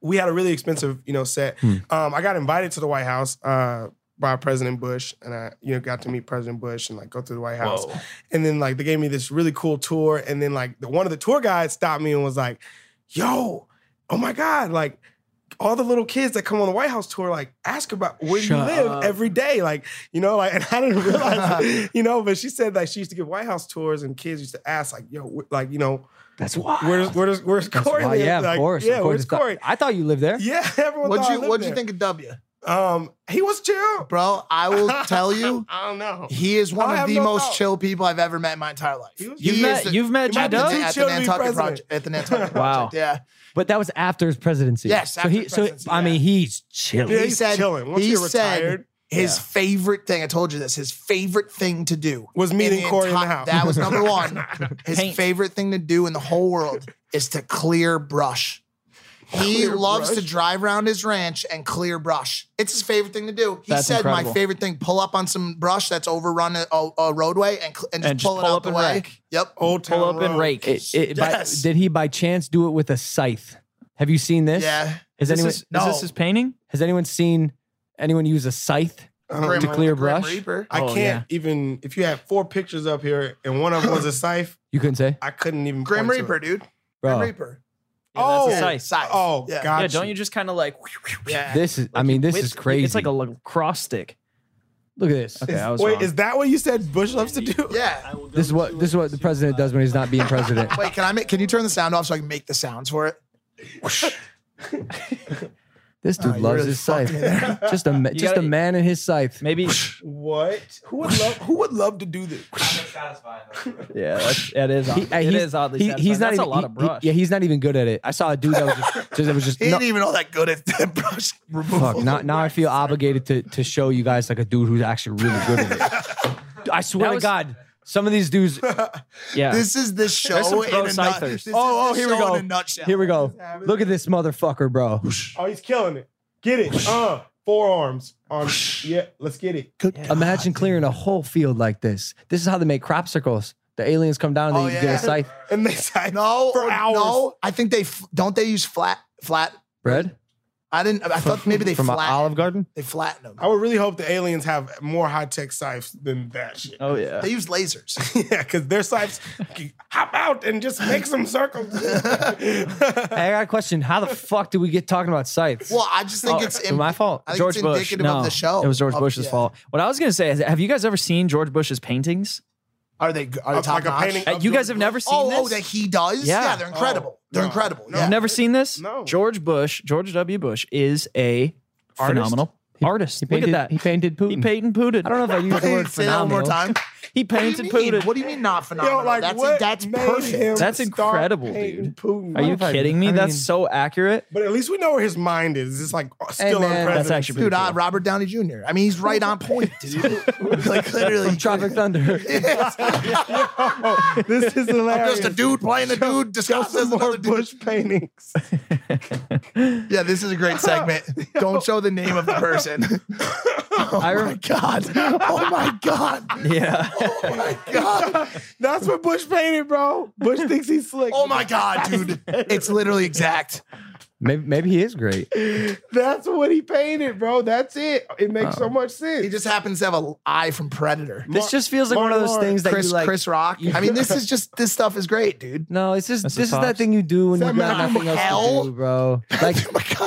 [SPEAKER 4] we had a really expensive, you know, set. Um, I got invited to the White House uh, by President Bush, and I, you know, got to meet President Bush and like go through the White House. And then like they gave me this really cool tour, and then like the, one of the tour guides stopped me and was like, "Yo, oh my God, like." All the little kids that come on the White House tour, like, ask about where
[SPEAKER 3] Shut
[SPEAKER 4] you live
[SPEAKER 3] up.
[SPEAKER 4] every day. Like, you know, like, and I
[SPEAKER 2] [LAUGHS]
[SPEAKER 4] didn't realize, you know, but she said like she used to give White House tours and kids used to ask, like, yo, wh- like, you know,
[SPEAKER 2] That's
[SPEAKER 4] wh-
[SPEAKER 2] wild.
[SPEAKER 4] Where's, where's, where's
[SPEAKER 2] That's
[SPEAKER 4] Corey?
[SPEAKER 2] wild.
[SPEAKER 4] live?
[SPEAKER 2] Yeah,
[SPEAKER 4] Like,
[SPEAKER 2] of course.
[SPEAKER 4] Yeah,
[SPEAKER 2] of course.
[SPEAKER 4] where's
[SPEAKER 2] It's not-
[SPEAKER 4] Corey?
[SPEAKER 2] I thought you lived there.
[SPEAKER 4] Yeah, everyone
[SPEAKER 1] What'd
[SPEAKER 4] thought I
[SPEAKER 1] you
[SPEAKER 4] lived
[SPEAKER 1] What'd you
[SPEAKER 4] there.
[SPEAKER 1] think of W,
[SPEAKER 4] Um, he was chill.
[SPEAKER 1] bro? I
[SPEAKER 4] [LAUGHS]
[SPEAKER 1] will tell you,
[SPEAKER 4] I don't know.
[SPEAKER 1] he is
[SPEAKER 4] I
[SPEAKER 1] one of
[SPEAKER 4] have
[SPEAKER 1] the
[SPEAKER 4] no
[SPEAKER 1] most
[SPEAKER 4] doubt.
[SPEAKER 1] chill people I've ever met in my entire life.
[SPEAKER 4] He was-
[SPEAKER 1] He
[SPEAKER 3] You've
[SPEAKER 1] is
[SPEAKER 3] met-
[SPEAKER 1] the-
[SPEAKER 3] you've met
[SPEAKER 1] He might be
[SPEAKER 3] G-Dub?
[SPEAKER 1] too at
[SPEAKER 4] Chill
[SPEAKER 1] the
[SPEAKER 4] to be
[SPEAKER 1] Nantucket
[SPEAKER 4] president.
[SPEAKER 1] Project. At
[SPEAKER 3] [LAUGHS]
[SPEAKER 1] the Nantucket
[SPEAKER 3] Wow.
[SPEAKER 1] Project, yeah.
[SPEAKER 2] But that was after his presidency.
[SPEAKER 1] Yes,
[SPEAKER 2] So
[SPEAKER 1] after
[SPEAKER 2] he.
[SPEAKER 1] his
[SPEAKER 2] So
[SPEAKER 1] presidency,
[SPEAKER 2] I mean, he's
[SPEAKER 4] Yeah,
[SPEAKER 2] chilling.
[SPEAKER 1] He
[SPEAKER 4] he's
[SPEAKER 1] said.
[SPEAKER 4] chilling. Once
[SPEAKER 1] he
[SPEAKER 4] you're
[SPEAKER 1] said
[SPEAKER 4] retired,
[SPEAKER 1] his
[SPEAKER 4] yeah.
[SPEAKER 1] favorite thing. I told you this. His favorite thing to do
[SPEAKER 4] Was meeting
[SPEAKER 1] the
[SPEAKER 4] Corey in the
[SPEAKER 1] entire-
[SPEAKER 4] house.
[SPEAKER 1] That was number
[SPEAKER 4] [LAUGHS]
[SPEAKER 1] one. His
[SPEAKER 3] Paint.
[SPEAKER 1] favorite thing to do in the whole world is to clear brush. He
[SPEAKER 4] Clear
[SPEAKER 1] loves
[SPEAKER 4] brush?
[SPEAKER 1] to drive around his ranch and clear brush. It's his favorite thing to do. He
[SPEAKER 3] That's
[SPEAKER 1] said,
[SPEAKER 3] incredible.
[SPEAKER 1] "My favorite thing: pull up on some brush that's overrun a, a- a roadway and cl- and just
[SPEAKER 3] And just
[SPEAKER 1] pull it
[SPEAKER 3] pull
[SPEAKER 1] out
[SPEAKER 3] up
[SPEAKER 1] the
[SPEAKER 3] and
[SPEAKER 1] way."
[SPEAKER 3] wreck.
[SPEAKER 1] Yep.
[SPEAKER 4] Old Town
[SPEAKER 3] Pull up and
[SPEAKER 4] Road.
[SPEAKER 3] rake.
[SPEAKER 2] It- it- by-
[SPEAKER 1] Yes.
[SPEAKER 2] did he by chance do it with a scythe? Have you seen this?
[SPEAKER 1] Yeah.
[SPEAKER 3] Is
[SPEAKER 2] Has anyone
[SPEAKER 3] this, is this
[SPEAKER 1] no.
[SPEAKER 3] his painting?
[SPEAKER 2] has anyone seen anyone use a scythe?
[SPEAKER 4] Um,
[SPEAKER 2] to clear
[SPEAKER 1] the Grim
[SPEAKER 2] brush?
[SPEAKER 1] Reaper.
[SPEAKER 4] I
[SPEAKER 3] Oh,
[SPEAKER 4] can't even. If you had four pictures up here and one of them
[SPEAKER 1] [LAUGHS]
[SPEAKER 4] was a scythe,
[SPEAKER 2] You couldn't say,
[SPEAKER 4] I couldn't even.
[SPEAKER 1] Grim
[SPEAKER 4] point to
[SPEAKER 1] Reaper,
[SPEAKER 4] it.
[SPEAKER 1] dude.
[SPEAKER 2] bro.
[SPEAKER 1] Grim Reaper.
[SPEAKER 3] Yeah,
[SPEAKER 4] Oh,
[SPEAKER 3] that's a scythe.
[SPEAKER 1] Scythe.
[SPEAKER 4] oh,
[SPEAKER 1] Yeah.
[SPEAKER 4] God.
[SPEAKER 3] Yeah, don't you just kind of like? [LAUGHS]
[SPEAKER 1] Yeah.
[SPEAKER 2] This is. I mean, this
[SPEAKER 3] It's-
[SPEAKER 2] is crazy.
[SPEAKER 3] It's like a l- cross stick.
[SPEAKER 2] look at this.
[SPEAKER 3] Okay, I was
[SPEAKER 4] Wait,
[SPEAKER 3] wrong.
[SPEAKER 4] is that what you said Bush loves to do?
[SPEAKER 1] Yeah.
[SPEAKER 2] This is what this is what the president does when he's not being
[SPEAKER 1] [LAUGHS]
[SPEAKER 2] president.
[SPEAKER 1] Wait, can I make? Can you turn the sound off so I can make the sounds for it?
[SPEAKER 2] This
[SPEAKER 1] Oh,
[SPEAKER 2] dude loves his scythe. [LAUGHS] Just a ma- just
[SPEAKER 3] gotta-
[SPEAKER 2] a man and his scythe.
[SPEAKER 3] [LAUGHS] Maybe.
[SPEAKER 4] What? Who would love? Who would love to do this?
[SPEAKER 3] yeah, that's, that is. Odd.
[SPEAKER 2] He- uh,
[SPEAKER 3] it
[SPEAKER 2] he's-
[SPEAKER 3] is oddly.
[SPEAKER 2] he-
[SPEAKER 3] satisfying.
[SPEAKER 2] he's not
[SPEAKER 3] That's
[SPEAKER 2] even,
[SPEAKER 3] a lot
[SPEAKER 2] he-
[SPEAKER 3] of brush.
[SPEAKER 2] he- yeah, he's not even good at it. I saw a dude that was just, just it was just
[SPEAKER 1] [LAUGHS] He
[SPEAKER 2] no,
[SPEAKER 1] ain't even all that good at [LAUGHS] the brush removal.
[SPEAKER 2] fuck. Now, now I feel obligated to to show you guys like a dude who's actually really good at it. I swear
[SPEAKER 3] was-
[SPEAKER 2] to God, some of these
[SPEAKER 1] [LAUGHS]
[SPEAKER 2] dudes.
[SPEAKER 3] yeah.
[SPEAKER 1] This is this
[SPEAKER 3] There's some
[SPEAKER 1] show in
[SPEAKER 3] pro
[SPEAKER 1] a nut,
[SPEAKER 3] scythers.
[SPEAKER 1] this is
[SPEAKER 2] Oh, oh,
[SPEAKER 1] this
[SPEAKER 2] here we
[SPEAKER 1] show
[SPEAKER 2] go.
[SPEAKER 1] In a nutshell.
[SPEAKER 2] Here we go. Look at this motherfucker, bro.
[SPEAKER 4] Oh, he's killing it. Get it. Uh, forearms. Arms. Yeah, let's get it.
[SPEAKER 2] Imagine clearing a whole field like this. This is how they make crop circles. The aliens come down and
[SPEAKER 1] Oh,
[SPEAKER 2] they get
[SPEAKER 1] yeah.
[SPEAKER 2] a scythe.
[SPEAKER 4] And they say
[SPEAKER 1] No,
[SPEAKER 4] for
[SPEAKER 1] or-
[SPEAKER 4] hours.
[SPEAKER 1] no. I think they f- don't. They use flat, flat.
[SPEAKER 2] Bread
[SPEAKER 1] I didn't. I thought maybe they
[SPEAKER 2] from
[SPEAKER 1] flatten.
[SPEAKER 2] Olive Garden.
[SPEAKER 1] They flatten them.
[SPEAKER 4] I would really hope the aliens have more high tech scythes than that shit.
[SPEAKER 3] oh yeah.
[SPEAKER 1] They use lasers.
[SPEAKER 4] [LAUGHS] yeah, because their scythes can hop out and just make some circles.
[SPEAKER 2] I got a question. How the fuck did we get talking about scythes?
[SPEAKER 1] Well, I just think
[SPEAKER 2] Oh,
[SPEAKER 1] it's im-
[SPEAKER 2] my fault.
[SPEAKER 1] I think
[SPEAKER 3] George
[SPEAKER 1] it's
[SPEAKER 3] Bush.
[SPEAKER 1] indicative
[SPEAKER 3] No,
[SPEAKER 1] of the show.
[SPEAKER 3] it was George
[SPEAKER 1] Of-
[SPEAKER 3] Bush's
[SPEAKER 1] Oh, yeah.
[SPEAKER 3] fault. What I was gonna say is, have you guys ever seen George Bush's paintings?
[SPEAKER 1] Are they? Are they
[SPEAKER 4] Of, like,
[SPEAKER 1] top
[SPEAKER 4] a
[SPEAKER 1] notch?
[SPEAKER 4] painting
[SPEAKER 3] Uh,
[SPEAKER 4] Of
[SPEAKER 3] you
[SPEAKER 4] George
[SPEAKER 3] guys have
[SPEAKER 4] Bush?
[SPEAKER 3] never seen
[SPEAKER 1] Oh,
[SPEAKER 3] this.
[SPEAKER 1] oh, that he does.
[SPEAKER 3] Yeah.
[SPEAKER 1] Yeah, they're incredible. they're
[SPEAKER 4] Oh, no,
[SPEAKER 1] incredible.
[SPEAKER 4] no.
[SPEAKER 1] yeah.
[SPEAKER 3] You've never seen this?
[SPEAKER 4] No.
[SPEAKER 3] George Bush, George W. Bush, is a phenomenal artist.
[SPEAKER 2] He
[SPEAKER 3] Look
[SPEAKER 2] painted
[SPEAKER 3] at that.
[SPEAKER 2] He painted Putin.
[SPEAKER 3] He painted Putin.
[SPEAKER 2] I don't know if I used the word
[SPEAKER 1] Say that one more
[SPEAKER 2] phenomenal.
[SPEAKER 1] time.
[SPEAKER 3] [LAUGHS] He painted
[SPEAKER 1] What do you mean?
[SPEAKER 3] Putin.
[SPEAKER 1] What do you mean not phenomenal?
[SPEAKER 4] like,
[SPEAKER 1] that's
[SPEAKER 4] what
[SPEAKER 1] that's
[SPEAKER 4] made
[SPEAKER 1] perfect.
[SPEAKER 4] him
[SPEAKER 3] That's
[SPEAKER 4] start
[SPEAKER 3] incredible,
[SPEAKER 4] painting
[SPEAKER 3] dude.
[SPEAKER 4] Putin?
[SPEAKER 3] Are you
[SPEAKER 4] What if I-
[SPEAKER 3] kidding me?
[SPEAKER 4] I
[SPEAKER 3] That's
[SPEAKER 4] mean-
[SPEAKER 3] so accurate.
[SPEAKER 4] But at least we know where his mind is. It's like uh, still
[SPEAKER 3] man,
[SPEAKER 4] on
[SPEAKER 3] that's
[SPEAKER 4] presidents.
[SPEAKER 3] actually
[SPEAKER 1] Dude, ah, Robert Downey Jr. I mean, he's right on [LAUGHS] point, dude. like literally,
[SPEAKER 2] Tropic Thunder.
[SPEAKER 4] Yo, Oh, this is hilarious.
[SPEAKER 1] [LAUGHS] just a dude playing a dude. Discussed as another dude.
[SPEAKER 4] Bush paintings.
[SPEAKER 1] Yeah, this is a great [LAUGHS] segment. Don't show the name of the person. [LAUGHS] [LAUGHS] oh my god. Oh my god. Oh
[SPEAKER 3] Yeah.
[SPEAKER 1] God.
[SPEAKER 4] That's what Bush painted, bro. Bush thinks he's slick.
[SPEAKER 1] Oh my god, dude. It's literally exact.
[SPEAKER 2] Maybe, maybe he is great.
[SPEAKER 4] That's what he painted, bro. That's it. It makes so much sense.
[SPEAKER 1] He just happens to have an eye from Predator.
[SPEAKER 2] This just feels like one of those
[SPEAKER 4] Martin
[SPEAKER 2] things that
[SPEAKER 1] Chris
[SPEAKER 2] you like.
[SPEAKER 1] Chris Rock. I mean, this is just this stuff is great, dude.
[SPEAKER 2] No, it's just
[SPEAKER 3] That's the
[SPEAKER 2] this is that
[SPEAKER 3] Fox.
[SPEAKER 2] thing you do when you've
[SPEAKER 4] Seven
[SPEAKER 2] got nothing else
[SPEAKER 1] Hell?
[SPEAKER 2] to do,
[SPEAKER 4] [LAUGHS]
[SPEAKER 2] bro. Like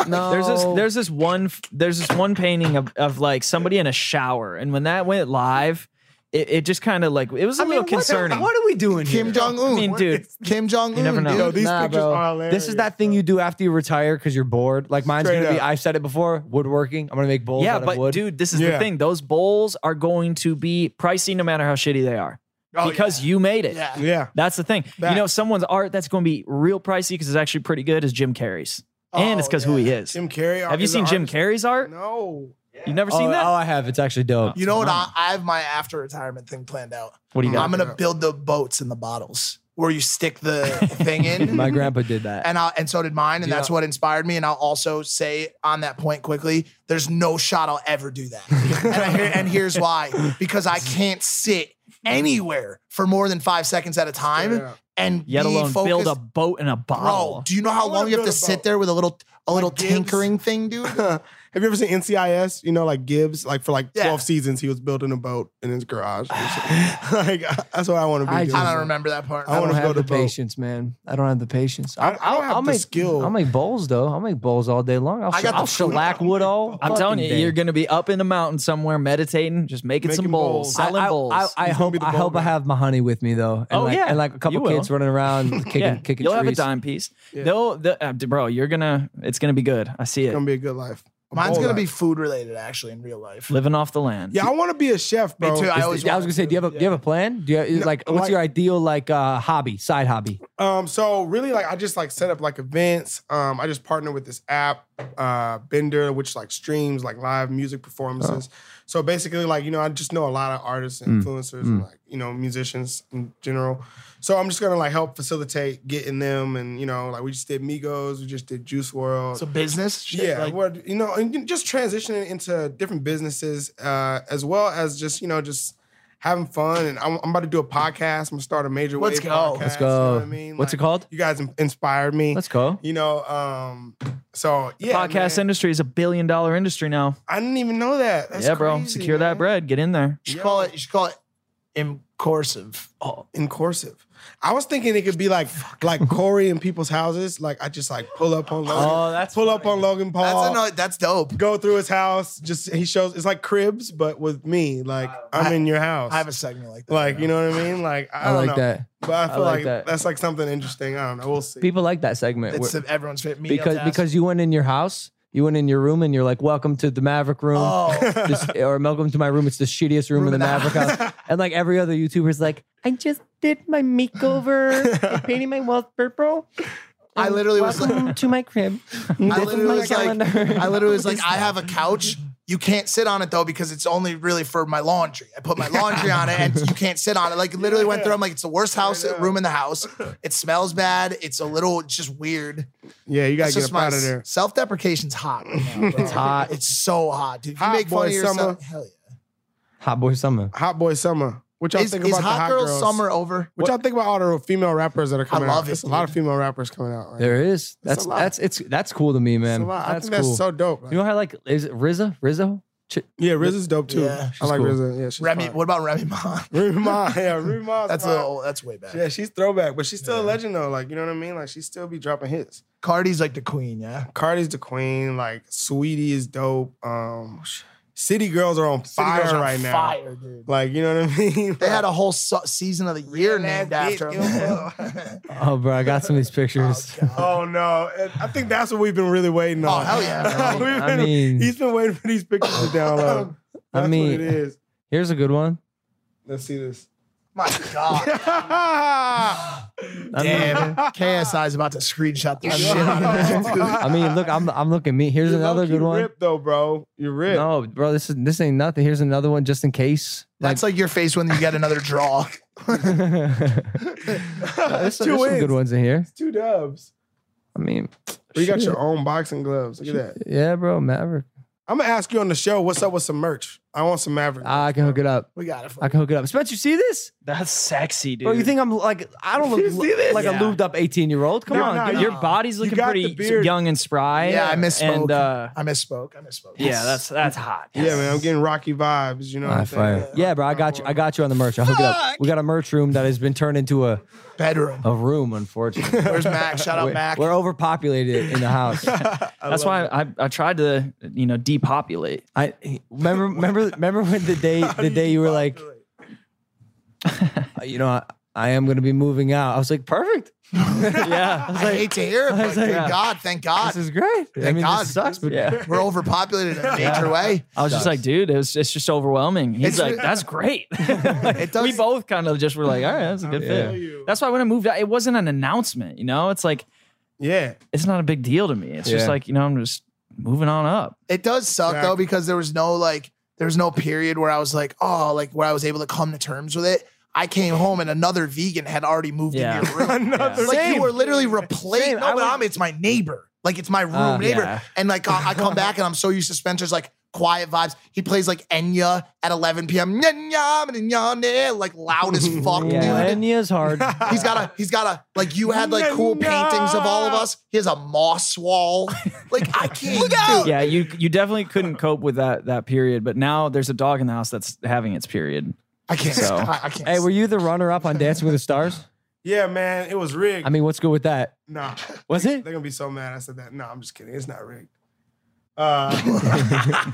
[SPEAKER 2] no,
[SPEAKER 3] There's this there's this one f- there's this one painting of, of like somebody in a shower, and when that went live, it, it just kind of like it was a
[SPEAKER 2] I mean,
[SPEAKER 3] little
[SPEAKER 2] what the-
[SPEAKER 3] concerning.
[SPEAKER 2] What are we doing here?
[SPEAKER 1] Kim Jong Un.
[SPEAKER 3] I mean, dude,
[SPEAKER 1] Kim Jong Un.
[SPEAKER 3] You never know.
[SPEAKER 1] dude.
[SPEAKER 4] Yo, these
[SPEAKER 2] Nah,
[SPEAKER 4] pictures
[SPEAKER 2] bro.
[SPEAKER 4] are hilarious.
[SPEAKER 2] This is that thing you do after you retire because you're bored. Like mine's
[SPEAKER 4] Straight
[SPEAKER 2] gonna be.
[SPEAKER 4] up.
[SPEAKER 2] I've said it before. Woodworking. I'm gonna make bowls
[SPEAKER 3] yeah,
[SPEAKER 2] out
[SPEAKER 3] but
[SPEAKER 2] of wood.
[SPEAKER 3] dude, this is the
[SPEAKER 4] Yeah.
[SPEAKER 3] thing. Those bowls are going to be pricey no matter how shitty they are
[SPEAKER 1] Oh,
[SPEAKER 3] because you made it.
[SPEAKER 1] Yeah.
[SPEAKER 4] Yeah.
[SPEAKER 3] That's the thing. You
[SPEAKER 4] That-
[SPEAKER 3] know, someone's art that's going to be real pricey because it's actually pretty good is Jim Carrey's, and it's
[SPEAKER 1] Oh,
[SPEAKER 3] because who he is.
[SPEAKER 4] Jim Carrey.
[SPEAKER 3] Have you
[SPEAKER 4] is
[SPEAKER 3] seen
[SPEAKER 4] an
[SPEAKER 3] Jim
[SPEAKER 4] artist.
[SPEAKER 3] Carrey's art?
[SPEAKER 4] No.
[SPEAKER 3] You've never
[SPEAKER 2] oh,
[SPEAKER 3] seen that?
[SPEAKER 2] oh, I have. It's
[SPEAKER 3] [LAUGHS]
[SPEAKER 2] actually dope.
[SPEAKER 1] You know what? I, I have my after retirement thing planned out.
[SPEAKER 3] What do you got?
[SPEAKER 1] I'm gonna build the boats in the bottles where you stick the
[SPEAKER 3] [LAUGHS]
[SPEAKER 1] thing in.
[SPEAKER 2] My grandpa did that.
[SPEAKER 1] and I, and so did mine, and that's what inspired me. And I'll also say on that point quickly: there's no shot I'll ever
[SPEAKER 3] [LAUGHS]
[SPEAKER 1] do that. and, I hear, and here's why: because I can't sit anywhere for more than five seconds at a time,
[SPEAKER 4] Yeah.
[SPEAKER 1] and
[SPEAKER 3] Yet
[SPEAKER 1] be
[SPEAKER 3] alone
[SPEAKER 1] focused.
[SPEAKER 3] build a boat in a bottle.
[SPEAKER 1] Bro, do you know how
[SPEAKER 4] wanna
[SPEAKER 1] long you have to
[SPEAKER 4] build a
[SPEAKER 1] sit
[SPEAKER 4] boat.
[SPEAKER 1] there with a little a little
[SPEAKER 4] Gibbs.
[SPEAKER 1] tinkering thing,
[SPEAKER 3] [LAUGHS]
[SPEAKER 1] dude?
[SPEAKER 4] Have you ever seen NCIS? You know, like Gibbs, like for like
[SPEAKER 1] Yeah.
[SPEAKER 4] 12 seasons, he was building a boat in
[SPEAKER 2] [SIGHS]
[SPEAKER 4] his garage. [LAUGHS] or something. like, that's what I want to be
[SPEAKER 2] I
[SPEAKER 4] doing.
[SPEAKER 1] I don't remember that part.
[SPEAKER 2] I
[SPEAKER 4] I
[SPEAKER 2] don't
[SPEAKER 4] wanna
[SPEAKER 2] have
[SPEAKER 4] build
[SPEAKER 2] the
[SPEAKER 4] a boat.
[SPEAKER 2] patience, man. I don't have the patience.
[SPEAKER 4] I- I don't have the
[SPEAKER 2] make,
[SPEAKER 4] skill.
[SPEAKER 2] I'll make bowls though. I'll make bowls all day long. I'll,
[SPEAKER 1] I
[SPEAKER 2] sh-
[SPEAKER 1] got the
[SPEAKER 2] I'll
[SPEAKER 1] food.
[SPEAKER 2] shellac wood all.
[SPEAKER 3] I'm telling you,
[SPEAKER 2] fucking day.
[SPEAKER 3] you're gonna be up in the mountain somewhere meditating, just making, some
[SPEAKER 4] Making
[SPEAKER 3] bowls,
[SPEAKER 4] bowls.
[SPEAKER 3] selling
[SPEAKER 2] I,
[SPEAKER 3] bowls.
[SPEAKER 2] I, I, I
[SPEAKER 4] He's gonna
[SPEAKER 2] hope
[SPEAKER 4] be the
[SPEAKER 2] I
[SPEAKER 4] ball
[SPEAKER 2] hope I
[SPEAKER 4] man.
[SPEAKER 2] have my honey with me though. And
[SPEAKER 3] Oh,
[SPEAKER 2] like,
[SPEAKER 3] yeah.
[SPEAKER 2] and like a couple
[SPEAKER 3] You
[SPEAKER 2] kids
[SPEAKER 3] will.
[SPEAKER 2] running
[SPEAKER 3] [LAUGHS]
[SPEAKER 2] around kicking
[SPEAKER 3] yeah,
[SPEAKER 2] kicking
[SPEAKER 3] you'll
[SPEAKER 2] trees.
[SPEAKER 3] have a dime piece.
[SPEAKER 4] Yeah.
[SPEAKER 3] They'll, the- uh, bro, you're gonna, it's gonna be good. I see
[SPEAKER 4] It's
[SPEAKER 3] it.
[SPEAKER 4] going to be a good life. A
[SPEAKER 1] Mine's
[SPEAKER 4] bowl
[SPEAKER 1] gonna
[SPEAKER 4] life.
[SPEAKER 1] be food related, actually, in real life.
[SPEAKER 3] Living off the land.
[SPEAKER 4] Yeah, I want to be a chef,
[SPEAKER 1] Me
[SPEAKER 4] bro.
[SPEAKER 1] too. I always
[SPEAKER 2] Yeah, I was gonna say, do you have a do you have a plan? Do you have,
[SPEAKER 4] No,
[SPEAKER 2] like what's
[SPEAKER 4] like-
[SPEAKER 2] your ideal like uh hobby side hobby?
[SPEAKER 4] Um, so really, like I just like set up like events. Um, I just partner with this app, uh, Bender, which like streams like live music performances. So basically, like you know, I just know a lot of artists and influencers, and like you know, musicians in general. So I'm just gonna like help facilitate getting them, and you know, like we just did Migos, we just did Juice World.
[SPEAKER 1] So business, shit,
[SPEAKER 4] yeah,
[SPEAKER 1] like-
[SPEAKER 4] where, you know, and just transitioning into different businesses, uh, as well as just you know, just having fun. And I'm, I'm about to do a podcast. I'm gonna start a major.
[SPEAKER 1] Let's go.
[SPEAKER 4] Wave podcast,
[SPEAKER 2] Let's
[SPEAKER 4] you know
[SPEAKER 2] go.
[SPEAKER 4] what I mean?
[SPEAKER 2] What's it
[SPEAKER 4] Like,
[SPEAKER 2] called?
[SPEAKER 4] you guys in- inspired me.
[SPEAKER 2] Let's go.
[SPEAKER 4] You know, um, so yeah,
[SPEAKER 3] Podcast
[SPEAKER 4] man.
[SPEAKER 3] industry is a billion dollar industry now.
[SPEAKER 4] I didn't even know that. That's
[SPEAKER 3] yeah, bro.
[SPEAKER 4] crazy,
[SPEAKER 3] Secure
[SPEAKER 4] man.
[SPEAKER 3] that bread. Get in there.
[SPEAKER 1] You should call it. You should call it. Incursive.
[SPEAKER 4] Oh, in cursive. I was thinking it could be like like Corey in people's houses. Like I just like pull up on Logan.
[SPEAKER 3] Oh, that's
[SPEAKER 4] pull up on Logan Paul.
[SPEAKER 2] oh.
[SPEAKER 1] That's another, that's dope.
[SPEAKER 4] go through his house. Just he shows it's like cribs, but with me. Like I'm in your house.
[SPEAKER 1] I have a segment like that.
[SPEAKER 4] like you know what
[SPEAKER 1] [SIGHS]
[SPEAKER 4] I mean? Like I,
[SPEAKER 2] I like
[SPEAKER 4] don't know.
[SPEAKER 2] that.
[SPEAKER 4] But I feel
[SPEAKER 2] like
[SPEAKER 4] like,
[SPEAKER 2] that.
[SPEAKER 4] that's like something interesting. I don't know. We'll see.
[SPEAKER 2] People like that segment.
[SPEAKER 1] it's
[SPEAKER 2] We're-
[SPEAKER 1] the, everyone's favorite. meal
[SPEAKER 2] because
[SPEAKER 1] task.
[SPEAKER 2] because you went in your house, you went in your room, and you're like, "Welcome to the Maverick room,"
[SPEAKER 1] oh,
[SPEAKER 2] [LAUGHS] This- or "Welcome to my room." It's the shittiest room, in the Maverick
[SPEAKER 4] [LAUGHS]
[SPEAKER 2] house. And like every other YouTuber's like, "I just did my makeover,
[SPEAKER 4] [LAUGHS]
[SPEAKER 2] I painted my walls purple."
[SPEAKER 1] I literally was like,
[SPEAKER 2] Welcome to my
[SPEAKER 4] [LAUGHS]
[SPEAKER 2] crib.
[SPEAKER 1] I
[SPEAKER 2] This is
[SPEAKER 1] literally
[SPEAKER 2] my
[SPEAKER 1] was like,
[SPEAKER 2] calendar.
[SPEAKER 1] I
[SPEAKER 2] [LAUGHS]
[SPEAKER 1] literally was like, I have a couch. You can't sit on it though because it's only really for my laundry. I put my laundry
[SPEAKER 2] [LAUGHS]
[SPEAKER 1] on it, and you can't sit on it. Like literally went through. I'm like, it's the worst house room in the house. It smells bad. It's a little, it's just weird.
[SPEAKER 4] yeah, you gotta
[SPEAKER 1] It's
[SPEAKER 4] get
[SPEAKER 1] just
[SPEAKER 4] up out of there.
[SPEAKER 1] Self deprecation's hot. Right now, bro. it's
[SPEAKER 2] hot.
[SPEAKER 1] It's so hot, dude. If you
[SPEAKER 4] Hot
[SPEAKER 1] make fun
[SPEAKER 4] boy
[SPEAKER 1] of yourself.
[SPEAKER 4] summer.
[SPEAKER 1] Hell yeah.
[SPEAKER 2] Hot boy summer.
[SPEAKER 4] Hot boy summer. What y'all
[SPEAKER 1] Is,
[SPEAKER 4] think
[SPEAKER 1] is
[SPEAKER 4] about
[SPEAKER 1] hot,
[SPEAKER 4] the hot
[SPEAKER 1] girl
[SPEAKER 4] girls?
[SPEAKER 1] summer over?
[SPEAKER 4] What y'all think about all the female rappers that are coming
[SPEAKER 1] love
[SPEAKER 4] out?
[SPEAKER 1] it,
[SPEAKER 4] There's a lot of
[SPEAKER 1] dude.
[SPEAKER 4] female rappers coming out. Right
[SPEAKER 2] There is. That's
[SPEAKER 4] lot.
[SPEAKER 2] that's it's that's cool to me,
[SPEAKER 4] now.
[SPEAKER 2] man.
[SPEAKER 4] It's a lot.
[SPEAKER 2] That's
[SPEAKER 4] I think
[SPEAKER 2] cool.
[SPEAKER 4] that's so dope. Like,
[SPEAKER 2] you know how I like is it RZA? Rizzo? Ch-
[SPEAKER 4] yeah, RZA's dope too.
[SPEAKER 1] Yeah,
[SPEAKER 4] I
[SPEAKER 2] she's
[SPEAKER 4] like
[SPEAKER 2] cool.
[SPEAKER 4] RZA. Yeah, she's
[SPEAKER 1] Remy,
[SPEAKER 4] fine.
[SPEAKER 1] what about Remy Ma?
[SPEAKER 4] Remy Ma, yeah, [LAUGHS] Remy Ma's
[SPEAKER 1] That's a
[SPEAKER 4] fine.
[SPEAKER 1] little, that's way back.
[SPEAKER 4] Yeah, she's throwback, but she's still a legend though. Like you know what I mean? Like she still be dropping hits.
[SPEAKER 1] Cardi's like the queen, yeah.
[SPEAKER 4] Cardi's the queen. Like Sweetie is dope. Um, City Girls are on fire
[SPEAKER 1] Girls are on
[SPEAKER 4] right now.
[SPEAKER 1] Fire, dude.
[SPEAKER 4] Like you know what I mean?
[SPEAKER 1] They had a whole su- season of the year named after [LAUGHS] him.
[SPEAKER 2] Oh, bro, I got some of these pictures.
[SPEAKER 4] [LAUGHS] [LAUGHS] Oh no! And I think that's what we've been really waiting
[SPEAKER 1] Oh,
[SPEAKER 4] on.
[SPEAKER 1] hell yeah, bro.
[SPEAKER 4] [LAUGHS] We've
[SPEAKER 2] I
[SPEAKER 4] been-
[SPEAKER 2] mean-
[SPEAKER 4] he's been [LAUGHS] waiting for these pictures to download.
[SPEAKER 2] I
[SPEAKER 4] That's
[SPEAKER 2] mean-
[SPEAKER 4] what it is.
[SPEAKER 2] Here's a good one.
[SPEAKER 4] Let's see this.
[SPEAKER 1] My
[SPEAKER 4] [LAUGHS]
[SPEAKER 1] God. Damn. KSI is about to screenshot the shit out of
[SPEAKER 4] [LAUGHS]
[SPEAKER 1] this.
[SPEAKER 2] I mean, look, I'm I'm looking. Me, [LAUGHS] here's another good one.
[SPEAKER 4] Rip though, bro. You're ripped.
[SPEAKER 2] No, bro, this is this ain't nothing. Here's another one, just in
[SPEAKER 4] [LAUGHS]
[SPEAKER 2] case. [LAUGHS]
[SPEAKER 1] That's like your face when you get another draw. [LAUGHS]
[SPEAKER 2] There's some, there's some good ones in here.
[SPEAKER 4] Two dubs.
[SPEAKER 2] I mean,
[SPEAKER 4] Well, you got
[SPEAKER 2] shit.
[SPEAKER 4] your own boxing gloves.
[SPEAKER 2] [LAUGHS]
[SPEAKER 4] Look at that.
[SPEAKER 2] Yeah, bro, Maverick.
[SPEAKER 4] I'm gonna ask you on the show. What's up with some merch? I want some Maverick.
[SPEAKER 2] Ah, I can hook it up.
[SPEAKER 4] We got it.
[SPEAKER 2] I can hook it up. Spencer, you see this?
[SPEAKER 3] That's sexy, dude.
[SPEAKER 2] Bro, you think I'm like I
[SPEAKER 4] [LAUGHS]
[SPEAKER 2] don't look
[SPEAKER 3] You see this?
[SPEAKER 2] like
[SPEAKER 3] Yeah.
[SPEAKER 2] a lubed up 18 year old? Come
[SPEAKER 3] No,
[SPEAKER 2] on,
[SPEAKER 3] no,
[SPEAKER 2] give me-
[SPEAKER 3] your body's looking
[SPEAKER 2] got
[SPEAKER 3] pretty
[SPEAKER 2] the beard.
[SPEAKER 3] young and spry.
[SPEAKER 1] Yeah, I
[SPEAKER 3] And
[SPEAKER 1] misspoke.
[SPEAKER 3] uh,
[SPEAKER 1] I misspoke. I misspoke.
[SPEAKER 3] yeah, that's that's hot.
[SPEAKER 4] Yeah, man. I'm getting Rocky vibes. You know. What
[SPEAKER 2] I
[SPEAKER 4] I'm saying?
[SPEAKER 2] Ah, fire. Yeah, bro, I got you. I got you on the merch. I'll hook it up. We got a merch room that has been turned into a
[SPEAKER 1] bedroom.
[SPEAKER 2] A room, unfortunately. [LAUGHS]
[SPEAKER 4] [LAUGHS]
[SPEAKER 1] Where's Mac? Shout out
[SPEAKER 2] We-
[SPEAKER 1] Mac.
[SPEAKER 2] We're overpopulated in the house.
[SPEAKER 3] That's why I, I tried to you know depopulate.
[SPEAKER 2] I remember remember remember when the day the day you were like, you know, I, I am gonna be moving out. I was like, perfect.
[SPEAKER 3] [LAUGHS] yeah. [LAUGHS]
[SPEAKER 1] I, hate to hear it, but thank God, thank God.
[SPEAKER 2] This is great.
[SPEAKER 1] Thank
[SPEAKER 2] I mean,
[SPEAKER 1] God.
[SPEAKER 2] this sucks, but
[SPEAKER 3] Yeah.
[SPEAKER 1] We're overpopulated in a major way.
[SPEAKER 3] I was just like, dude, it was, it's just overwhelming. He's
[SPEAKER 1] It's-
[SPEAKER 3] like, that's great. [LAUGHS] we both kind of just were like, all right, that's a good fit. That's why when I moved out, it wasn't an announcement. You know, it's like,
[SPEAKER 4] yeah,
[SPEAKER 3] it's not a big deal to me. It's just
[SPEAKER 1] Yeah.
[SPEAKER 3] like, you know, I'm just moving on up.
[SPEAKER 1] It does suck though because there was no like there was no period where I was like, oh, like where I was able to come to terms with it. I came home and another vegan had already moved
[SPEAKER 3] Yeah.
[SPEAKER 1] in your room.
[SPEAKER 3] Another
[SPEAKER 1] Like
[SPEAKER 3] Same.
[SPEAKER 1] you were literally replaced. No, but I'm it's my neighbor. Like it's my room
[SPEAKER 3] Uh,
[SPEAKER 1] neighbor.
[SPEAKER 3] yeah.
[SPEAKER 1] And like I I come back and I'm so used to Spencer's like quiet vibes. He plays like Enya at 11 p.m. Nya-nya, nya-nya, Like loud as fuck, dude.
[SPEAKER 2] Lenya's E hard.
[SPEAKER 1] He's got a he's got a like you had like cool paintings of all of us. He has a moss wall. Like [LAUGHS] I can't look out.
[SPEAKER 3] Yeah, you you definitely couldn't cope with that that period, but now there's a dog in the house that's having its period.
[SPEAKER 1] I can't.
[SPEAKER 3] So
[SPEAKER 1] I, I can't.
[SPEAKER 2] Hey, were you the runner up on Dancing with
[SPEAKER 3] [LAUGHS]
[SPEAKER 2] the Stars?
[SPEAKER 4] Yeah, man. It was rigged.
[SPEAKER 2] I mean, what's good with that?
[SPEAKER 4] nah.
[SPEAKER 2] Was it?
[SPEAKER 4] They're gonna be so mad. I said that. No, I'm just kidding. It's not rigged. Uh,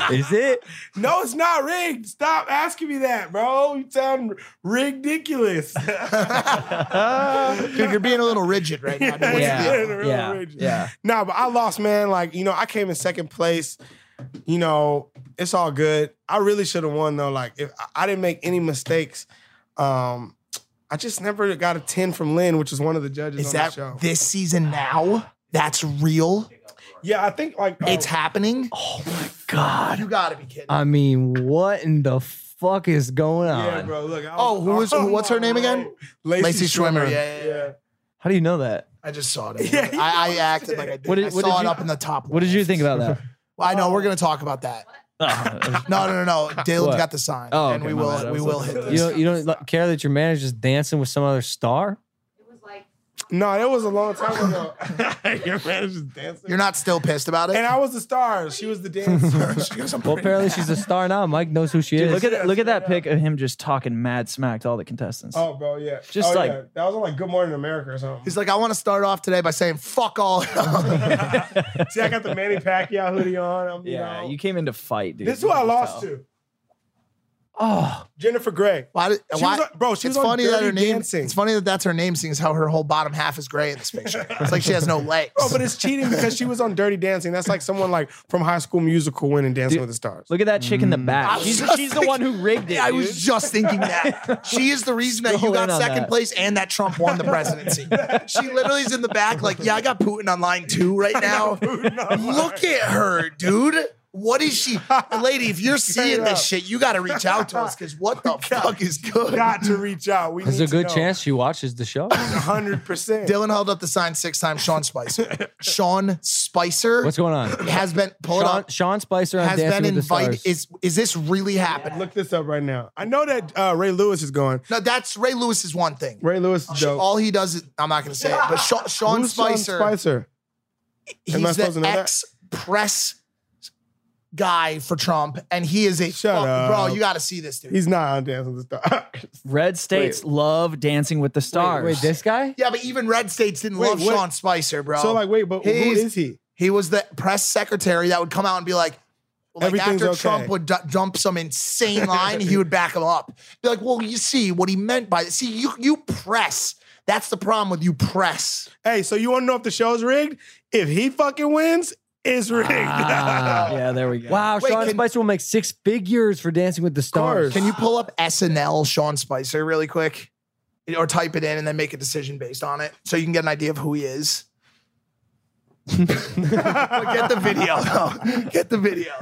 [SPEAKER 4] [LAUGHS]
[SPEAKER 2] Is it?
[SPEAKER 4] No, it's not rigged. Stop asking me that, bro. You sound ridiculous. [LAUGHS]
[SPEAKER 1] Dude, you're being a little rigid right now. dude. What's the deal?
[SPEAKER 4] Real rigid. Nah, but I lost, man. Like, you know, I came in second place. You know, it's all good. I really should have won though. Like, if I- I didn't make any mistakes, um, I just never got a 10 from Lynn, which is one of the judges
[SPEAKER 1] Is
[SPEAKER 4] on the show.
[SPEAKER 1] that this season now? That's real.
[SPEAKER 4] Yeah, I think like oh,
[SPEAKER 1] it's happening. Oh my god! You gotta be kidding.
[SPEAKER 2] I mean, what in the fuck is going on?
[SPEAKER 4] Yeah, bro. Look, I
[SPEAKER 1] Oh, who is who,
[SPEAKER 4] [LAUGHS]
[SPEAKER 1] what's her name again?
[SPEAKER 4] Lacey,
[SPEAKER 1] Lacey Schwimmer.
[SPEAKER 4] Schwimmer.
[SPEAKER 1] Yeah, yeah, yeah.
[SPEAKER 2] How do you know that?
[SPEAKER 1] I just saw it. I, I acted like I did.
[SPEAKER 2] What did-
[SPEAKER 1] I
[SPEAKER 2] what
[SPEAKER 1] saw
[SPEAKER 2] did
[SPEAKER 1] it
[SPEAKER 2] you-
[SPEAKER 1] up in the top.
[SPEAKER 2] What did you think about that?
[SPEAKER 1] Well, I know we're gonna talk about that. [LAUGHS] No, no, no, no. Dylan's
[SPEAKER 2] What?
[SPEAKER 1] got the sign,
[SPEAKER 2] Oh,
[SPEAKER 1] and
[SPEAKER 2] okay,
[SPEAKER 1] we
[SPEAKER 2] my bad.
[SPEAKER 1] will
[SPEAKER 2] I
[SPEAKER 1] we
[SPEAKER 2] was
[SPEAKER 1] will
[SPEAKER 2] like-
[SPEAKER 1] hit
[SPEAKER 2] You
[SPEAKER 1] this.
[SPEAKER 2] don't, you don't like, care that your manager's dancing with some other star?
[SPEAKER 4] No, that was a long time
[SPEAKER 1] [LAUGHS]
[SPEAKER 4] ago. Your manager's dancing.
[SPEAKER 1] You're not still pissed about it.
[SPEAKER 4] And I was the star. She was
[SPEAKER 1] [LAUGHS]
[SPEAKER 4] the dancer. She goes, I'm
[SPEAKER 2] Well,
[SPEAKER 4] pretty
[SPEAKER 2] apparently she's a star now. Mike knows who she
[SPEAKER 3] Dude,
[SPEAKER 2] is.
[SPEAKER 3] look at look at that pic of him just talking mad smack to all the contestants.
[SPEAKER 4] Oh, bro, yeah.
[SPEAKER 3] Just
[SPEAKER 4] Oh,
[SPEAKER 3] like-
[SPEAKER 4] yeah. that was on like Good Morning America or something.
[SPEAKER 1] He's like, I want to start off today by saying fuck all.
[SPEAKER 4] See, I got the Manny Pacquiao hoodie on. I'm, you
[SPEAKER 3] yeah,
[SPEAKER 4] know.
[SPEAKER 3] you came in to fight, dude.
[SPEAKER 4] this is who I lost to.
[SPEAKER 3] Oh,
[SPEAKER 4] Jennifer Gray.
[SPEAKER 1] Why? Did,
[SPEAKER 4] She
[SPEAKER 1] why
[SPEAKER 4] was on- bro, she
[SPEAKER 1] it's
[SPEAKER 4] was on
[SPEAKER 1] funny that
[SPEAKER 4] Dirty
[SPEAKER 1] her name.
[SPEAKER 4] Dancing.
[SPEAKER 1] It's funny that that's her name, seeing as how her whole bottom half is gray in this picture. it's like she has
[SPEAKER 4] [LAUGHS]
[SPEAKER 1] no legs.
[SPEAKER 4] Bro,
[SPEAKER 1] [LAUGHS]
[SPEAKER 4] but it's cheating because she was on Dirty Dancing. That's like someone like from High School Musical winning Dancing
[SPEAKER 3] Dude,
[SPEAKER 4] with the Stars.
[SPEAKER 3] Look at that chick in
[SPEAKER 2] Mm.
[SPEAKER 3] the
[SPEAKER 1] I
[SPEAKER 3] back.
[SPEAKER 1] was
[SPEAKER 3] She's,
[SPEAKER 1] just
[SPEAKER 3] she's the one who rigged it.
[SPEAKER 1] I
[SPEAKER 3] dude.
[SPEAKER 1] was just thinking that she is the reason that you
[SPEAKER 3] Go
[SPEAKER 1] got
[SPEAKER 3] in on
[SPEAKER 1] second
[SPEAKER 3] that.
[SPEAKER 1] place and that Trump won the presidency. she literally is in the back, like, yeah, I got Putin on line two right now. Look at her, dude. What is
[SPEAKER 4] [LAUGHS]
[SPEAKER 1] she, lady? If you're seeing
[SPEAKER 4] up.
[SPEAKER 1] this shit, you got to reach out to us because
[SPEAKER 4] [LAUGHS]
[SPEAKER 1] what the fuck is good?
[SPEAKER 4] Got to reach out. We
[SPEAKER 2] There's
[SPEAKER 4] need
[SPEAKER 2] a good
[SPEAKER 4] to know.
[SPEAKER 2] chance she watches the show.
[SPEAKER 4] 100%.
[SPEAKER 1] Dylan held up the sign six times. Sean
[SPEAKER 4] [LAUGHS]
[SPEAKER 1] Spicer. Sean Spicer.
[SPEAKER 2] What's going on?
[SPEAKER 1] Has been pull it
[SPEAKER 2] Sean,
[SPEAKER 1] up.
[SPEAKER 2] Sean Spicer on
[SPEAKER 1] Has
[SPEAKER 2] Dancing
[SPEAKER 1] been
[SPEAKER 2] with the
[SPEAKER 1] invited.
[SPEAKER 2] Stars.
[SPEAKER 1] Is is this really happening?
[SPEAKER 4] Look this up right now. I know that uh, Ray Lewis is going.
[SPEAKER 1] No, that's Ray Lewis is one thing.
[SPEAKER 4] Ray Lewis is dope.
[SPEAKER 1] All he does is I'm not going to say it, but Sean, Sean
[SPEAKER 4] Who's
[SPEAKER 1] Spicer.
[SPEAKER 4] Sean Spicer. Am I
[SPEAKER 1] He's
[SPEAKER 4] supposed to
[SPEAKER 1] the
[SPEAKER 4] know that?
[SPEAKER 1] ex press guy for Trump, and he is a
[SPEAKER 4] Shut
[SPEAKER 1] fuck- bro.
[SPEAKER 4] up.
[SPEAKER 1] You got to see this dude.
[SPEAKER 4] He's not on Dancing with the Stars.
[SPEAKER 3] Red states love Dancing with the Stars.
[SPEAKER 2] Wait, this guy?
[SPEAKER 1] yeah, but even red states didn't
[SPEAKER 4] Wait,
[SPEAKER 1] love
[SPEAKER 4] what-
[SPEAKER 1] Sean Spicer, bro.
[SPEAKER 4] So like, wait, but
[SPEAKER 1] He's-
[SPEAKER 4] who is he?
[SPEAKER 1] He was the press secretary that would come out and be like, like
[SPEAKER 4] Everything's
[SPEAKER 1] after
[SPEAKER 4] okay.
[SPEAKER 1] Trump would d- dump
[SPEAKER 2] [LAUGHS]
[SPEAKER 1] some insane line, he would back him up. Be like, well, you see what he meant by this. See, you you press. That's the problem with you press.
[SPEAKER 4] Hey, so you want to know if the show's rigged? If he fucking wins, it's rigged. [LAUGHS]
[SPEAKER 3] Ah, yeah, there we go.
[SPEAKER 2] Wow,
[SPEAKER 1] Wait,
[SPEAKER 2] Sean
[SPEAKER 1] can-
[SPEAKER 2] Spicer will make six figures for Dancing with the Stars.
[SPEAKER 1] Can you pull up SNL Sean Spicer really quick? or type it in and then make a decision based on it, so you can get an idea of who
[SPEAKER 2] [LAUGHS]
[SPEAKER 1] he is. but get the video though. Get the video.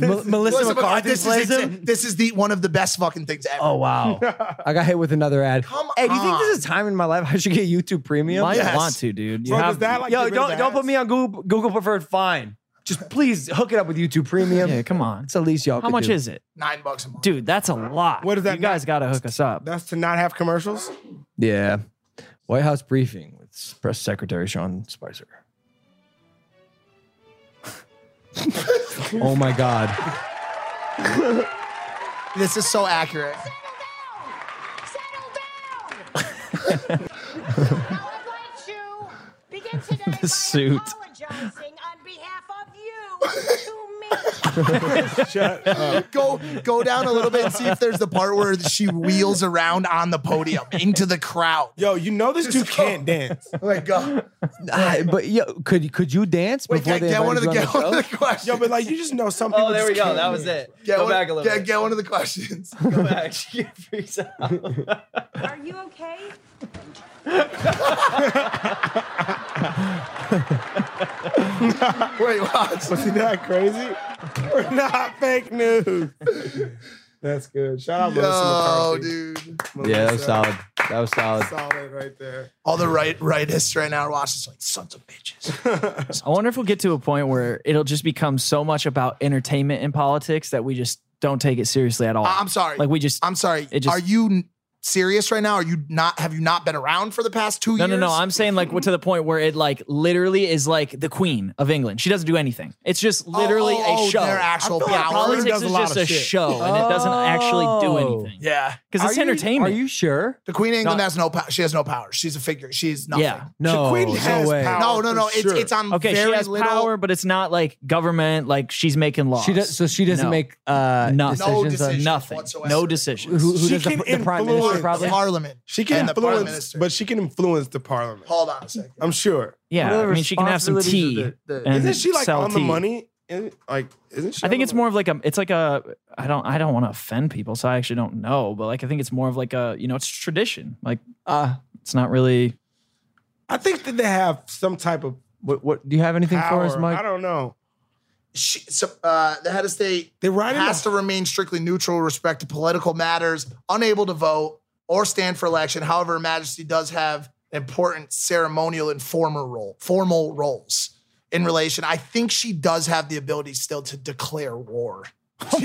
[SPEAKER 1] Yo,
[SPEAKER 2] [LAUGHS] Melissa McCarthy
[SPEAKER 1] this
[SPEAKER 2] plays
[SPEAKER 1] is, exa-
[SPEAKER 2] him?
[SPEAKER 1] This is the one of the best fucking things ever.
[SPEAKER 2] Oh [LAUGHS] wow! I got hit with another ad. Come hey, do you think this is time in my life I should get YouTube Premium?
[SPEAKER 3] Might Yes. want to, dude. You Bro, does have- that, like, get
[SPEAKER 2] yo,
[SPEAKER 3] rid of
[SPEAKER 2] don't
[SPEAKER 3] ads?
[SPEAKER 2] don't put me on Google Google Preferred. Fine, just [LAUGHS] please hook it up with YouTube Premium. Yeah,
[SPEAKER 3] come on.
[SPEAKER 2] It's the least y'all.
[SPEAKER 3] How
[SPEAKER 2] could
[SPEAKER 3] much
[SPEAKER 2] do.
[SPEAKER 3] is it?
[SPEAKER 1] Nine bucks a month.
[SPEAKER 3] Dude, that's a lot. What is that? You guys got to hook us up.
[SPEAKER 4] That's to not have commercials.
[SPEAKER 2] Yeah, White House briefing with Press Secretary Sean Spicer. oh my God!
[SPEAKER 1] This is so accurate.
[SPEAKER 3] the suit.
[SPEAKER 4] Shut up.
[SPEAKER 1] Go go down a little bit and see if there's the part where she wheels around on the podium into the crowd.
[SPEAKER 4] Yo, you know this dude can't dance.
[SPEAKER 1] Like, uh, go.
[SPEAKER 2] Ah, but yo, could could you dance
[SPEAKER 4] Wait,
[SPEAKER 2] before
[SPEAKER 4] get-
[SPEAKER 2] they
[SPEAKER 4] get one
[SPEAKER 2] invited
[SPEAKER 4] of the-
[SPEAKER 2] you on
[SPEAKER 4] get one
[SPEAKER 2] show?
[SPEAKER 1] [LAUGHS]
[SPEAKER 4] of Yo, [LAUGHS] but like you just know some people.
[SPEAKER 7] Oh, there
[SPEAKER 4] just
[SPEAKER 7] we go.
[SPEAKER 4] can't
[SPEAKER 7] That was
[SPEAKER 4] dance.
[SPEAKER 7] it. Go
[SPEAKER 1] one-
[SPEAKER 7] back a little
[SPEAKER 1] get,
[SPEAKER 7] bit.
[SPEAKER 1] get one of the questions.
[SPEAKER 7] Go back. She freaks out.
[SPEAKER 5] Are you okay?
[SPEAKER 4] Wait, watch. [LAUGHS] Wasn't that crazy? We're not fake news. That's good. Shout out
[SPEAKER 1] Yo,
[SPEAKER 4] Melissa
[SPEAKER 1] dude.
[SPEAKER 2] Yeah, that was solid. That was solid.
[SPEAKER 4] Solid right there.
[SPEAKER 1] All the right rightists right now are watching. It's like sons of bitches.
[SPEAKER 3] I wonder if we'll get to a point where it'll just become so much about entertainment and politics that we just don't take it seriously at all.
[SPEAKER 1] I- I'm sorry.
[SPEAKER 3] Like we just.
[SPEAKER 1] I'm sorry.
[SPEAKER 3] It just-
[SPEAKER 1] are you n- serious right now? Are you not? Have you not been around for the past two
[SPEAKER 3] No,
[SPEAKER 1] years?
[SPEAKER 3] no, no. I'm saying like to the point where it like literally is like the queen of England. She doesn't do anything. It's just literally
[SPEAKER 1] oh, oh,
[SPEAKER 3] a show.
[SPEAKER 1] their actual
[SPEAKER 3] I feel like
[SPEAKER 1] power.
[SPEAKER 3] Politics
[SPEAKER 1] Does a
[SPEAKER 3] is
[SPEAKER 1] lot
[SPEAKER 3] just
[SPEAKER 1] of
[SPEAKER 3] a
[SPEAKER 1] shit.
[SPEAKER 3] show, and it doesn't actually do anything.
[SPEAKER 1] Yeah,
[SPEAKER 3] Because it's entertainment.
[SPEAKER 2] are you sure?
[SPEAKER 1] The Queen of England
[SPEAKER 3] No.
[SPEAKER 1] has no power. She has no power. She's a figure. She's nothing.
[SPEAKER 3] Yeah.
[SPEAKER 2] No, no way.
[SPEAKER 1] No, no, no. It's it's on
[SPEAKER 3] okay,
[SPEAKER 1] very
[SPEAKER 3] she has
[SPEAKER 1] little.
[SPEAKER 3] power, but it's not like government. Like she's making laws.
[SPEAKER 2] She does. So she doesn't
[SPEAKER 3] No.
[SPEAKER 2] make uh,
[SPEAKER 3] No. No
[SPEAKER 2] decisions. on-
[SPEAKER 1] decisions
[SPEAKER 3] nothing.
[SPEAKER 1] whatsoever.
[SPEAKER 3] No decisions.
[SPEAKER 2] Who- who
[SPEAKER 4] She
[SPEAKER 2] does the-
[SPEAKER 4] can
[SPEAKER 2] the prime minister
[SPEAKER 4] influence
[SPEAKER 2] probably?
[SPEAKER 1] The Parliament.
[SPEAKER 4] She can
[SPEAKER 1] and the Prime
[SPEAKER 4] influence,
[SPEAKER 1] Minister.
[SPEAKER 4] but she can influence the parliament.
[SPEAKER 1] Hold on a second.
[SPEAKER 4] I'm sure.
[SPEAKER 3] Yeah, I mean she can have some tea. and
[SPEAKER 4] Isn't she like
[SPEAKER 3] sell
[SPEAKER 4] on the
[SPEAKER 3] tea.
[SPEAKER 4] money? Isn't- Like, isn't she?
[SPEAKER 3] I
[SPEAKER 4] on
[SPEAKER 3] think
[SPEAKER 4] the
[SPEAKER 3] it's more of like a. It's like a. I don't. I don't want to offend people, so I actually don't know. But like, I think it's more of like a. You know, it's tradition. Like, uh it's not really.
[SPEAKER 4] I think that they have some type of
[SPEAKER 2] What, what do you have anything for us,
[SPEAKER 4] power. I
[SPEAKER 2] Mike?
[SPEAKER 4] don't know.
[SPEAKER 1] she, so, uh, the head of state
[SPEAKER 4] They ride in
[SPEAKER 1] has
[SPEAKER 4] the-
[SPEAKER 1] to remain strictly neutral with respect to political matters, unable to vote or stand for election. However, Her Majesty does have an important ceremonial and formal role, formal roles in relation. I think she does have the ability still to declare war.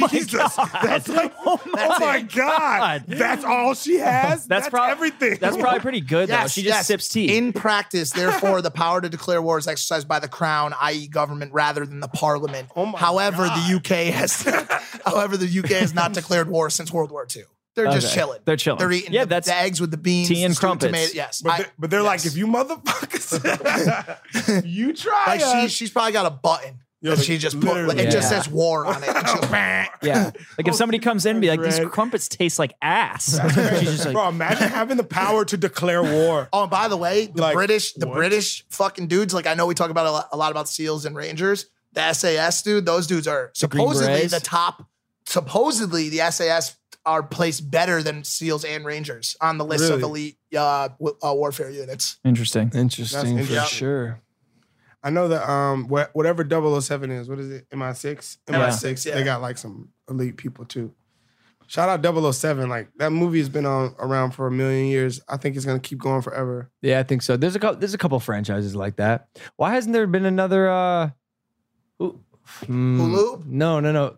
[SPEAKER 4] Jesus, that's like, [LAUGHS] oh my, God. that's all she has.
[SPEAKER 3] That's
[SPEAKER 4] That's,
[SPEAKER 3] prob-
[SPEAKER 4] everything. [LAUGHS]
[SPEAKER 3] That's probably pretty good though.
[SPEAKER 1] Yes,
[SPEAKER 3] She just
[SPEAKER 1] yes.
[SPEAKER 3] sips tea.
[SPEAKER 1] In practice, therefore, the power to declare war is exercised by the crown, i.e., government, rather than the parliament.
[SPEAKER 4] Oh my
[SPEAKER 1] however,
[SPEAKER 4] God.
[SPEAKER 1] the UK has, [LAUGHS] however, the UK has not declared war since World War II. They're just
[SPEAKER 3] Okay.
[SPEAKER 1] chilling.
[SPEAKER 3] They're chilling.
[SPEAKER 1] They're eating
[SPEAKER 3] Yeah,
[SPEAKER 1] the,
[SPEAKER 3] that's
[SPEAKER 1] the eggs with the beans,
[SPEAKER 3] tea and
[SPEAKER 1] the stewed
[SPEAKER 3] crumpets.
[SPEAKER 1] tomato- Yes,
[SPEAKER 4] But
[SPEAKER 1] I-
[SPEAKER 4] they're, but they're like, if you [LAUGHS] motherfuckers, you try.
[SPEAKER 1] like she,
[SPEAKER 4] us.
[SPEAKER 1] she's probably got a button.
[SPEAKER 4] Yo,
[SPEAKER 1] that
[SPEAKER 4] like,
[SPEAKER 1] she just put, like,
[SPEAKER 4] literally.
[SPEAKER 1] it just
[SPEAKER 3] Yeah.
[SPEAKER 1] says war on it. And
[SPEAKER 4] [LAUGHS]
[SPEAKER 1] she goes, "Bang."
[SPEAKER 3] yeah. Like if somebody comes in and be like, these
[SPEAKER 4] Red.
[SPEAKER 3] crumpets taste like ass. She's just like,
[SPEAKER 4] Bro, imagine having the power to declare war.
[SPEAKER 1] Oh, and by the way, the
[SPEAKER 4] Like,
[SPEAKER 1] British, the
[SPEAKER 4] what?
[SPEAKER 1] British fucking dudes. Like I know we talk about a lot, a lot about SEALs and Rangers. The SAS dude, those dudes are
[SPEAKER 3] Green
[SPEAKER 1] supposedly
[SPEAKER 3] Berets?
[SPEAKER 1] the top. Supposedly, the SAS are placed better than SEALs and Rangers on the list of
[SPEAKER 4] Really?
[SPEAKER 1] elite uh, w- uh, warfare units.
[SPEAKER 3] interesting.
[SPEAKER 2] Interesting,
[SPEAKER 4] That's
[SPEAKER 2] for
[SPEAKER 4] interesting.
[SPEAKER 2] sure.
[SPEAKER 4] I know that um wh- whatever 007 is, what is it? MI6? MI6.
[SPEAKER 1] Yeah.
[SPEAKER 4] They got like some elite people too. Shout out 007. Like that movie has been on around for a million years. I think it's gonna keep going forever.
[SPEAKER 2] Yeah, I think so. There's a couple. There's a couple franchises like that. Why hasn't there been another? uh who- hmm,
[SPEAKER 1] Hulu?
[SPEAKER 2] No, no, no.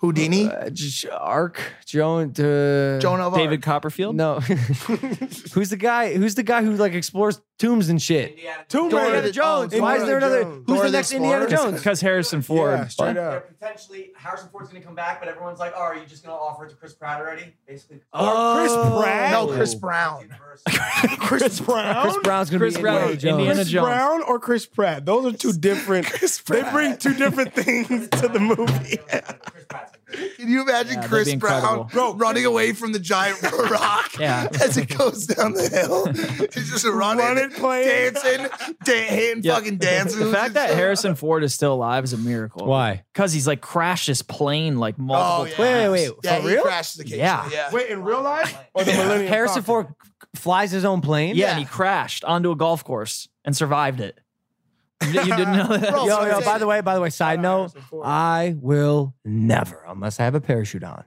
[SPEAKER 1] Houdini,
[SPEAKER 2] Uh, J- Ark Joan. Uh,
[SPEAKER 1] Joan of
[SPEAKER 3] David
[SPEAKER 1] Arc.
[SPEAKER 3] Copperfield. [LAUGHS]
[SPEAKER 2] No. who's the guy? Who's the guy who like explores tombs and shit?
[SPEAKER 4] Tomb
[SPEAKER 1] Indiana
[SPEAKER 4] Raider.
[SPEAKER 2] Indiana Jones.
[SPEAKER 4] oh,
[SPEAKER 2] Why is there
[SPEAKER 4] Indiana
[SPEAKER 2] another?
[SPEAKER 4] Jones.
[SPEAKER 2] Who's
[SPEAKER 1] Dora
[SPEAKER 2] the
[SPEAKER 1] the
[SPEAKER 2] next Indiana
[SPEAKER 1] Explorer?
[SPEAKER 2] Jones?
[SPEAKER 3] Because Harrison Ford.
[SPEAKER 4] Yeah, straight
[SPEAKER 7] They're
[SPEAKER 4] up.
[SPEAKER 7] potentially Harrison Ford's gonna come back, but everyone's like, "Oh, are you just gonna offer it to Chris Pratt already?" Basically,
[SPEAKER 2] Oh.
[SPEAKER 4] Chris Pratt.
[SPEAKER 1] no Chris Brown.
[SPEAKER 4] Chris Brown.
[SPEAKER 2] Chris Brown's gonna
[SPEAKER 3] Chris
[SPEAKER 2] be
[SPEAKER 3] Brown,
[SPEAKER 2] Indiana Jones.
[SPEAKER 3] Indiana
[SPEAKER 4] Chris
[SPEAKER 3] Jones.
[SPEAKER 4] Brown or Chris Pratt? Those
[SPEAKER 1] [LAUGHS]
[SPEAKER 4] are two different. they bring two different things to
[SPEAKER 1] [LAUGHS]
[SPEAKER 4] the movie.
[SPEAKER 1] Can you imagine
[SPEAKER 3] Yeah, that'd
[SPEAKER 1] Chris
[SPEAKER 3] be
[SPEAKER 1] Brown
[SPEAKER 3] incredible.
[SPEAKER 1] bro, running away from the giant [LAUGHS] rock
[SPEAKER 3] Yeah.
[SPEAKER 1] as it goes down the hill? He's just running.
[SPEAKER 4] Running
[SPEAKER 3] trumpet playing.
[SPEAKER 1] dancing, da- hand
[SPEAKER 3] Yeah.
[SPEAKER 1] fucking dancing.
[SPEAKER 3] The fact that Harrison Ford is still alive is a miracle.
[SPEAKER 2] Why?
[SPEAKER 3] Because he's like crashed his plane like multiple
[SPEAKER 1] yeah.
[SPEAKER 3] times.
[SPEAKER 2] Wait, wait, wait.
[SPEAKER 1] oh, yeah,
[SPEAKER 3] For
[SPEAKER 1] he
[SPEAKER 3] real?
[SPEAKER 1] crashes occasionally.
[SPEAKER 3] Yeah.
[SPEAKER 4] Wait, in real life or the Millennium
[SPEAKER 2] Harrison Ford
[SPEAKER 4] Falcon?
[SPEAKER 2] c- flies his own plane.
[SPEAKER 3] Yeah, and he crashed onto a golf course and survived it. You, di- you didn't know that?
[SPEAKER 1] Bro,
[SPEAKER 2] Yo,
[SPEAKER 1] so
[SPEAKER 2] yo,
[SPEAKER 1] it's-
[SPEAKER 2] Oh, by the way, by the way, side note, I will never, unless I have a parachute on,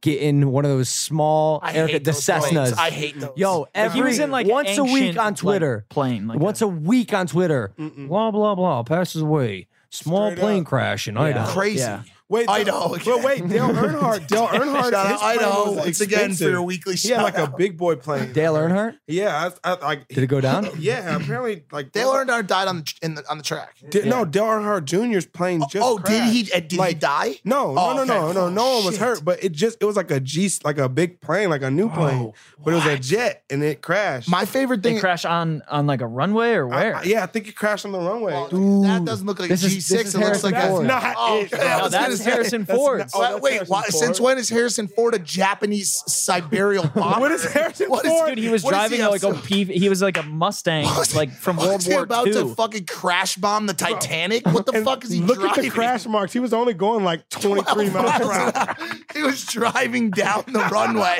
[SPEAKER 2] get in one of those small
[SPEAKER 1] I
[SPEAKER 2] air-
[SPEAKER 1] hate
[SPEAKER 2] the
[SPEAKER 1] those
[SPEAKER 2] Cessnas.
[SPEAKER 1] planes. I hate those.
[SPEAKER 2] Yo, every
[SPEAKER 3] he was in like an
[SPEAKER 2] once a
[SPEAKER 3] ancient,
[SPEAKER 2] week on
[SPEAKER 3] like,
[SPEAKER 2] Twitter,
[SPEAKER 3] plane. Like
[SPEAKER 2] once a week on Twitter, blah blah blah, passes away, small
[SPEAKER 4] Straight
[SPEAKER 2] plane
[SPEAKER 4] up.
[SPEAKER 2] crash in Idaho.
[SPEAKER 1] Crazy.
[SPEAKER 3] Yeah.
[SPEAKER 4] Wait,
[SPEAKER 1] Idaho
[SPEAKER 4] Dale, but
[SPEAKER 1] [LAUGHS]
[SPEAKER 4] wait, Dale Earnhardt. Dale Earnhardt.
[SPEAKER 1] Shout out
[SPEAKER 4] his plane
[SPEAKER 1] Idaho
[SPEAKER 4] was
[SPEAKER 1] once again for
[SPEAKER 4] expensive.
[SPEAKER 1] your weekly
[SPEAKER 4] He had like a
[SPEAKER 1] shout-out.
[SPEAKER 4] big boy plane.
[SPEAKER 2] Dale Earnhardt,
[SPEAKER 4] Yeah, I, I, like
[SPEAKER 2] did it go down?
[SPEAKER 4] yeah. Apparently, like
[SPEAKER 1] Dale Earnhardt died on the, in the on the track.
[SPEAKER 4] Did, No, Dale Earnhardt Jr.'s plane just.
[SPEAKER 1] oh, did he-
[SPEAKER 4] crashed.
[SPEAKER 1] uh, did he die?
[SPEAKER 4] No, no,
[SPEAKER 1] Oh,
[SPEAKER 4] no, no,
[SPEAKER 1] okay.
[SPEAKER 4] no. No one was
[SPEAKER 1] Shit.
[SPEAKER 4] hurt, but it just it was like a G, like a big plane, like a new plane, but it was a jet, and it crashed.
[SPEAKER 1] My favorite
[SPEAKER 3] they
[SPEAKER 1] thing.
[SPEAKER 3] crash on on like a runway or
[SPEAKER 4] I-
[SPEAKER 3] where?
[SPEAKER 4] I- yeah, I think it crashed on the runway.
[SPEAKER 1] that doesn't look like
[SPEAKER 2] This
[SPEAKER 1] a
[SPEAKER 2] is-
[SPEAKER 1] G6.
[SPEAKER 2] this is
[SPEAKER 1] it looks
[SPEAKER 2] Harrison
[SPEAKER 1] like a.
[SPEAKER 2] Ford.
[SPEAKER 4] Not
[SPEAKER 1] Oh,
[SPEAKER 4] it.
[SPEAKER 1] yeah,
[SPEAKER 4] No,
[SPEAKER 1] I
[SPEAKER 3] that's
[SPEAKER 1] was gonna say-
[SPEAKER 3] Harrison
[SPEAKER 4] That's
[SPEAKER 3] Ford.
[SPEAKER 4] not- oh, that's
[SPEAKER 1] wait,
[SPEAKER 4] Harrison
[SPEAKER 1] why,
[SPEAKER 4] Ford.
[SPEAKER 1] since when is Harrison Ford a Japanese sidereal bomber?
[SPEAKER 4] [LAUGHS] What is Harrison
[SPEAKER 1] What is-
[SPEAKER 4] Ford?
[SPEAKER 3] Dude, he was
[SPEAKER 1] what is
[SPEAKER 3] driving
[SPEAKER 1] he up
[SPEAKER 3] like a
[SPEAKER 1] to?
[SPEAKER 3] P- he was like a Mustang, like
[SPEAKER 1] [LAUGHS]
[SPEAKER 3] from World
[SPEAKER 1] Was he
[SPEAKER 3] War
[SPEAKER 1] about
[SPEAKER 3] II.
[SPEAKER 1] to fucking crash bomb the Titanic? What the
[SPEAKER 4] And
[SPEAKER 1] fuck is he
[SPEAKER 4] look
[SPEAKER 1] driving?
[SPEAKER 4] at the
[SPEAKER 1] [LAUGHS]
[SPEAKER 4] crash marks. He was only going [LAUGHS] like 23 miles per hour.
[SPEAKER 1] he was driving down the
[SPEAKER 4] [LAUGHS]
[SPEAKER 1] runway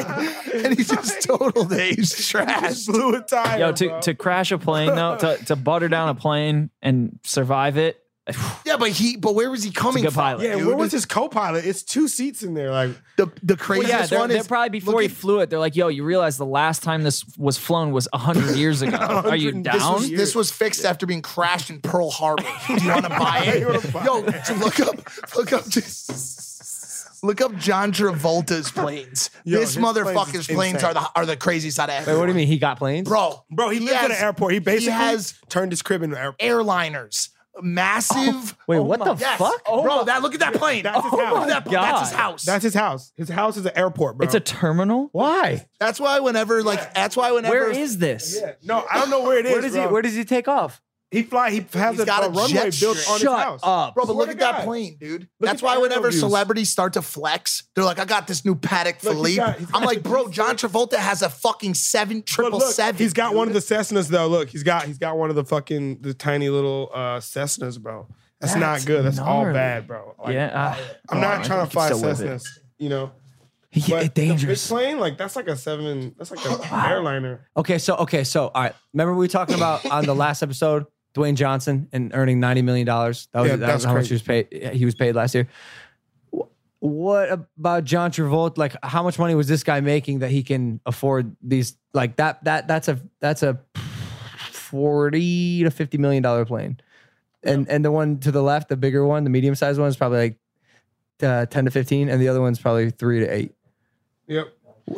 [SPEAKER 1] and he just totaled it. He's trash.
[SPEAKER 4] Blew a tire.
[SPEAKER 3] Yo, to,
[SPEAKER 4] bro.
[SPEAKER 3] to crash a plane though, to, to butter down a plane and survive it.
[SPEAKER 1] Yeah, but he but where was he coming
[SPEAKER 3] good
[SPEAKER 1] from?
[SPEAKER 3] pilot.
[SPEAKER 4] yeah,
[SPEAKER 1] dude?
[SPEAKER 4] where was his co-pilot? It's two seats in there. Like
[SPEAKER 1] the the
[SPEAKER 3] Well,
[SPEAKER 1] craziest
[SPEAKER 3] yeah, they're,
[SPEAKER 1] one
[SPEAKER 3] they're
[SPEAKER 1] is
[SPEAKER 3] probably before he
[SPEAKER 1] look at-
[SPEAKER 3] flew it. They're like, "Yo, you realize the last time this was flown was hundred years
[SPEAKER 1] [LAUGHS]
[SPEAKER 3] ago? Are you
[SPEAKER 4] 100
[SPEAKER 3] down?"
[SPEAKER 1] This was, this was fixed after being crashed in Pearl
[SPEAKER 4] [LAUGHS]
[SPEAKER 1] Harbor. Do you want to buy it?
[SPEAKER 4] You
[SPEAKER 1] Yo,
[SPEAKER 4] wanna buy
[SPEAKER 1] to [LAUGHS] look up, look up, just, look up John Travolta's planes.
[SPEAKER 4] Yo,
[SPEAKER 1] this
[SPEAKER 4] his planes
[SPEAKER 1] motherfucker's
[SPEAKER 4] is
[SPEAKER 1] planes
[SPEAKER 4] insane.
[SPEAKER 1] are the are the craziest out of
[SPEAKER 2] Wait, what
[SPEAKER 1] everyone.
[SPEAKER 2] do you mean he got planes?
[SPEAKER 1] bro?
[SPEAKER 4] Bro, he, lives in
[SPEAKER 1] has
[SPEAKER 4] an airport. He basically
[SPEAKER 1] has-
[SPEAKER 4] turned his crib into an airport.
[SPEAKER 1] airliners, massive.
[SPEAKER 2] Wait, what the
[SPEAKER 1] Yes.
[SPEAKER 2] fuck?
[SPEAKER 1] bro? That look at that plane.
[SPEAKER 4] Oh That's his
[SPEAKER 1] Look at that- that's
[SPEAKER 4] house.
[SPEAKER 1] his
[SPEAKER 3] God.
[SPEAKER 1] house.
[SPEAKER 4] That's his house. His house is an airport, bro.
[SPEAKER 3] it's a terminal.
[SPEAKER 2] Why?
[SPEAKER 1] That's why whenever like that's why whenever
[SPEAKER 3] Where is this?
[SPEAKER 4] no, I don't know where it is.
[SPEAKER 2] Where does he?
[SPEAKER 4] bro.
[SPEAKER 2] Where does he take off?
[SPEAKER 4] he fly? He has
[SPEAKER 1] He's
[SPEAKER 4] a,
[SPEAKER 1] got
[SPEAKER 4] a
[SPEAKER 1] a
[SPEAKER 4] runway
[SPEAKER 1] jet
[SPEAKER 4] built
[SPEAKER 1] stream.
[SPEAKER 4] on his
[SPEAKER 3] Shut
[SPEAKER 4] house.
[SPEAKER 3] up.
[SPEAKER 1] Bro, but
[SPEAKER 4] Swear
[SPEAKER 1] look
[SPEAKER 4] to
[SPEAKER 1] at that
[SPEAKER 4] God.
[SPEAKER 1] plane, dude.
[SPEAKER 4] Look
[SPEAKER 1] That's
[SPEAKER 4] at
[SPEAKER 1] why
[SPEAKER 4] the
[SPEAKER 1] whenever
[SPEAKER 4] interviews.
[SPEAKER 1] celebrities start to flex, they're like, "I got this new Patek
[SPEAKER 4] Look, he's
[SPEAKER 1] Philippe."
[SPEAKER 4] got- he's
[SPEAKER 1] I'm
[SPEAKER 4] got
[SPEAKER 1] like,
[SPEAKER 4] the
[SPEAKER 1] "Bro,
[SPEAKER 4] G6.
[SPEAKER 1] John Travolta has a fucking seven
[SPEAKER 4] But
[SPEAKER 1] triple
[SPEAKER 4] look,
[SPEAKER 1] seven.
[SPEAKER 4] he's got
[SPEAKER 1] dude.
[SPEAKER 4] one of the Cessnas though. Look, he's got he's got one of the fucking the tiny little uh Cessnas, bro. That's,
[SPEAKER 3] That's
[SPEAKER 4] not good. That's all
[SPEAKER 3] gnarly.
[SPEAKER 4] bad, bro. Like,
[SPEAKER 3] yeah, uh,
[SPEAKER 4] I'm
[SPEAKER 3] oh,
[SPEAKER 4] not
[SPEAKER 3] I
[SPEAKER 4] trying to
[SPEAKER 3] think
[SPEAKER 4] fly
[SPEAKER 3] it's still with
[SPEAKER 4] Cessnas. You know,
[SPEAKER 2] [LAUGHS] He,
[SPEAKER 4] but
[SPEAKER 2] dangerous.
[SPEAKER 4] The big plane, like that's like a seven. That's like an airliner.
[SPEAKER 2] Okay, so okay, so all right. Remember we were talking about on the last episode, Dwayne Johnson and earning ninety million dollars. That was
[SPEAKER 4] Yeah,
[SPEAKER 2] that was
[SPEAKER 4] that's
[SPEAKER 2] how much
[SPEAKER 4] crazy.
[SPEAKER 2] he was paid. He was paid last year. Wh- What about John Travolta? Like, how much money was this guy making that he can afford these? Like that that that's a that's a forty to fifty million dollar plane, and and the one to the left, the bigger one, the medium sized one is probably like uh, ten to fifteen, and the other one's probably three to eight.
[SPEAKER 4] Yep.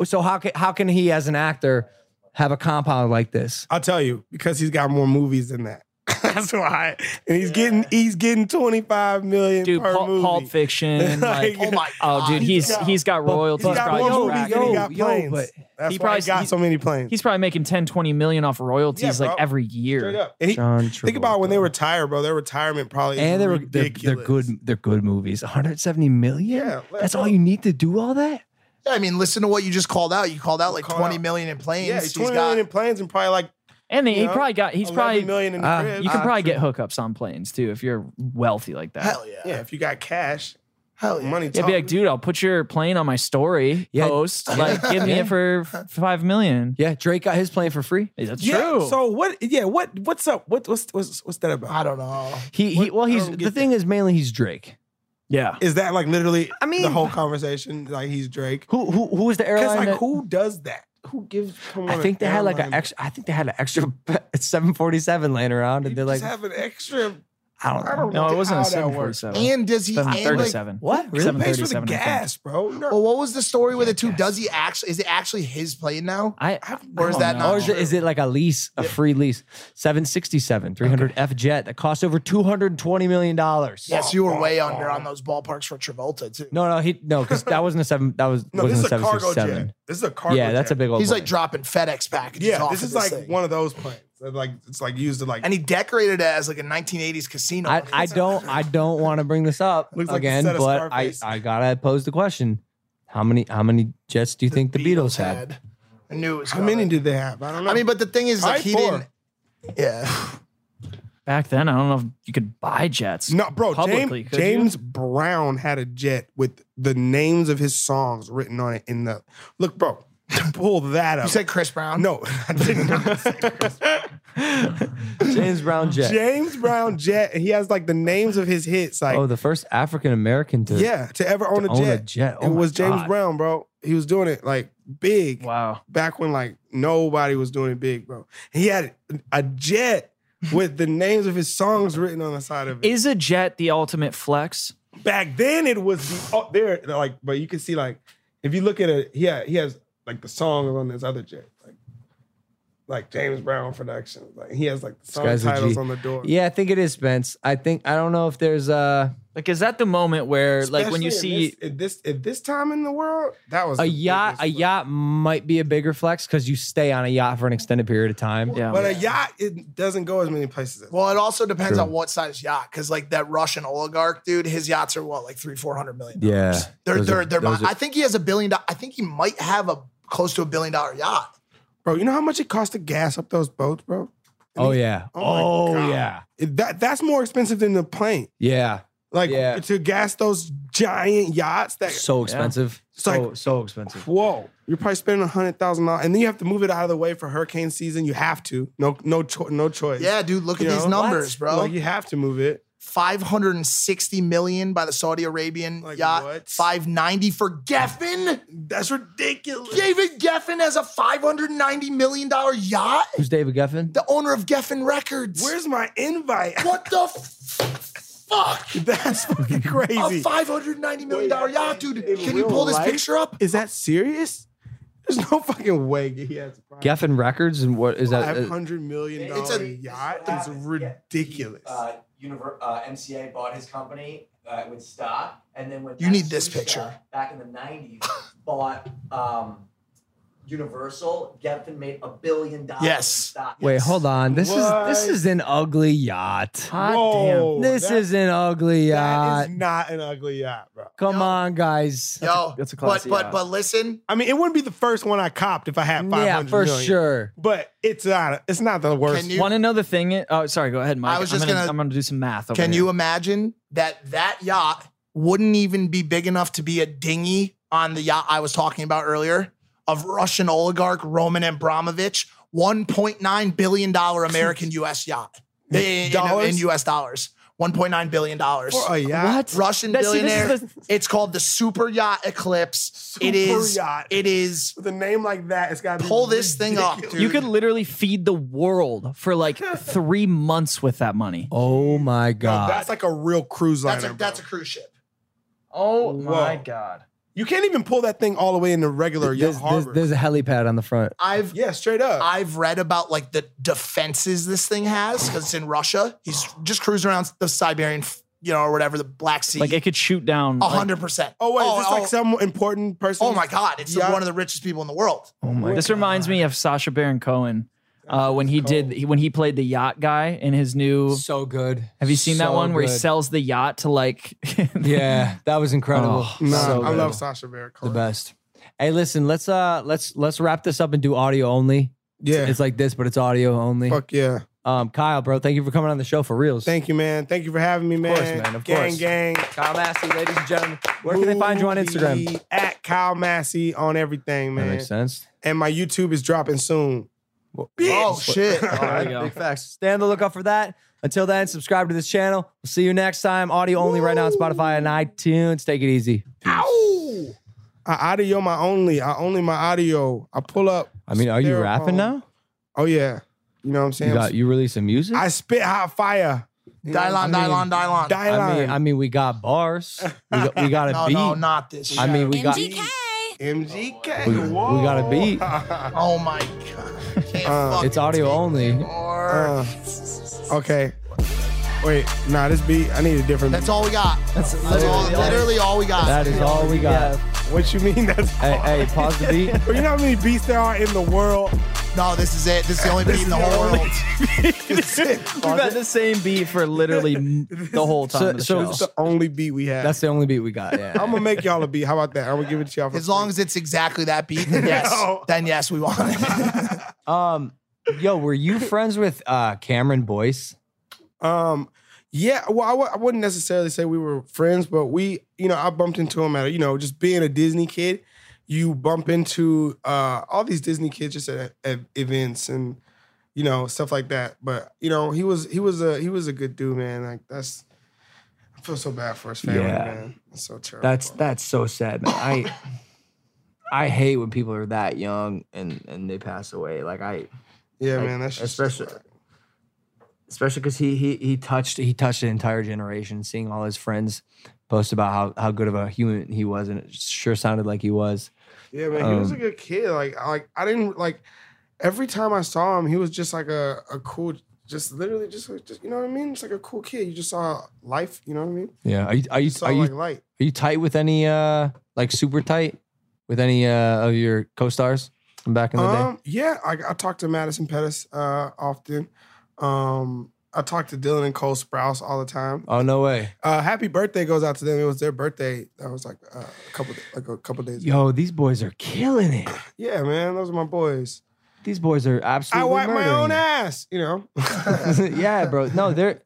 [SPEAKER 2] So how can how can he as an actor have a compound like this?
[SPEAKER 4] I'll tell you because he's got more movies than that. [LAUGHS] That's why, and he's getting he's getting twenty five million
[SPEAKER 3] dude.
[SPEAKER 4] per
[SPEAKER 3] Pul-
[SPEAKER 4] movie.
[SPEAKER 3] Pulp
[SPEAKER 1] [LAUGHS]
[SPEAKER 3] Fiction.
[SPEAKER 4] Like,
[SPEAKER 3] like,
[SPEAKER 1] Oh my
[SPEAKER 3] oh, dude, he's
[SPEAKER 4] got-
[SPEAKER 3] he's got royalties.
[SPEAKER 4] he's got
[SPEAKER 3] probably
[SPEAKER 4] more
[SPEAKER 2] yo,
[SPEAKER 4] movies
[SPEAKER 3] tracking.
[SPEAKER 4] than
[SPEAKER 2] yo,
[SPEAKER 4] he got
[SPEAKER 2] yo,
[SPEAKER 4] planes.
[SPEAKER 2] but-
[SPEAKER 4] That's
[SPEAKER 3] He
[SPEAKER 4] why
[SPEAKER 3] probably-
[SPEAKER 4] he got so many planes.
[SPEAKER 3] He's probably making 10, 20 million off royalties
[SPEAKER 4] Yeah,
[SPEAKER 3] like
[SPEAKER 4] bro.
[SPEAKER 3] every year.
[SPEAKER 4] Straight up. And he-
[SPEAKER 2] John
[SPEAKER 4] think about when they
[SPEAKER 2] Travolta.
[SPEAKER 4] retire, bro. Their retirement probably is
[SPEAKER 2] and they were they're, they're
[SPEAKER 4] ridiculous.
[SPEAKER 2] good they're good movies. 170 million.
[SPEAKER 4] Yeah, let-
[SPEAKER 2] that's all you need to do all that.
[SPEAKER 1] Yeah, I mean, listen to what you just called out. You called out like
[SPEAKER 4] Called
[SPEAKER 1] twenty
[SPEAKER 4] out.
[SPEAKER 1] million in planes.
[SPEAKER 4] Yeah,
[SPEAKER 1] he's
[SPEAKER 4] he's twenty million
[SPEAKER 1] got
[SPEAKER 4] in planes and probably like
[SPEAKER 3] And then
[SPEAKER 4] you
[SPEAKER 3] he
[SPEAKER 4] know,
[SPEAKER 3] probably got he's
[SPEAKER 4] 11
[SPEAKER 3] probably
[SPEAKER 4] million in the
[SPEAKER 2] uh,
[SPEAKER 4] crib.
[SPEAKER 3] you can probably get hookups on planes too if you're wealthy like that.
[SPEAKER 1] hell yeah,
[SPEAKER 4] yeah, if you got cash,
[SPEAKER 1] hell yeah.
[SPEAKER 4] money.
[SPEAKER 3] It'd be like,
[SPEAKER 4] talks.
[SPEAKER 3] dude, I'll put your plane on my story
[SPEAKER 2] Yeah.
[SPEAKER 3] post. Like, give me
[SPEAKER 2] Yeah.
[SPEAKER 3] it for f- five million.
[SPEAKER 2] Yeah, Drake got his plane for free.
[SPEAKER 3] Is that
[SPEAKER 4] Yeah,
[SPEAKER 3] true?
[SPEAKER 4] So what? Yeah, what? What's up? What, what's what's what's that about?
[SPEAKER 1] I don't know.
[SPEAKER 2] He, he well he's the thing is mainly he's Drake.
[SPEAKER 3] yeah,
[SPEAKER 4] Is that like literally?
[SPEAKER 2] I mean-
[SPEAKER 4] the whole conversation. Like he's Drake.
[SPEAKER 2] Who who who was the
[SPEAKER 4] Because
[SPEAKER 2] airline?
[SPEAKER 4] like,
[SPEAKER 2] that-
[SPEAKER 4] who does that? Who gives? Come
[SPEAKER 2] I
[SPEAKER 4] on,
[SPEAKER 2] think
[SPEAKER 4] an
[SPEAKER 2] they had like an
[SPEAKER 4] airline
[SPEAKER 2] extra. I think they had an extra [LAUGHS] 747 laying around, and
[SPEAKER 4] You
[SPEAKER 2] they're like,
[SPEAKER 4] just have an extra.
[SPEAKER 2] I don't know.
[SPEAKER 4] I don't know.
[SPEAKER 3] no, it wasn't a
[SPEAKER 4] how that works.
[SPEAKER 3] 747.
[SPEAKER 1] And does he? And like,
[SPEAKER 3] 737.
[SPEAKER 2] what? Really?
[SPEAKER 4] Who pays for
[SPEAKER 3] 737,
[SPEAKER 4] the
[SPEAKER 3] I think.
[SPEAKER 4] gas, bro? No.
[SPEAKER 1] well, what was the story with it too? Does he actually? Is it actually his plane now?
[SPEAKER 3] I, I
[SPEAKER 1] Or is
[SPEAKER 3] don't
[SPEAKER 1] that
[SPEAKER 3] know.
[SPEAKER 1] not
[SPEAKER 2] Or is it, is it like a lease, a free lease? 767, 300 F jet that costs over $220 million.
[SPEAKER 1] Yes, you were way under on those ballparks for Travolta too.
[SPEAKER 2] No, no, he no, because that wasn't a seven. That was
[SPEAKER 4] No,
[SPEAKER 2] wasn't
[SPEAKER 4] this is
[SPEAKER 2] a
[SPEAKER 4] a
[SPEAKER 2] seven
[SPEAKER 4] cargo
[SPEAKER 2] six
[SPEAKER 4] jet.
[SPEAKER 2] seven.
[SPEAKER 4] This is a cargo.
[SPEAKER 2] Yeah, that's a
[SPEAKER 4] jet.
[SPEAKER 2] big old.
[SPEAKER 1] He's like
[SPEAKER 2] plane.
[SPEAKER 1] dropping FedEx packages.
[SPEAKER 4] Yeah,
[SPEAKER 1] off
[SPEAKER 4] this
[SPEAKER 1] of
[SPEAKER 4] is like
[SPEAKER 1] thing.
[SPEAKER 4] one of those planes. That, Like it's like used to like.
[SPEAKER 1] and he decorated it as like a 1980s casino.
[SPEAKER 2] I, I don't
[SPEAKER 4] [LAUGHS]
[SPEAKER 2] I don't want to bring this up
[SPEAKER 4] Looks like the
[SPEAKER 2] again,
[SPEAKER 4] set of
[SPEAKER 2] but I,
[SPEAKER 4] Scarface.
[SPEAKER 2] I gotta pose the question: How many how many jets do you think the Beatles, had?
[SPEAKER 1] I knew it was
[SPEAKER 4] how many
[SPEAKER 1] coming.
[SPEAKER 4] did they have? I don't know.
[SPEAKER 1] I mean, but the thing is, like,
[SPEAKER 4] Probably
[SPEAKER 1] he
[SPEAKER 4] four.
[SPEAKER 1] didn't. Yeah.
[SPEAKER 3] Back then, I don't know if you could buy jets.
[SPEAKER 4] No, bro.
[SPEAKER 3] publicly,
[SPEAKER 4] James,
[SPEAKER 3] could you?
[SPEAKER 4] James Brown had a jet with the names of his songs written on it in the look, bro. [LAUGHS] Pull that up. You
[SPEAKER 1] said Chris Brown?
[SPEAKER 4] [LAUGHS] No, I did not. Say Chris
[SPEAKER 2] James
[SPEAKER 4] [LAUGHS]
[SPEAKER 2] Brown jet.
[SPEAKER 4] James Brown jet. and He has like the names of his hits. Like
[SPEAKER 2] oh, the first African American to
[SPEAKER 4] yeah, to ever own,
[SPEAKER 2] to
[SPEAKER 4] a, jet.
[SPEAKER 2] Oh
[SPEAKER 4] it
[SPEAKER 2] my
[SPEAKER 4] was James
[SPEAKER 2] God.
[SPEAKER 4] Brown, bro. He was doing it like big.
[SPEAKER 3] Wow.
[SPEAKER 4] Back when like nobody was doing it big, bro. He had a jet with the names of his songs written on the side of it.
[SPEAKER 3] Is a jet the ultimate flex?
[SPEAKER 4] Back then it was the, oh, there like, but you can see like if you look at it, yeah, he has like the songs on this other jet, like like James Brown Productions. Like he has like the
[SPEAKER 2] This
[SPEAKER 4] song
[SPEAKER 2] guy's a
[SPEAKER 4] titles
[SPEAKER 2] G.
[SPEAKER 4] on the door.
[SPEAKER 2] Yeah, I think it is Spence. I think I don't know if there's uh
[SPEAKER 3] like is that the moment where like when you
[SPEAKER 4] Especially
[SPEAKER 3] see
[SPEAKER 4] in this, at this at this time in the world, that was
[SPEAKER 2] a
[SPEAKER 4] the
[SPEAKER 2] yacht. A yacht might be a bigger flex because you stay on a yacht for an extended period of time. Yeah,
[SPEAKER 4] But a yacht, it doesn't go as many places. As
[SPEAKER 1] Well, it also depends
[SPEAKER 2] True.
[SPEAKER 1] on what size yacht, because like that Russian oligarch dude, his yachts are what, like three, four hundred million.
[SPEAKER 2] yeah.
[SPEAKER 1] They're
[SPEAKER 2] Those
[SPEAKER 1] they're
[SPEAKER 2] are-
[SPEAKER 1] they're.
[SPEAKER 2] those
[SPEAKER 1] mi-
[SPEAKER 2] are-
[SPEAKER 1] I think he has a billion. do- I think he might have a close to a billion dollar yacht.
[SPEAKER 4] bro, you know how much it costs to gas up those boats, bro?
[SPEAKER 2] oh yeah. Oh,
[SPEAKER 4] my God.
[SPEAKER 2] yeah.
[SPEAKER 4] It- that that's more expensive than the plane.
[SPEAKER 2] Yeah.
[SPEAKER 4] Like
[SPEAKER 2] Yeah.
[SPEAKER 4] to gas those giant yachts that
[SPEAKER 2] So expensive.
[SPEAKER 4] It's
[SPEAKER 2] So
[SPEAKER 4] like-
[SPEAKER 2] so expensive.
[SPEAKER 4] Whoa, you're probably spending a hundred thousand dollars, and then you have to move it out of the way for hurricane season. You have to. No, no, cho- no choice.
[SPEAKER 1] Yeah, dude, look at
[SPEAKER 4] You
[SPEAKER 1] these
[SPEAKER 4] know?
[SPEAKER 1] numbers, bro.
[SPEAKER 4] Like you have to move it.
[SPEAKER 1] 560 million by the Saudi Arabian yacht. 590 for Geffen.
[SPEAKER 4] That's ridiculous.
[SPEAKER 1] David Geffen has a 590 million dollar yacht.
[SPEAKER 2] Who's David Geffen?
[SPEAKER 1] The owner of Geffen Records.
[SPEAKER 4] Where's my invite?
[SPEAKER 1] What the f- fuck?
[SPEAKER 4] [LAUGHS] That's fucking
[SPEAKER 1] A
[SPEAKER 4] crazy.
[SPEAKER 1] 590 million dollar yacht, dude. Can you
[SPEAKER 4] real
[SPEAKER 1] pull this
[SPEAKER 4] life?
[SPEAKER 1] picture up?
[SPEAKER 4] Is that serious? There's no fucking way he has
[SPEAKER 2] Geffen Records and what is that?
[SPEAKER 4] five
[SPEAKER 2] uh,
[SPEAKER 4] hundred million dollar
[SPEAKER 1] It's a-
[SPEAKER 4] yacht. It's ridiculous.
[SPEAKER 7] Uh, univer- uh, MCA bought his company uh, with stock, and then when
[SPEAKER 1] You need this picture.
[SPEAKER 7] back in the '90s bought um, Universal, Geffen made a billion dollars.
[SPEAKER 2] Yes.
[SPEAKER 7] In stock.
[SPEAKER 2] Wait, hold on. This is this
[SPEAKER 7] What?
[SPEAKER 2] is an ugly yacht.
[SPEAKER 7] Hot Whoa, damn.
[SPEAKER 2] This
[SPEAKER 4] Oh, that-
[SPEAKER 2] is an ugly
[SPEAKER 4] That
[SPEAKER 2] yacht.
[SPEAKER 4] is not an ugly yacht, bro.
[SPEAKER 2] Come on, guys.
[SPEAKER 1] Yo,
[SPEAKER 4] that's a
[SPEAKER 1] but
[SPEAKER 4] classy
[SPEAKER 1] but
[SPEAKER 4] yacht.
[SPEAKER 1] but listen,
[SPEAKER 4] I mean, it wouldn't be the first one I copped if I had five hundred.
[SPEAKER 2] Yeah, for sure.
[SPEAKER 4] But it's not. It's not the worst.
[SPEAKER 1] Can you-
[SPEAKER 3] Want to know the thing? Oh, sorry. Go ahead, Mike.
[SPEAKER 1] was
[SPEAKER 3] I'm
[SPEAKER 1] just
[SPEAKER 3] gonna,
[SPEAKER 1] gonna-
[SPEAKER 3] I'm gonna do some math. Over
[SPEAKER 1] can
[SPEAKER 3] here.
[SPEAKER 1] you imagine that that yacht wouldn't even be big enough to be a dinghy on the yacht I was talking about earlier of Russian oligarch Roman Abramovich, 1.9 billion dollar
[SPEAKER 4] [LAUGHS]
[SPEAKER 1] American U.S. yacht in, in-
[SPEAKER 4] Dollars?
[SPEAKER 1] in U.S. dollars. 1.9 billion dollars.
[SPEAKER 4] For a yacht? What?
[SPEAKER 1] Russian
[SPEAKER 4] That- see, this
[SPEAKER 1] billionaire.
[SPEAKER 4] is
[SPEAKER 1] [LAUGHS] it's called the Super Yacht Eclipse. it
[SPEAKER 4] Super
[SPEAKER 1] is.
[SPEAKER 4] yacht.
[SPEAKER 1] It is.
[SPEAKER 4] With a name like that, it's got to
[SPEAKER 1] Pull this thing up, dude.
[SPEAKER 3] You could literally feed the world for
[SPEAKER 2] [LAUGHS]
[SPEAKER 3] like three months with that money.
[SPEAKER 2] Oh my god.
[SPEAKER 4] That's like a real cruise liner.
[SPEAKER 1] That's a, that's a cruise ship.
[SPEAKER 3] Oh
[SPEAKER 4] my
[SPEAKER 3] god.
[SPEAKER 4] You can't even pull that thing all the way into regular yacht
[SPEAKER 2] There's, there's,
[SPEAKER 4] harbor.
[SPEAKER 2] there's a helipad on the front.
[SPEAKER 1] I've
[SPEAKER 4] yeah, straight up.
[SPEAKER 1] I've read about like the defenses this thing has because it's in Russia. He's just cruising around the Siberian, you know, or whatever the Black Sea.
[SPEAKER 3] Like it could shoot down.
[SPEAKER 1] a
[SPEAKER 3] like-
[SPEAKER 1] hundred percent.
[SPEAKER 4] oh wait,
[SPEAKER 1] oh,
[SPEAKER 4] is this
[SPEAKER 1] oh,
[SPEAKER 4] like some important person?
[SPEAKER 1] oh my god, it's the- one of the richest people in the world.
[SPEAKER 3] Oh my this reminds me of Sasha Baron Cohen uh, when he did he, when he played the yacht guy in his new.
[SPEAKER 2] So good.
[SPEAKER 3] Have you seen that
[SPEAKER 2] So
[SPEAKER 3] one where he
[SPEAKER 2] good.
[SPEAKER 3] sells the yacht to like? [LAUGHS]
[SPEAKER 2] Yeah, that was incredible.
[SPEAKER 3] Oh,
[SPEAKER 4] Nah,
[SPEAKER 2] So
[SPEAKER 4] I
[SPEAKER 2] good.
[SPEAKER 4] love Sasha Baron
[SPEAKER 2] the
[SPEAKER 4] Cohen.
[SPEAKER 2] best. Hey, listen, let's uh let's let's wrap this up and do audio only.
[SPEAKER 4] Yeah.
[SPEAKER 2] It's like this, but it's audio only.
[SPEAKER 4] Fuck yeah.
[SPEAKER 2] Um, Kyle, bro, thank you for coming on the show for reals.
[SPEAKER 4] Thank you, man. Thank you for having me, man.
[SPEAKER 2] course, man, of
[SPEAKER 4] gang,
[SPEAKER 2] course.
[SPEAKER 4] gang.
[SPEAKER 2] Kyle Massey, ladies and gentlemen. Where can they find you on Instagram?
[SPEAKER 4] Movie At Kyle Massey on everything,
[SPEAKER 2] That
[SPEAKER 4] man.
[SPEAKER 2] makes sense.
[SPEAKER 4] And my YouTube is dropping soon.
[SPEAKER 1] Oh
[SPEAKER 4] [LAUGHS]
[SPEAKER 1] shit.
[SPEAKER 2] All right, big facts. Stay on the lookout for that. Until then, subscribe to this channel. We'll see you next time. Audio only right now on Spotify and iTunes. Take it easy.
[SPEAKER 4] Ow! I audio my only. I only my audio. I pull up.
[SPEAKER 2] I mean, are you
[SPEAKER 4] stereo
[SPEAKER 2] rapping
[SPEAKER 4] phone.
[SPEAKER 2] now?
[SPEAKER 4] Oh yeah. You know what I'm saying?
[SPEAKER 2] You got you releasing music?
[SPEAKER 4] I spit hot fire.
[SPEAKER 1] Dylon, Dylon, Dylon.
[SPEAKER 2] I
[SPEAKER 4] Dylan.
[SPEAKER 2] mean, I mean, we got bars. We got, we got a
[SPEAKER 1] No,
[SPEAKER 2] beat.
[SPEAKER 1] no, not this.
[SPEAKER 2] I mean, we got we,
[SPEAKER 10] MGK.
[SPEAKER 4] MGK.
[SPEAKER 2] we got a beat.
[SPEAKER 1] Oh my god. Can't fucking
[SPEAKER 2] It's audio
[SPEAKER 1] take
[SPEAKER 2] only.
[SPEAKER 1] it anymore.
[SPEAKER 4] Uh, okay. Wait, nah, this beat, I need a different
[SPEAKER 1] That's all we got. That's, all, literally all we got.
[SPEAKER 2] That is all we got.
[SPEAKER 4] What you mean? That's
[SPEAKER 2] Hey, hey, pause the beat.
[SPEAKER 4] But you know how many beats there are in
[SPEAKER 2] [LAUGHS]
[SPEAKER 4] the world?
[SPEAKER 1] No, this is it. This is the only beat in the whole world.
[SPEAKER 3] We've had the same beat for literally m- the whole time. of the
[SPEAKER 2] [LAUGHS] So-
[SPEAKER 3] show.
[SPEAKER 2] so-
[SPEAKER 4] It's the only beat we have.
[SPEAKER 2] That's the only beat we got. Yeah.
[SPEAKER 4] I'm gonna make y'all a beat. How about that? I'm gonna give it to y'all.
[SPEAKER 2] [LAUGHS]
[SPEAKER 4] For
[SPEAKER 1] As long as it's exactly that beat, then yes,
[SPEAKER 4] No.
[SPEAKER 1] then yes, we want it.
[SPEAKER 2] Um, Yo, were you friends with uh, Cameron Boyce?
[SPEAKER 4] Um, yeah. Well, I w- I wouldn't necessarily say we were friends, but we, you know, I bumped into him at, a, you know, just being a Disney kid, you bump into uh, all these Disney kids just at, at events and, you know, stuff like that. But you know, he was he was a he was a good dude, man. Like that's, I feel so bad for his family,
[SPEAKER 2] Yeah.
[SPEAKER 4] man. It's so terrible.
[SPEAKER 2] That's that's so sad, man. I I hate when people are that young and and they pass away. Like I,
[SPEAKER 4] Yeah,
[SPEAKER 2] like,
[SPEAKER 4] man. That's just
[SPEAKER 2] especially especially because he he he touched he touched an entire generation. Seeing all his friends post about how how good of a human he was, and it sure sounded like he was.
[SPEAKER 4] Yeah, man, he was a
[SPEAKER 2] Um,
[SPEAKER 4] good kid. Like, I- like I didn't like every time I saw him, he was just like a, a cool, just literally just, just you know what I mean? It's like a cool kid. You just saw life. You know what I mean?
[SPEAKER 2] Yeah. Are you are you
[SPEAKER 4] Just saw
[SPEAKER 2] are you,
[SPEAKER 4] like light.
[SPEAKER 2] are you tight with any uh like super tight with any uh of your co stars from back in the day?
[SPEAKER 4] Um, yeah, I, I talk to Madison Pettis uh, often. Um, I talk to Dylan and Cole Sprouse all the time.
[SPEAKER 2] Oh no way.
[SPEAKER 4] Uh, happy birthday goes out to them. It was their birthday. That was like uh, a couple, like a couple days. ago.
[SPEAKER 2] Yo, these boys are killing it.
[SPEAKER 4] Yeah, man, those are my boys.
[SPEAKER 2] These boys are absolutely.
[SPEAKER 4] I wipe my
[SPEAKER 2] murdering
[SPEAKER 4] own
[SPEAKER 2] it.
[SPEAKER 4] ass.
[SPEAKER 2] [LAUGHS]
[SPEAKER 4] You know,
[SPEAKER 2] yeah, bro. No, they're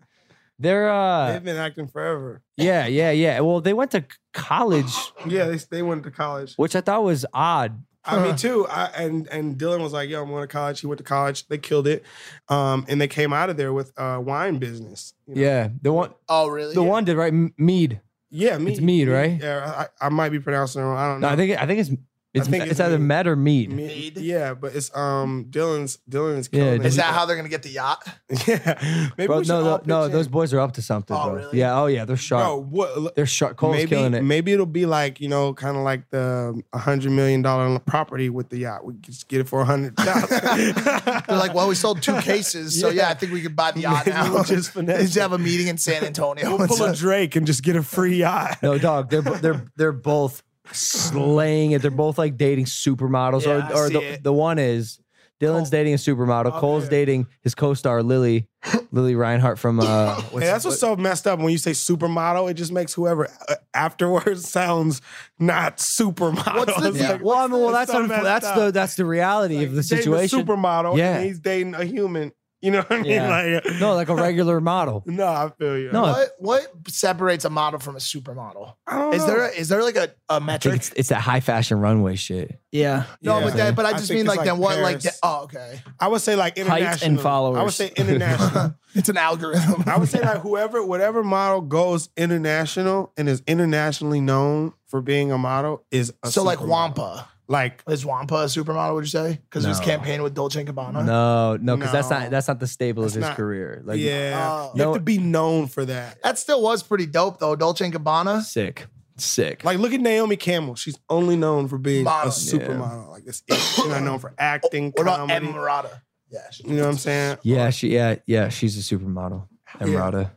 [SPEAKER 2] they're uh
[SPEAKER 4] they've been acting forever.
[SPEAKER 2] yeah, yeah, yeah. Well, they went to c- college,
[SPEAKER 4] Yeah, they, they went to college.
[SPEAKER 2] which I thought was odd.
[SPEAKER 4] I, me too. I, and and Dylan was like, "Yo, I'm going to college." He went to college. They killed it, um, and they came out of there with uh, wine business.
[SPEAKER 2] Yeah, the one
[SPEAKER 1] Oh, really?
[SPEAKER 2] the one did right M- mead.
[SPEAKER 4] Yeah, mead.
[SPEAKER 2] It's mead, right?
[SPEAKER 4] Yeah, I, I might be pronouncing it wrong. I don't know.
[SPEAKER 2] No, I think I think it's it's,
[SPEAKER 4] think
[SPEAKER 2] it's,
[SPEAKER 4] it's
[SPEAKER 2] either
[SPEAKER 4] mead.
[SPEAKER 2] met or mead.
[SPEAKER 4] mead. Yeah, but it's um Dylan's Dylan's.
[SPEAKER 2] Yeah,
[SPEAKER 4] Killing
[SPEAKER 2] Is
[SPEAKER 1] Is that how they're gonna get the yacht?
[SPEAKER 4] [LAUGHS] yeah, maybe
[SPEAKER 2] Bro,
[SPEAKER 4] we should all
[SPEAKER 2] no, no,
[SPEAKER 4] pitch
[SPEAKER 2] no,
[SPEAKER 4] in.
[SPEAKER 2] those boys are up to something.
[SPEAKER 4] Oh,
[SPEAKER 2] bro.
[SPEAKER 4] really?
[SPEAKER 2] Yeah, oh yeah, they're
[SPEAKER 4] Bro,
[SPEAKER 2] sharp.
[SPEAKER 4] what? look,
[SPEAKER 2] they're sharp. Cole's
[SPEAKER 4] maybe
[SPEAKER 2] killing it.
[SPEAKER 4] maybe it'll be like you know, kind of like the um, hundred million dollar property with the yacht. We could just get it for a hundred
[SPEAKER 2] [LAUGHS]
[SPEAKER 4] thousand.
[SPEAKER 1] They're like, well, we sold
[SPEAKER 4] [LAUGHS]
[SPEAKER 1] two cases, so yeah, I think we could buy the yacht
[SPEAKER 4] Maybe
[SPEAKER 1] now.
[SPEAKER 4] we'll just finesse
[SPEAKER 1] Just have a meeting in
[SPEAKER 4] [LAUGHS]
[SPEAKER 1] San Antonio.
[SPEAKER 4] We'll pull a Drake and just get a free yacht.
[SPEAKER 2] No, dog, they're bo- they're they're both slaying it. They're both like dating supermodels,
[SPEAKER 1] Yeah, I
[SPEAKER 2] or, or
[SPEAKER 1] see
[SPEAKER 2] the,
[SPEAKER 1] it.
[SPEAKER 2] the one is Dylan's dating a supermodel. Cole's dating his co-star Lily, Lily Reinhart from uh,
[SPEAKER 4] Hey, that's what's so messed up when you say supermodel. It just makes whoever uh, afterwards [LAUGHS] sounds not supermodel.
[SPEAKER 2] What's the-
[SPEAKER 4] It's
[SPEAKER 2] Yeah. Well, I mean, well, that's
[SPEAKER 4] so
[SPEAKER 2] unf-
[SPEAKER 4] messed
[SPEAKER 2] that's
[SPEAKER 4] up.
[SPEAKER 2] the that's the reality of the
[SPEAKER 4] He's dating
[SPEAKER 2] situation.
[SPEAKER 4] A supermodel. Yeah,
[SPEAKER 2] Yeah.
[SPEAKER 4] and he's dating a human. You know what I mean?
[SPEAKER 2] Yeah.
[SPEAKER 4] [LAUGHS] Like,
[SPEAKER 2] no, like a regular model.
[SPEAKER 4] no, I feel you.
[SPEAKER 1] What what separates a model from a supermodel?
[SPEAKER 4] I don't
[SPEAKER 1] Is
[SPEAKER 4] know.
[SPEAKER 1] there a, is there like a,
[SPEAKER 2] I
[SPEAKER 1] a
[SPEAKER 2] think
[SPEAKER 1] metric?
[SPEAKER 2] it's it's that high fashion runway shit.
[SPEAKER 3] Yeah.
[SPEAKER 1] No,
[SPEAKER 2] Yeah.
[SPEAKER 1] but that, but I
[SPEAKER 4] I
[SPEAKER 1] just
[SPEAKER 4] think
[SPEAKER 1] mean
[SPEAKER 4] it's
[SPEAKER 1] like,
[SPEAKER 4] like
[SPEAKER 1] then what like
[SPEAKER 4] Paris.
[SPEAKER 1] the- oh okay, [LAUGHS]
[SPEAKER 4] I would say like
[SPEAKER 3] and
[SPEAKER 4] international I would
[SPEAKER 3] followers.
[SPEAKER 4] say international.
[SPEAKER 1] it's an algorithm.
[SPEAKER 4] I would say like whoever, whatever model goes international and is internationally known for being a model is a
[SPEAKER 1] so like
[SPEAKER 4] supermodel.
[SPEAKER 1] Wampa
[SPEAKER 4] Like
[SPEAKER 1] is Wampa a supermodel? Would you say because it was
[SPEAKER 2] No.
[SPEAKER 1] campaigning with Dolce and Gabbana?
[SPEAKER 2] No, no, because that's
[SPEAKER 4] No.
[SPEAKER 2] not that's not the staple
[SPEAKER 4] That's
[SPEAKER 2] of his
[SPEAKER 4] not-
[SPEAKER 2] career. Like, uh,
[SPEAKER 4] yeah,
[SPEAKER 1] Oh.
[SPEAKER 4] you
[SPEAKER 2] No-
[SPEAKER 4] have to be known for that.
[SPEAKER 1] That still was pretty dope though. Dolce and Gabbana.
[SPEAKER 2] sick, sick.
[SPEAKER 4] Like, look at Naomi Campbell. She's only known for being
[SPEAKER 1] Model. Oh,
[SPEAKER 4] a supermodel. Like, that's it. She's not
[SPEAKER 1] [COUGHS]
[SPEAKER 4] known for acting.
[SPEAKER 1] What about
[SPEAKER 4] comedy.
[SPEAKER 1] Emirata? Yeah, she-
[SPEAKER 4] You know what I'm saying?
[SPEAKER 2] yeah, she yeah yeah she's a supermodel. Emirata.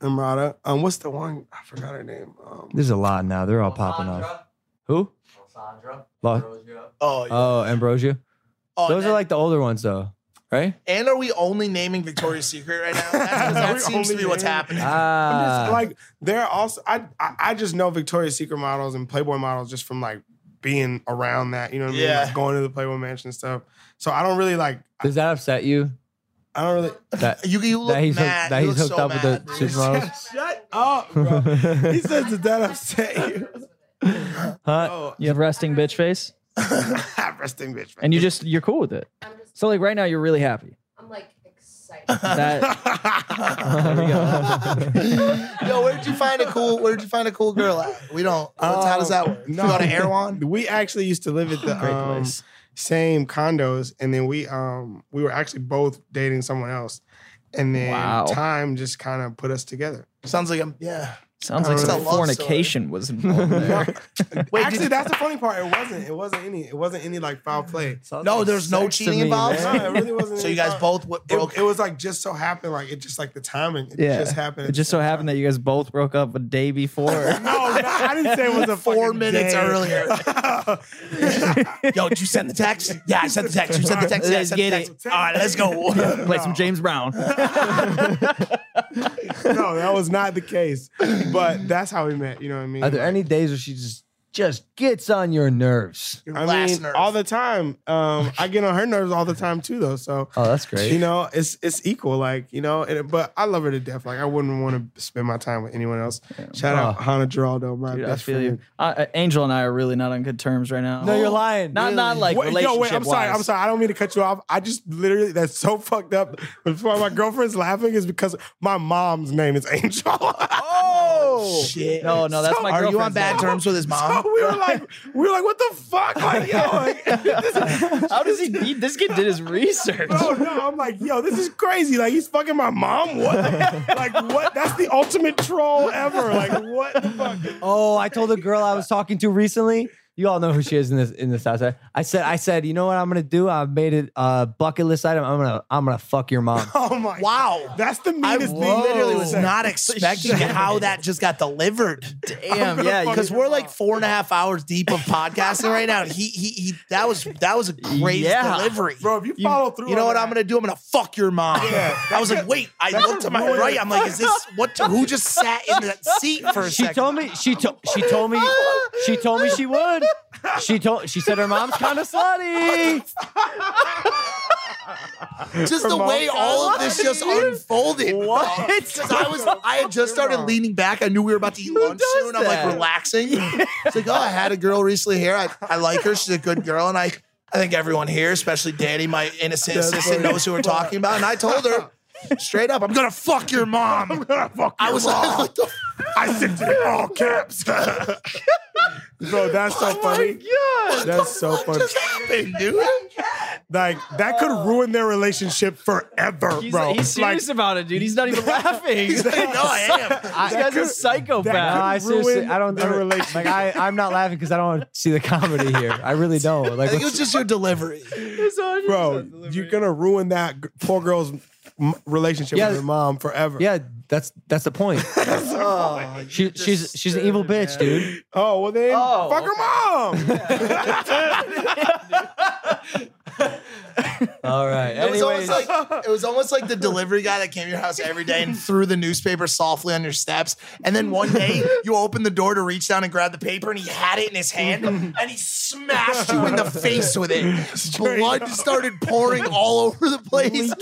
[SPEAKER 4] Emirata. Um, what's the one? I forgot her name. Um,
[SPEAKER 2] There's a lot now. They're all popping off. Who?
[SPEAKER 7] Alessandra.
[SPEAKER 2] Lo-
[SPEAKER 1] Oh, yeah.
[SPEAKER 2] Oh, Ambrosia.
[SPEAKER 1] oh
[SPEAKER 2] Those
[SPEAKER 1] and-
[SPEAKER 2] are like the older ones though, right?
[SPEAKER 1] And are we only naming Victoria's Secret right now? That's
[SPEAKER 4] [LAUGHS]
[SPEAKER 1] 'cause
[SPEAKER 4] Are
[SPEAKER 1] that
[SPEAKER 4] we
[SPEAKER 1] seems to
[SPEAKER 4] only
[SPEAKER 1] be what's
[SPEAKER 4] naming-
[SPEAKER 1] happening.
[SPEAKER 4] I'm just,
[SPEAKER 3] Uh.
[SPEAKER 2] Ah,
[SPEAKER 4] like they're also. I, I I just know Victoria's Secret models and Playboy models just from like being around that. You know what I mean?
[SPEAKER 1] Yeah.
[SPEAKER 4] Like, going to the Playboy mansion and stuff. So I don't really like.
[SPEAKER 2] does that upset you?
[SPEAKER 4] I don't
[SPEAKER 1] [LAUGHS]
[SPEAKER 4] really.
[SPEAKER 2] That
[SPEAKER 1] You, you look
[SPEAKER 2] that he's
[SPEAKER 1] mad.
[SPEAKER 2] hooked, that
[SPEAKER 1] You
[SPEAKER 2] he's hooked
[SPEAKER 1] look so
[SPEAKER 2] up
[SPEAKER 1] mad,
[SPEAKER 2] with the
[SPEAKER 1] dude. [LAUGHS]
[SPEAKER 2] supermodels?
[SPEAKER 4] Shut up, Oh,
[SPEAKER 3] [LAUGHS]
[SPEAKER 4] bro. he says, "Did that upset you?" [LAUGHS]
[SPEAKER 3] Huh?
[SPEAKER 4] Oh.
[SPEAKER 3] You have resting bitch face,
[SPEAKER 4] Resting bitch. [LAUGHS]
[SPEAKER 3] and you just you're cool with it. So like right now, you're really happy.
[SPEAKER 13] I'm like
[SPEAKER 4] [LAUGHS]
[SPEAKER 13] excited.
[SPEAKER 3] That
[SPEAKER 1] [LAUGHS] Yo, where did you find a cool? Where did you find a cool girl at? We don't. what's-
[SPEAKER 4] Oh,
[SPEAKER 1] how does that work? You go to Erewhon.
[SPEAKER 4] We actually used to live at the
[SPEAKER 3] Great
[SPEAKER 4] um,
[SPEAKER 3] place.
[SPEAKER 4] same condos, and then we um we were actually both dating someone else, and then
[SPEAKER 3] Wow.
[SPEAKER 4] time just kind of put us together.
[SPEAKER 1] Sounds like I'm. Yeah.
[SPEAKER 3] sounds like
[SPEAKER 1] It's a
[SPEAKER 3] some
[SPEAKER 1] love story.
[SPEAKER 3] fornication was involved
[SPEAKER 4] [LAUGHS]
[SPEAKER 3] there.
[SPEAKER 1] Wait,
[SPEAKER 4] actually,
[SPEAKER 1] did-
[SPEAKER 4] that's the funny part. It wasn't. It wasn't any. It wasn't any like foul
[SPEAKER 1] [LAUGHS]
[SPEAKER 4] play.
[SPEAKER 1] No, there's no
[SPEAKER 2] sex to
[SPEAKER 1] cheating
[SPEAKER 2] me,
[SPEAKER 1] involved.
[SPEAKER 4] No, it really wasn't.
[SPEAKER 1] [LAUGHS] So
[SPEAKER 4] any
[SPEAKER 1] you guys
[SPEAKER 4] foul-
[SPEAKER 1] both w- broke.
[SPEAKER 4] It, it was like just so happened. Like it just like the timing. It
[SPEAKER 3] Yeah,
[SPEAKER 4] just happened.
[SPEAKER 3] It just so happened that you guys both broke up a day before.
[SPEAKER 4] [LAUGHS] No, no, I didn't say it was
[SPEAKER 1] [LAUGHS]
[SPEAKER 4] a
[SPEAKER 1] Four
[SPEAKER 4] fucking
[SPEAKER 1] minutes
[SPEAKER 4] day. [LAUGHS]
[SPEAKER 1] earlier. [LAUGHS] Yo, did you send the text? Yeah, I sent the text. You sent the text. Yeah, I
[SPEAKER 3] Let's
[SPEAKER 1] sent the
[SPEAKER 3] get
[SPEAKER 1] text. All right, let's go.
[SPEAKER 3] Play some James Brown.
[SPEAKER 4] no, that was not the case. But that's how we met. You know what I mean?
[SPEAKER 2] Are there any days where she just just gets on your nerves.
[SPEAKER 4] [LAUGHS] I mean, all the time. Um, I get on her nerves all the time too, though. So,
[SPEAKER 2] Oh, that's great.
[SPEAKER 4] You know, it's it's equal, like you know. And, but I love her to death. Like I wouldn't want to spend my time with anyone else. Shout out
[SPEAKER 3] Oh.
[SPEAKER 4] Hannah Geraldo, my
[SPEAKER 3] Dude, I
[SPEAKER 4] best
[SPEAKER 3] feel you.
[SPEAKER 4] friend.
[SPEAKER 3] Uh, uh, Angel and I are really not on good terms right now.
[SPEAKER 4] No, you're lying.
[SPEAKER 3] Not not like
[SPEAKER 4] Wait,
[SPEAKER 3] relationship.
[SPEAKER 4] yo, wait, I'm sorry. I'm sorry. I don't mean to cut you off. I just literally that's so fucked up. But why my girlfriend's laughing is because my mom's name is Angel. [LAUGHS] oh
[SPEAKER 1] shit.
[SPEAKER 3] No, no, that's my
[SPEAKER 1] Are you on
[SPEAKER 3] girlfriend's
[SPEAKER 1] bad
[SPEAKER 3] name.
[SPEAKER 1] terms with his mom?
[SPEAKER 4] we were like, we were like, what the fuck? Like, yo, like, [LAUGHS]
[SPEAKER 3] How does he? he this kid did his research.
[SPEAKER 4] Bro, Oh, no, I'm like, yo, this is crazy. Like, he's fucking my mom. What? like, what? That's the ultimate troll ever. Like, what the fuck?
[SPEAKER 2] Oh, I told a girl I was talking to recently. You all know who she is in this in this outside. I said, I said, you know what I'm gonna do? I've made it a bucket list item. I'm gonna I'm gonna fuck your
[SPEAKER 1] [LAUGHS]
[SPEAKER 2] mom.
[SPEAKER 4] Oh my!
[SPEAKER 1] Wow,
[SPEAKER 4] that's the
[SPEAKER 1] meanest
[SPEAKER 2] thing you
[SPEAKER 1] literally
[SPEAKER 2] could
[SPEAKER 1] was
[SPEAKER 2] say.
[SPEAKER 4] [LAUGHS]
[SPEAKER 1] not expecting
[SPEAKER 2] Shit.
[SPEAKER 1] how that just got delivered.
[SPEAKER 2] Damn, I'm yeah, gonna fuck
[SPEAKER 1] because
[SPEAKER 2] you
[SPEAKER 1] we're like four and a half hours deep of podcasting right now. and He he he. That was that was a great
[SPEAKER 4] Yeah.
[SPEAKER 1] delivery,
[SPEAKER 4] bro. If you follow through
[SPEAKER 1] you know
[SPEAKER 4] on
[SPEAKER 1] what
[SPEAKER 4] that-
[SPEAKER 1] I'm gonna do? I'm gonna fuck your mom.
[SPEAKER 4] Yeah,
[SPEAKER 1] I was
[SPEAKER 4] that
[SPEAKER 1] like,
[SPEAKER 4] could-
[SPEAKER 1] wait. I
[SPEAKER 4] that
[SPEAKER 1] looked
[SPEAKER 4] could
[SPEAKER 1] to my
[SPEAKER 4] ruin
[SPEAKER 1] right.
[SPEAKER 4] it.
[SPEAKER 1] I'm like, is this what? Who just sat in that seat for a
[SPEAKER 2] she
[SPEAKER 1] second?
[SPEAKER 2] told me she told she told me she told me she would. She told she said her mom's kind of slutty.
[SPEAKER 1] just the
[SPEAKER 2] Remote
[SPEAKER 1] way all of this just
[SPEAKER 2] control.
[SPEAKER 4] [LAUGHS]
[SPEAKER 1] unfolded. [LAUGHS] What? Because I was, I had just started leaning back. I knew we were about to eat lunch soon. I'm
[SPEAKER 2] that?
[SPEAKER 1] like relaxing. It's like, oh, I had a girl recently here. I, I like her. She's a good girl, and I, I think everyone here, especially Danny, my innocent
[SPEAKER 4] That's
[SPEAKER 1] assistant,
[SPEAKER 4] funny.
[SPEAKER 1] knows who we're talking about. And I told her straight up, I'm gonna fuck your mom. I'm
[SPEAKER 4] gonna fuck
[SPEAKER 1] I
[SPEAKER 4] your
[SPEAKER 1] was
[SPEAKER 4] mom.
[SPEAKER 1] like, [LAUGHS] what the
[SPEAKER 4] I
[SPEAKER 1] [LAUGHS]
[SPEAKER 4] sent it in all caps. Bro, that's
[SPEAKER 1] Oh
[SPEAKER 4] so funny. That's so funny.
[SPEAKER 1] just happened, dude? Oh.
[SPEAKER 4] Like that could ruin their relationship forever,
[SPEAKER 3] He's,
[SPEAKER 4] bro.
[SPEAKER 3] he's
[SPEAKER 4] Like,
[SPEAKER 3] serious about it, dude. He's not
[SPEAKER 4] [LAUGHS]
[SPEAKER 3] even laughing.
[SPEAKER 4] He's like, no, I
[SPEAKER 3] am. This guy's a
[SPEAKER 2] No, I
[SPEAKER 3] psychopath.
[SPEAKER 2] seriously, I don't.
[SPEAKER 4] their
[SPEAKER 2] Like I, I'm not laughing because I don't want to see the comedy here. I really don't. Like
[SPEAKER 1] I think it was just your delivery.
[SPEAKER 4] bro, you're gonna ruin that g- poor girl's m- relationship
[SPEAKER 2] Yeah.
[SPEAKER 4] with her mom forever.
[SPEAKER 2] yeah, that's that's the point. Oh, She, she's she's an evil bitch, dude.
[SPEAKER 4] Oh well, then
[SPEAKER 3] Oh,
[SPEAKER 4] fuck her
[SPEAKER 1] [LAUGHS]
[SPEAKER 4] mom.
[SPEAKER 2] All right.
[SPEAKER 1] It was, almost
[SPEAKER 2] Anyways,
[SPEAKER 1] like, it was almost like the delivery guy that came to your house every day and threw the newspaper softly on your steps. And then one day you opened the door to reach down and grab the paper and he had it in his hand and he smashed you in the face with it.
[SPEAKER 4] Straight
[SPEAKER 1] Blood
[SPEAKER 4] up.
[SPEAKER 1] started pouring all over the place.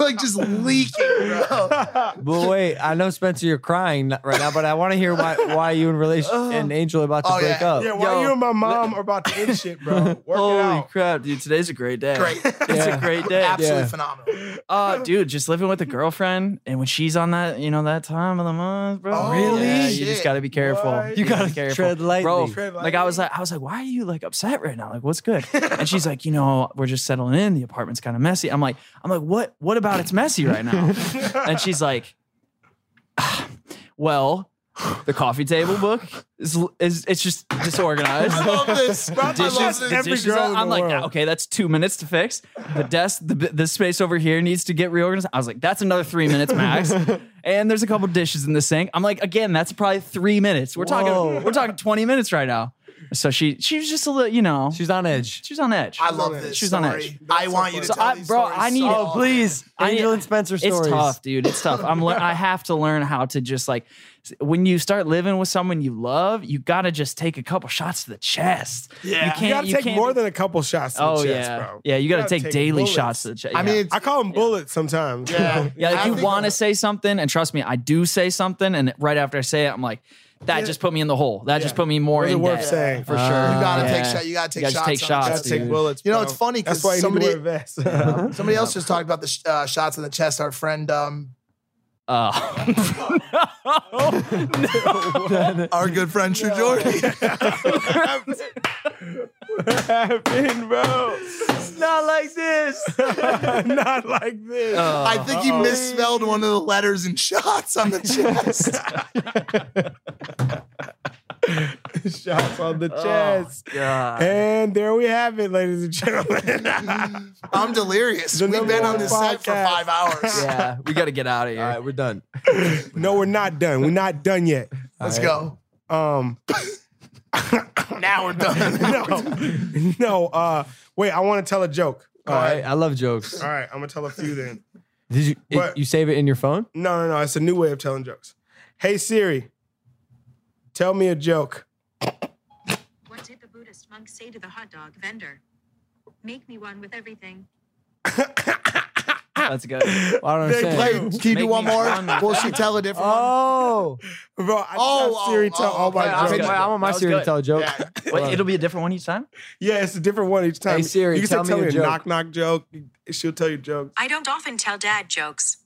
[SPEAKER 1] like just leaking, bro.
[SPEAKER 2] but wait, I know Spencer, you're crying right now, but I want to hear why why you and relation and Angel are about to
[SPEAKER 1] Oh,
[SPEAKER 2] break
[SPEAKER 1] yeah.
[SPEAKER 2] up.
[SPEAKER 4] yeah, why
[SPEAKER 3] Yo,
[SPEAKER 4] you and my mom are about to end shit,
[SPEAKER 3] [LAUGHS]
[SPEAKER 4] bro? Work it
[SPEAKER 3] Holy
[SPEAKER 4] out.
[SPEAKER 3] crap, dude! Today's a great day.
[SPEAKER 1] Great.
[SPEAKER 3] [LAUGHS] It's a great day.
[SPEAKER 1] Absolutely
[SPEAKER 2] Yeah.
[SPEAKER 1] phenomenal.
[SPEAKER 3] Uh, dude, just living with a girlfriend, and when she's on that, you know, that time of the month, bro.
[SPEAKER 2] Oh, really?
[SPEAKER 3] Yeah, you
[SPEAKER 1] Shit.
[SPEAKER 3] just gotta be careful.
[SPEAKER 4] What?
[SPEAKER 2] You gotta
[SPEAKER 3] be careful.
[SPEAKER 2] tread lightly.
[SPEAKER 3] bro.
[SPEAKER 2] Tread
[SPEAKER 3] Like I was like, I was like, why are you like upset right now? Like, what's good? And she's like, you know, we're just settling in. The apartment's kind of messy. I'm like, I'm like, what? What about it's messy right
[SPEAKER 2] [LAUGHS]
[SPEAKER 3] now? and she's like, "Ah, well. The coffee table book is, is it's just disorganized.
[SPEAKER 1] I love this. Bro, I
[SPEAKER 3] The dishes,
[SPEAKER 1] love
[SPEAKER 3] the
[SPEAKER 1] this.
[SPEAKER 3] dishes
[SPEAKER 4] girl
[SPEAKER 3] are-
[SPEAKER 4] in the
[SPEAKER 3] I'm like,
[SPEAKER 4] world.
[SPEAKER 3] okay, that's two minutes to fix. The desk, the, the space over here needs to get reorganized. I was like, that's another three minutes max. and there's a couple dishes in the sink. I'm like, again, that's probably three minutes. We're
[SPEAKER 2] Whoa.
[SPEAKER 3] talking, we're talking 20 minutes right now. So she, she was just a little, you know,
[SPEAKER 2] she's on edge.
[SPEAKER 3] she's on edge.
[SPEAKER 1] I love this.
[SPEAKER 3] She's
[SPEAKER 1] story.
[SPEAKER 3] on edge.
[SPEAKER 1] I want you to
[SPEAKER 3] So
[SPEAKER 1] tell
[SPEAKER 3] I,
[SPEAKER 1] these
[SPEAKER 3] bro,
[SPEAKER 1] stories
[SPEAKER 3] I need.
[SPEAKER 1] so
[SPEAKER 2] Oh, please,
[SPEAKER 3] I need-
[SPEAKER 2] Angel and Spencer stories.
[SPEAKER 3] It's tough,
[SPEAKER 2] [LAUGHS]
[SPEAKER 3] dude. It's tough. I'm. lear- I have to learn how to just like when you start living with someone you love, you gotta just take a couple shots to the chest. you
[SPEAKER 1] Yeah. You
[SPEAKER 3] can't.
[SPEAKER 4] You gotta take
[SPEAKER 3] can't
[SPEAKER 4] more
[SPEAKER 3] be-
[SPEAKER 4] than a couple shots to the
[SPEAKER 3] Oh
[SPEAKER 4] chest,
[SPEAKER 3] yeah,
[SPEAKER 4] bro.
[SPEAKER 3] yeah. You gotta,
[SPEAKER 4] gotta
[SPEAKER 3] take,
[SPEAKER 4] take
[SPEAKER 3] daily
[SPEAKER 4] bullets.
[SPEAKER 3] shots to the chest.
[SPEAKER 1] I mean, it's-
[SPEAKER 4] I call them bullets sometimes. [LAUGHS]
[SPEAKER 1] Yeah.
[SPEAKER 3] Yeah, like
[SPEAKER 1] I
[SPEAKER 3] you
[SPEAKER 1] think-
[SPEAKER 3] want to say something, and trust me, I do say something, and right after I say it, I'm like, that just put me in the hole. That just put me more
[SPEAKER 4] Really
[SPEAKER 3] in
[SPEAKER 4] worth
[SPEAKER 3] debt.
[SPEAKER 4] saying.
[SPEAKER 3] for
[SPEAKER 1] You
[SPEAKER 3] sure.
[SPEAKER 1] gotta take
[SPEAKER 3] Yeah.
[SPEAKER 1] shot. You gotta take
[SPEAKER 3] You gotta
[SPEAKER 1] shots.
[SPEAKER 3] take shots,
[SPEAKER 1] on the
[SPEAKER 4] Gotta
[SPEAKER 1] chest.
[SPEAKER 4] take
[SPEAKER 3] dude.
[SPEAKER 4] bullets.
[SPEAKER 1] You know,
[SPEAKER 4] bro.
[SPEAKER 1] it's funny
[SPEAKER 4] That's
[SPEAKER 1] 'cause
[SPEAKER 4] why you
[SPEAKER 1] somebody-
[SPEAKER 4] need to wear a vest. [LAUGHS]
[SPEAKER 1] Somebody else just talked about the sh- uh, shots in the chest. Our friend, um,
[SPEAKER 3] [LAUGHS] Uh,
[SPEAKER 1] [LAUGHS] our good friend True Jordan.
[SPEAKER 4] what happened, bro?
[SPEAKER 3] not like this.
[SPEAKER 4] [LAUGHS] Not like this.
[SPEAKER 3] Oh. Uh,
[SPEAKER 1] [LAUGHS] I think he misspelled one of the letters and shots on the
[SPEAKER 4] [LAUGHS]
[SPEAKER 1] chest.
[SPEAKER 4] Shots on the
[SPEAKER 1] Oh,
[SPEAKER 3] Uh,
[SPEAKER 4] chest.
[SPEAKER 3] God.
[SPEAKER 4] And there we have it, ladies and gentlemen. [LAUGHS]
[SPEAKER 1] I'm delirious.
[SPEAKER 4] The
[SPEAKER 1] We've
[SPEAKER 4] number
[SPEAKER 1] been on
[SPEAKER 4] one
[SPEAKER 1] this site for
[SPEAKER 4] podcast.
[SPEAKER 1] five hours.
[SPEAKER 3] yeah, we gotta get out of here.
[SPEAKER 2] All right, we're done.
[SPEAKER 4] no, we're not done. We're not done yet.
[SPEAKER 1] Let's go.
[SPEAKER 4] Um,
[SPEAKER 1] Now we're done.
[SPEAKER 4] [LAUGHS] no, no. Uh, wait, I want to tell a joke.
[SPEAKER 2] All right, I love jokes.
[SPEAKER 4] All right, I'm gonna tell a few then.
[SPEAKER 2] Did you it-
[SPEAKER 4] But-
[SPEAKER 2] you save it in your phone?
[SPEAKER 4] No, no, no. It's a new way of telling jokes. Hey Siri, tell me a joke.
[SPEAKER 13] Buddhist monks say to the hot dog vendor, Make me one with everything.
[SPEAKER 3] That's
[SPEAKER 4] [LAUGHS]
[SPEAKER 3] good.
[SPEAKER 2] I don't
[SPEAKER 1] They
[SPEAKER 2] understand.
[SPEAKER 1] play- can you do
[SPEAKER 2] Make
[SPEAKER 1] one
[SPEAKER 2] me
[SPEAKER 1] more?
[SPEAKER 2] one.
[SPEAKER 1] Will she tell a different
[SPEAKER 2] oh.
[SPEAKER 4] one? Bro, I
[SPEAKER 1] oh,
[SPEAKER 4] have Siri tell all my
[SPEAKER 1] okay.
[SPEAKER 4] jokes.
[SPEAKER 2] I'm- I want my
[SPEAKER 3] That was
[SPEAKER 2] Siri to
[SPEAKER 3] good.
[SPEAKER 2] tell a joke.
[SPEAKER 3] Wait, it'll be a different one each
[SPEAKER 4] [LAUGHS]
[SPEAKER 3] time.
[SPEAKER 4] Yeah, it's a different one each time.
[SPEAKER 2] Hey, Siri,
[SPEAKER 4] you can say,
[SPEAKER 2] tell me a
[SPEAKER 4] me,
[SPEAKER 2] joke."
[SPEAKER 4] a knock knock joke. She'll tell you jokes.
[SPEAKER 13] I don't often tell dad jokes,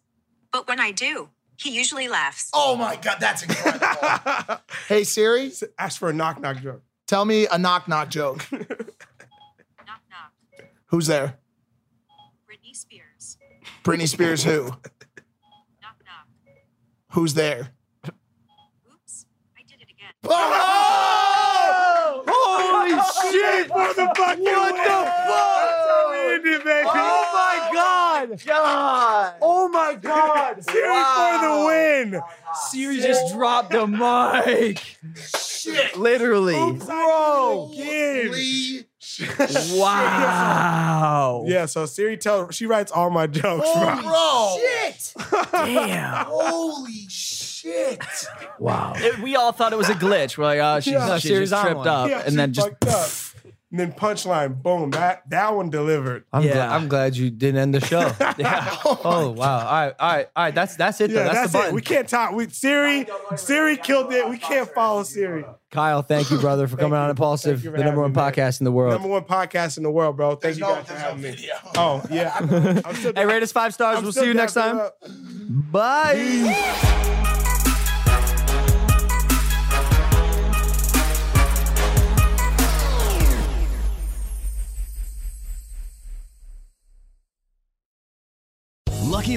[SPEAKER 13] but when I do, he usually laughs.
[SPEAKER 1] Oh my God, that's incredible. [LAUGHS] hey Siri,
[SPEAKER 4] ask for a knock knock joke.
[SPEAKER 1] Tell me a knock knock joke. knock knock. Who's there?
[SPEAKER 13] Britney Spears.
[SPEAKER 1] Britney Spears. Who? knock knock. Who's there? Oops, I did it again.
[SPEAKER 4] Holy shit for the fucking What the fuck?
[SPEAKER 2] Oh my god!
[SPEAKER 1] God.
[SPEAKER 2] Oh my god!
[SPEAKER 4] [LAUGHS] Siri for the win.
[SPEAKER 3] Siri just dropped the mic.
[SPEAKER 1] Shit.
[SPEAKER 3] Literally.
[SPEAKER 4] Bro, wow. Yeah, so Siri tells she writes all my jokes.
[SPEAKER 1] Oh,
[SPEAKER 4] bro.
[SPEAKER 1] shit.
[SPEAKER 3] Damn.
[SPEAKER 1] Holy shit.
[SPEAKER 3] Wow. we all thought it was a glitch. We're like, oh, she's,
[SPEAKER 4] Yeah.
[SPEAKER 3] she just tripped up.
[SPEAKER 4] Yeah, she
[SPEAKER 3] and then just.
[SPEAKER 4] fucked up. And then punchline, boom, that that one delivered.
[SPEAKER 2] I'm,
[SPEAKER 3] Yeah.
[SPEAKER 2] glad, I'm glad you didn't end the
[SPEAKER 4] [LAUGHS]
[SPEAKER 2] show. oh, wow! All right, all right, all right. That's that's it though.
[SPEAKER 4] Yeah,
[SPEAKER 2] That's,
[SPEAKER 4] that's,
[SPEAKER 2] the button.
[SPEAKER 4] it. We can't talk. We Siri, Siri killed it. We can't follow Siri.
[SPEAKER 2] Kyle, thank
[SPEAKER 4] [LAUGHS]
[SPEAKER 2] you, brother, for coming on Impulsive,
[SPEAKER 4] you for
[SPEAKER 2] the number one
[SPEAKER 4] having
[SPEAKER 2] podcast in the world.
[SPEAKER 4] Number one podcast in the world, bro. Thank you guys for having me. Oh yeah.
[SPEAKER 2] [LAUGHS]
[SPEAKER 4] I know. I'm still
[SPEAKER 2] Hey, rate us five stars.
[SPEAKER 4] I'm
[SPEAKER 2] we'll
[SPEAKER 4] still
[SPEAKER 2] see you next
[SPEAKER 4] dapping
[SPEAKER 2] time.
[SPEAKER 4] up.
[SPEAKER 2] Bye.
[SPEAKER 14] Lucky